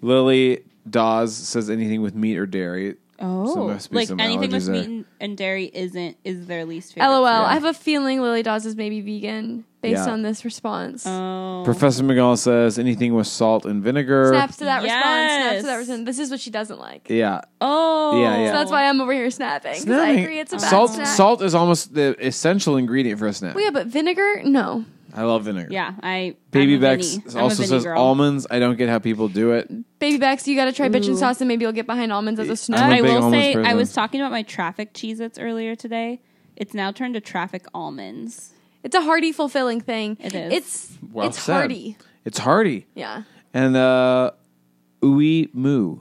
Lily Dawes says anything with meat or dairy. So
Oh,
must be
like
some
anything
allergies
with
there.
meat and- and dairy isn't is their least favorite.
LOL.
Yeah.
I have a feeling Lily Dawes is maybe vegan based
Yeah.
on this response.
Oh,
Professor McGall says anything with salt and vinegar.
snaps to that response. Snaps
Yes.
to that response. This is what she doesn't like.
Yeah,
oh,
Yeah, yeah.
So that's why I'm over here snapping. 'cause I agree, it's a bad
salt.
snack.
Salt is almost the essential ingredient for a snack.
Well, yeah, but vinegar, no.
I love vinegar.
Yeah, I
Baby
I'm a
Bex
Vinny. I'm a
also
Vinny
says
girl.
almonds. I don't get how people do it.
Baby Bex, you got to try
Ooh.
bitchin' sauce, and maybe you'll get behind almonds as a
I'm
snack.
a
I
big
will
almonds
say I
person.
was talking about my traffic Cheez-Its earlier today. It's now turned to traffic almonds.
It's a hearty, fulfilling thing.
It is.
It's
Well
it's
said.
hearty.
It's hearty.
Yeah.
And uh, ooey moo.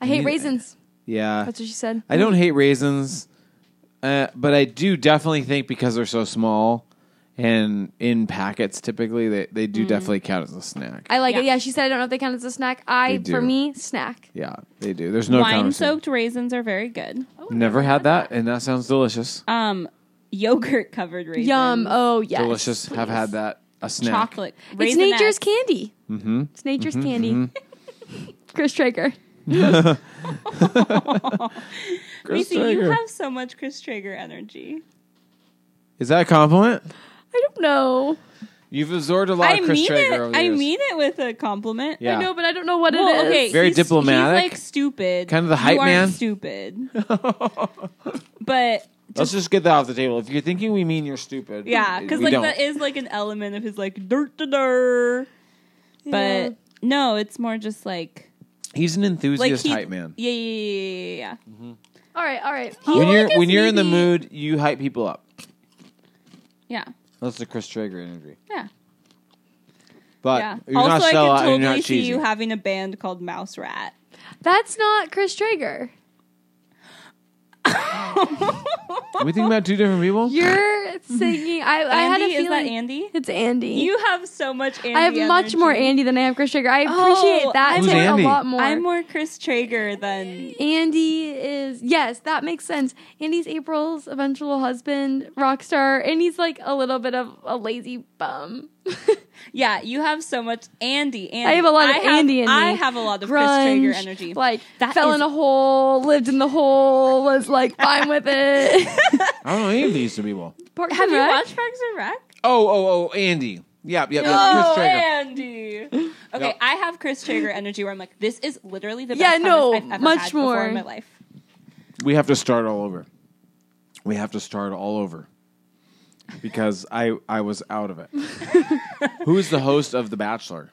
I hate
Yeah.
raisins.
Yeah,
That's what she said.
I don't hate raisins, uh, but I do definitely think because they're so small and in packets, typically they, they
Mm-hmm.
do definitely count as a snack.
I like it.
Yeah.
Yeah, she said I don't know if they count as a snack.
They
I
do.
for me, snack.
yeah, they do. There's no
Wine
conversation.
soaked Oh, raisins are very good.
Never had that, and that sounds delicious.
Um, yogurt covered raisins.
Yum. Oh yes.
delicious. Have
please.
had that. A snack.
Chocolate.
It's
Raisinets.
nature's candy.
Mm-hmm.
It's nature's candy. Chris Traeger.
Chris
Macy, you
Traeger.
have so much Chris Traeger energy.
Is that a compliment?
I don't know.
You've absorbed a lot
I
of Chris
mean
Traeger over
it.
the
I
years.
mean it with a compliment.
Yeah.
I know, but I don't know what
Well,
it is.
okay.
Very
he's-
diplomatic.
He's like stupid.
Kind of the hype
you aren't
man.
Stupid. but
Let's just get that off the table. If you're thinking we mean you're stupid,
yeah,
we
because like
don't.
that is like an element of his like dirt to dirt.
Yeah.
But no, it's more just like
he's an enthusiast
like he,
hype man.
Yeah, yeah, yeah, yeah, yeah.
All right. All right.
When you're
like
when
is
you're in the
maybe-
mood, you hype people up.
Yeah.
That's the Chris Traeger energy.
Yeah.
But
yeah.
Uh, you're
Also,
not
I
sell
could
out and you're
totally
not
see
cheesy.
you having a band called Mouse Rat.
That's not Chris Traeger.
Are we think about two different people?
You're singing. I, I had a
Andy,
feeling.
is that Andy?
It's Andy.
You have so much Andy.
I have much
energy. Oh,
more Andy than I have Chris Traeger. I appreciate that
I'm
Who's
take
Andy?
a lot more.
I'm more Chris Traeger than
Andy is yes, that makes sense. Andy's April's eventual husband, rock star, and he's like a little bit of a lazy bum.
Yeah, you have so much Andy. Andy.
I have a lot of
have-
Andy in me.
I have a lot of Chris Traeger
Grunge,
energy.
Like
That
fell
is-
in a hole, lived in the hole, was like fine with it.
I don't know any of these two people.
Parks
have
and
you
Rec?
watched Parks and Rec?
Oh, oh, oh, Andy. Yep, yep, yep.
Oh,
Chris Traeger.
Andy. Okay,
Yep.
I have Chris Traeger energy where I'm like, this is literally the best
Yeah,
hummus
no,
I've ever
much
had before
more.
in my life.
We have to start all over. We have to start all over. Because I I was out of it. Who is the host of The Bachelor?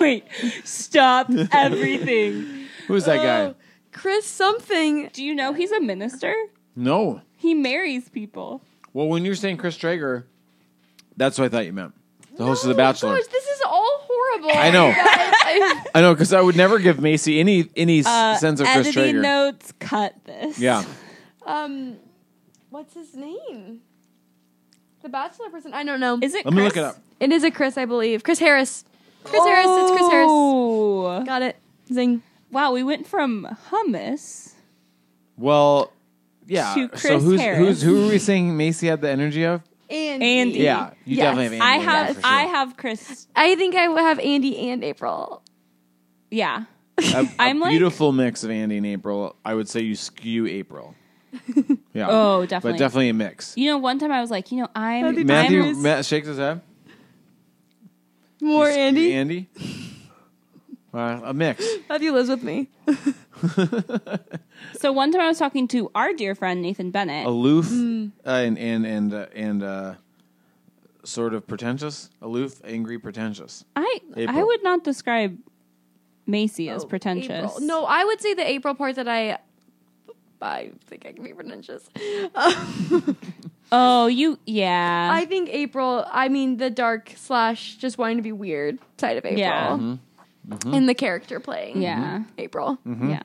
Wait, stop everything.
Who is that
Oh.
guy?
Chris something.
Do you know he's a minister?
No.
He marries people.
Well, when you're saying Chris Traeger, that's what I thought you meant. The host of The Bachelor.
Oh Gosh, this is all horrible.
I know.
You guys. I-
I know, because I would never give Macy any any s-
Uh,
sense of Chris
editing
Traeger.
notes, cut this.
Yeah.
um, what's his name? The Bachelor person. I don't know.
Is it
Let me
Chris?
look it up.
It is a Chris, I believe. Chris Harris. Chris Harris. It's Chris Harris.
Oh.
Got it. Zing.
Wow, we went from hummus.
Well, yeah.
To
so
Chris
who's,
Harris.
who's who are we saying Macy had the energy of?
Andy.
Andy.
Yeah, you
Yes.
definitely have Andy.
I
in
have
there for sure.
I have Chris.
I think I will have Andy and April.
Yeah.
a, a
I'm like-
beautiful mix of Andy and April. I would say you skew April. Yeah.
Oh, definitely.
But definitely a mix.
You know, one time I was like, you know, I'm
Matthew
I'm
Matt shakes his head.
More
You skew
Andy.
Andy. Uh, a mix.
Matthew lives with me.
so one time I was talking to our dear friend Nathan Bennett.
Aloof uh, and and and uh, and uh, sort of pretentious. Aloof, angry, pretentious.
I I
April.
would not describe Macy as pretentious.
Oh, April. No, I would say the April part that I. I think I can be pretentious. Um,
Oh, you yeah.
I think April. I mean the dark slash just wanting to be weird side of April.
Mm-hmm.
Yeah.
And the character playing.
Mm.
yeah.
April.
Yeah.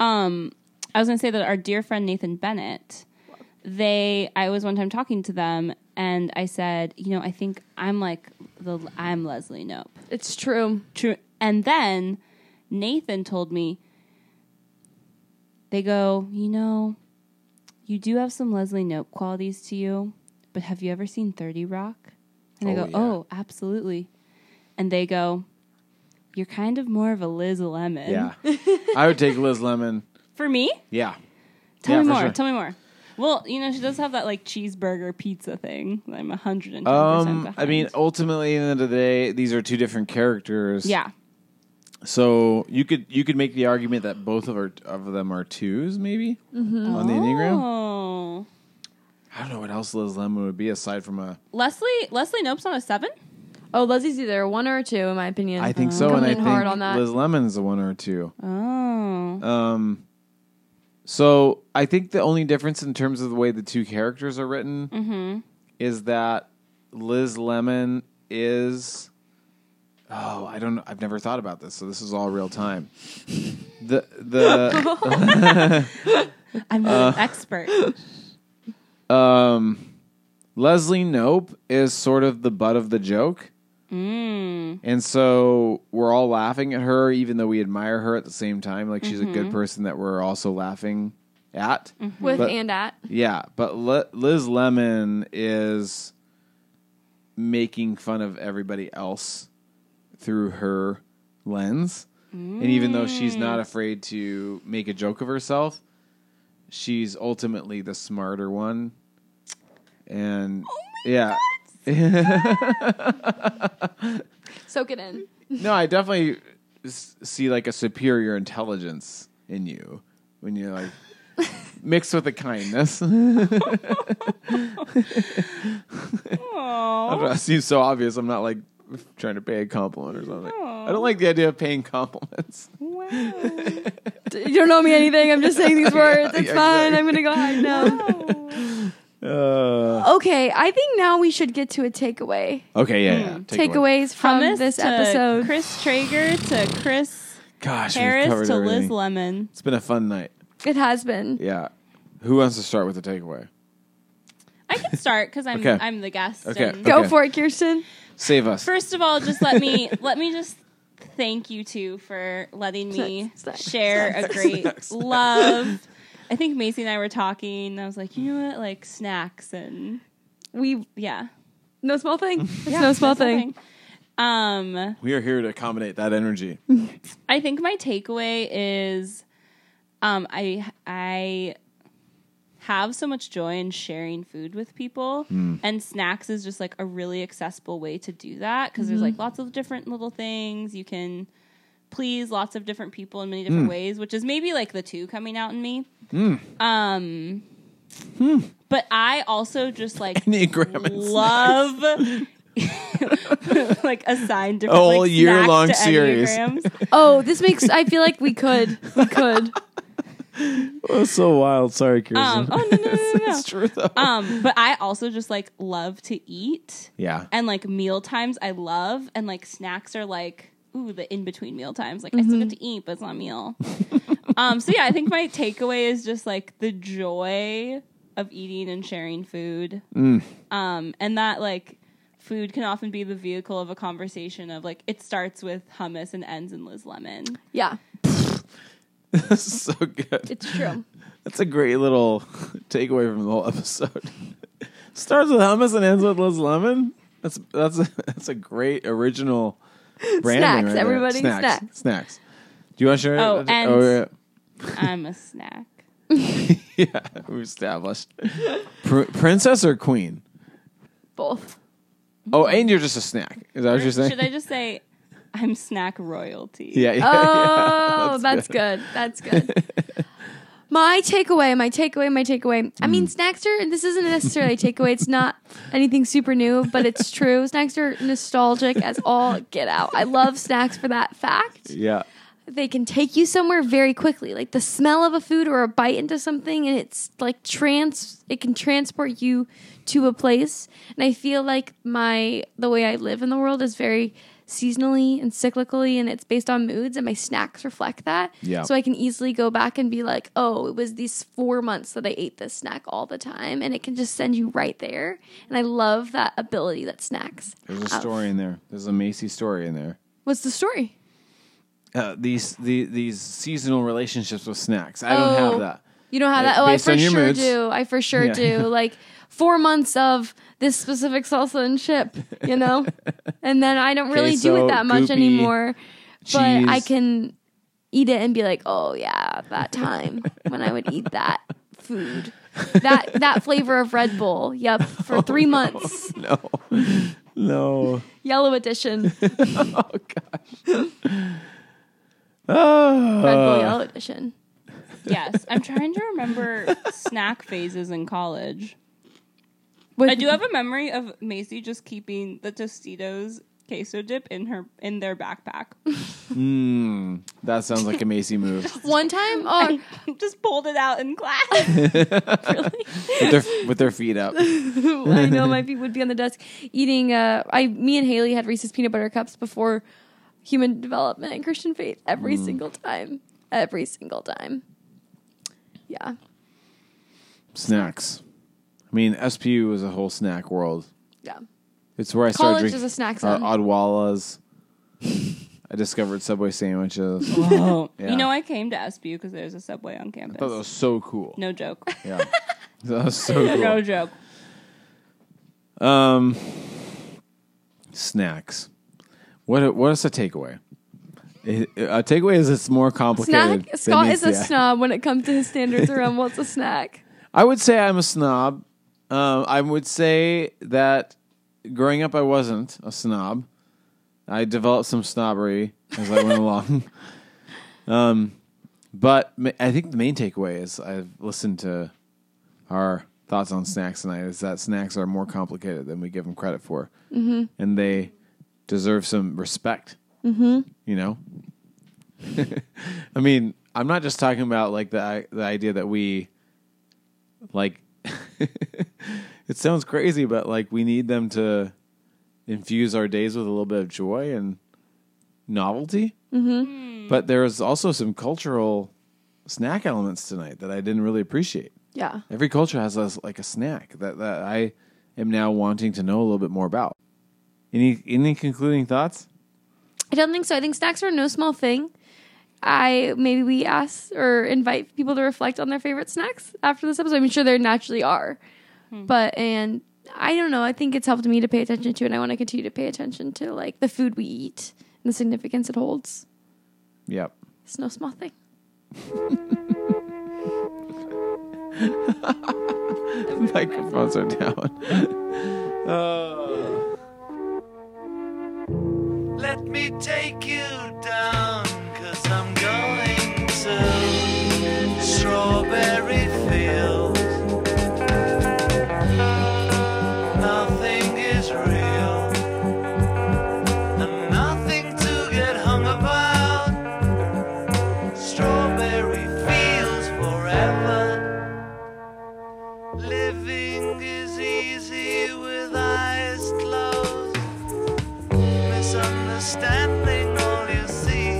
Um, I was going to say that our dear friend Nathan Bennett, they, I was one time talking to them, and I said, you know, I think I'm like the I'm Leslie Nope.
It's true.
True. And then Nathan told me, they go, you know, you do have some Leslie Nope qualities to you, but have you ever seen 30 Rock? And I
Oh,
go,
yeah.
oh, absolutely. And they go, you're kind of more of a Liz Lemon.
Yeah. I would take Liz Lemon.
For me?
Yeah.
Tell
Yeah,
me
for
more.
sure.
Tell me more. Well, you know, she does have that like cheeseburger pizza thing. that I'm 110%
Um,
behind.
I mean, oh, ultimately, at the end of the day, these are two different characters.
yeah.
So you could you could make the argument that both of our of them are twos, maybe
Mm-hmm.
on the enneagram.
Oh.
I don't know what else Liz Lemon would be aside from a.
Leslie Leslie Nope's on a seven?
Oh, Leslie's either a one or a two, in my opinion. Uh-huh.
I think so, and I
coming in
think
hard on that.
Liz Lemon's a one or a two.
Oh.
Um, so I think the only difference in terms of the way the two characters are written
Mm-hmm.
is that Liz Lemon is. Oh, I don't. know. I've never thought about this, so this is all real time. The the
I'm
Uh,
not an expert.
Leslie Nope is sort of the butt of the joke. And so we're all laughing at her, even though we admire her at the same time. Like she's a good person that we're also laughing at.
with
But-
and at.
Yeah, but Li- Liz Lemon is making fun of everybody else through her lens. And even though she's not afraid to make a joke of herself, she's ultimately the smarter one. And yeah.
Soak it in.
No, I definitely s- see like a superior intelligence in you when you're like mixed with a kindness. I
Oh.
don't know, it seems so obvious. I'm not like trying to pay a compliment or something. I don't like the idea of paying compliments.
Wow.
You don't know me anything. I'm just saying these words. It's
yeah,
fine.
exactly.
I'm gonna go hide now.
Uh,
okay, I think now we should get to a takeaway.
okay, yeah, yeah. Take away.
Takeaways from
Hummus
this
to
episode.
Chris Traeger to Chris
Gosh, we've covered
Harris to Liz
everything.
Lemon.
It's been a fun night.
It has been.
Yeah. Who wants to start with the takeaway?
I can start because I'm
Okay.
I'm the guest.
Okay.
and-
Go
Okay.
for it, Kirsten.
Save us.
First of all, just let me let me just thank you two for letting me
Snack, snack,
share a great love. I think Macy and I were talking. and I was like, you know what, like snacks and
We
yeah,
no small thing. It's no small thing.
Um,
we are here to accommodate that energy.
I think my takeaway is um, I I have so much joy in sharing food with people, and snacks is just like a really accessible way to do that because there's like lots of different little things you can please lots of different people in many different ways, which is maybe like the two coming out in me. Um, but I also just like
Enneagram and
love like assign different
A whole
like,
year-long
snacks to
series.
enneagrams.
Oh, this makes. I feel like we could. We could.
Oh, so wild. Sorry, Kirsten.
Um, oh no no no no, no.
it's true though.
um, but I also just like love to eat,
yeah.
and like meal times I love, and like snacks are like ooh the in between meal times. Like I still
Mm-hmm.
get to eat, but it's not a meal. um, so yeah, I think my takeaway is just like the joy of eating and sharing food,
Mm.
um, and that like food can often be the vehicle of a conversation of like it starts with hummus and ends in Liz Lemon.
Yeah,
This is so good.
it's true.
That's a great little takeaway from the whole episode. Starts with hummus and ends with Liz Lemon. That's that's a, that's a great original branding.
Snacks,
right there.
everybody,
snacks, snacks. Do you want to share?
Oh,
it?
and-
oh
I'm a snack.
yeah. yeah, we established Pr- princess or queen.
Both.
Oh, and you're just a snack. Is that what you're saying?
Should I just say I'm snack royalty?
yeah, yeah,
Oh, that's, good. That's good. My takeaway, my takeaway, my takeaway. I mean, snacks are, this isn't necessarily a takeaway. It's not anything super new, but it's true. Snacks are nostalgic as all get out. I love snacks for that fact.
yeah.
They can take you somewhere very quickly. Like the smell of a food or a bite into something, and it's like trans, it can transport you to a place. And I feel like my, the way I live in the world is very seasonally and cyclically and it's based on moods and my snacks reflect that.
Yeah.
So I can easily go back and be like, oh, it was these four months that I ate this snack all the time and it can just send you right there. And I love that ability that snacks.
There's a
have.
story in there. There's a Macy story in there.
What's the story?
Uh, these the, these seasonal relationships with snacks. I don't
Oh.
have that.
You don't have
Like,
that. Oh, I
based
for
on your
sure
moods.
do. I for sure
Yeah.
do. Like four months of this specific salsa and chip, you know, and then I don't really do
Queso,
it that much
goopy,
anymore. But I
cheese.
can eat it and be like, oh yeah, that time when I would eat that food, that that flavor of Red Bull. Yep, for three months,
Oh, No, no.
yellow edition,
Oh gosh. Oh.
Red Bull yellow edition.
Yes, I'm trying to remember snack phases in college.
With-
I do have a memory of Macy just keeping the Tostitos queso dip in her in their backpack.
Mm, that sounds like a Macy move.
one time. Oh,
just pulled it out in class.
with their with their feet up.
I know my feet would be on the desk eating. Uh, I, me and Haley had Reese's peanut butter cups before human development and Christian faith every single time, every single time. Yeah,
Snacks. I mean, SPU is a whole snack world.
yeah.
It's where I
College
started drinking
is a snack
our
zone.
Odwallas. I discovered Subway sandwiches. I Yeah.
You know, I came to SBU because there's a subway on campus.
thought that was so cool.
no joke.
Yeah, that was so cool.
no joke.
Um, snacks. What what is a takeaway? It- A takeaway is it's more complicated.
Snack.
than
Scott
meets
is a
the eye.
snob when it comes to his standards around what's a snack.
I would say I'm a snob. Um, I would say that growing up, I wasn't a snob. I developed some snobbery as I went along. Um, but ma- I think the main takeaway is I've listened to our thoughts on snacks tonight is that snacks are more complicated than we give them credit for, mm-hmm. and they deserve some respect. Mm-hmm. You know, I mean, I'm not just talking about like the the idea that we like it sounds crazy but like we need them to infuse our days with a little bit of joy and novelty mm-hmm. but there's also some cultural snack elements tonight that i didn't really appreciate
Yeah,
every culture has a, like a snack that, that i am now wanting to know a little bit more about any any concluding thoughts
I don't think so. I think snacks are no small thing. I maybe we ask or invite people to reflect on their favorite snacks after this episode. I'm sure there naturally are, but and I don't know. I think it's helped me to pay attention to, and I want to continue to pay attention to like the food we eat and the significance it holds.
yep
It's no small thing.
microphones are down Uh,
Let me take you down, cause I'm going to Strawberry Fields. Nothing is real, and nothing to get hung about. Strawberry Fields forever. Living is easy with eyes closed misunderstanding all you see.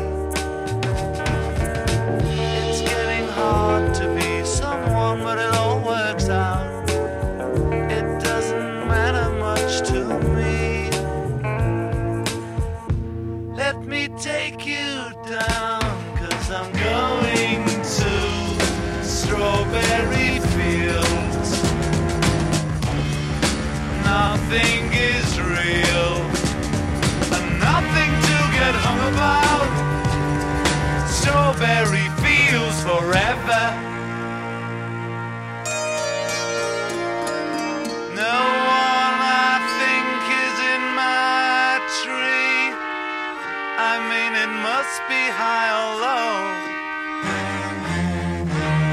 It's getting hard to be someone, but it all works out. It doesn't matter much to me. Let me take you down, cause I'm going to strawberry fields. Nothing is real and nothing to get hung about. Strawberry fields forever. No one I think is in my tree. I mean, it must be high or low.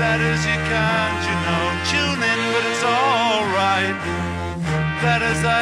That is, you can't, you know, tune in, but it's alright. That is, I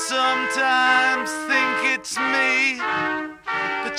sometimes think it's me, but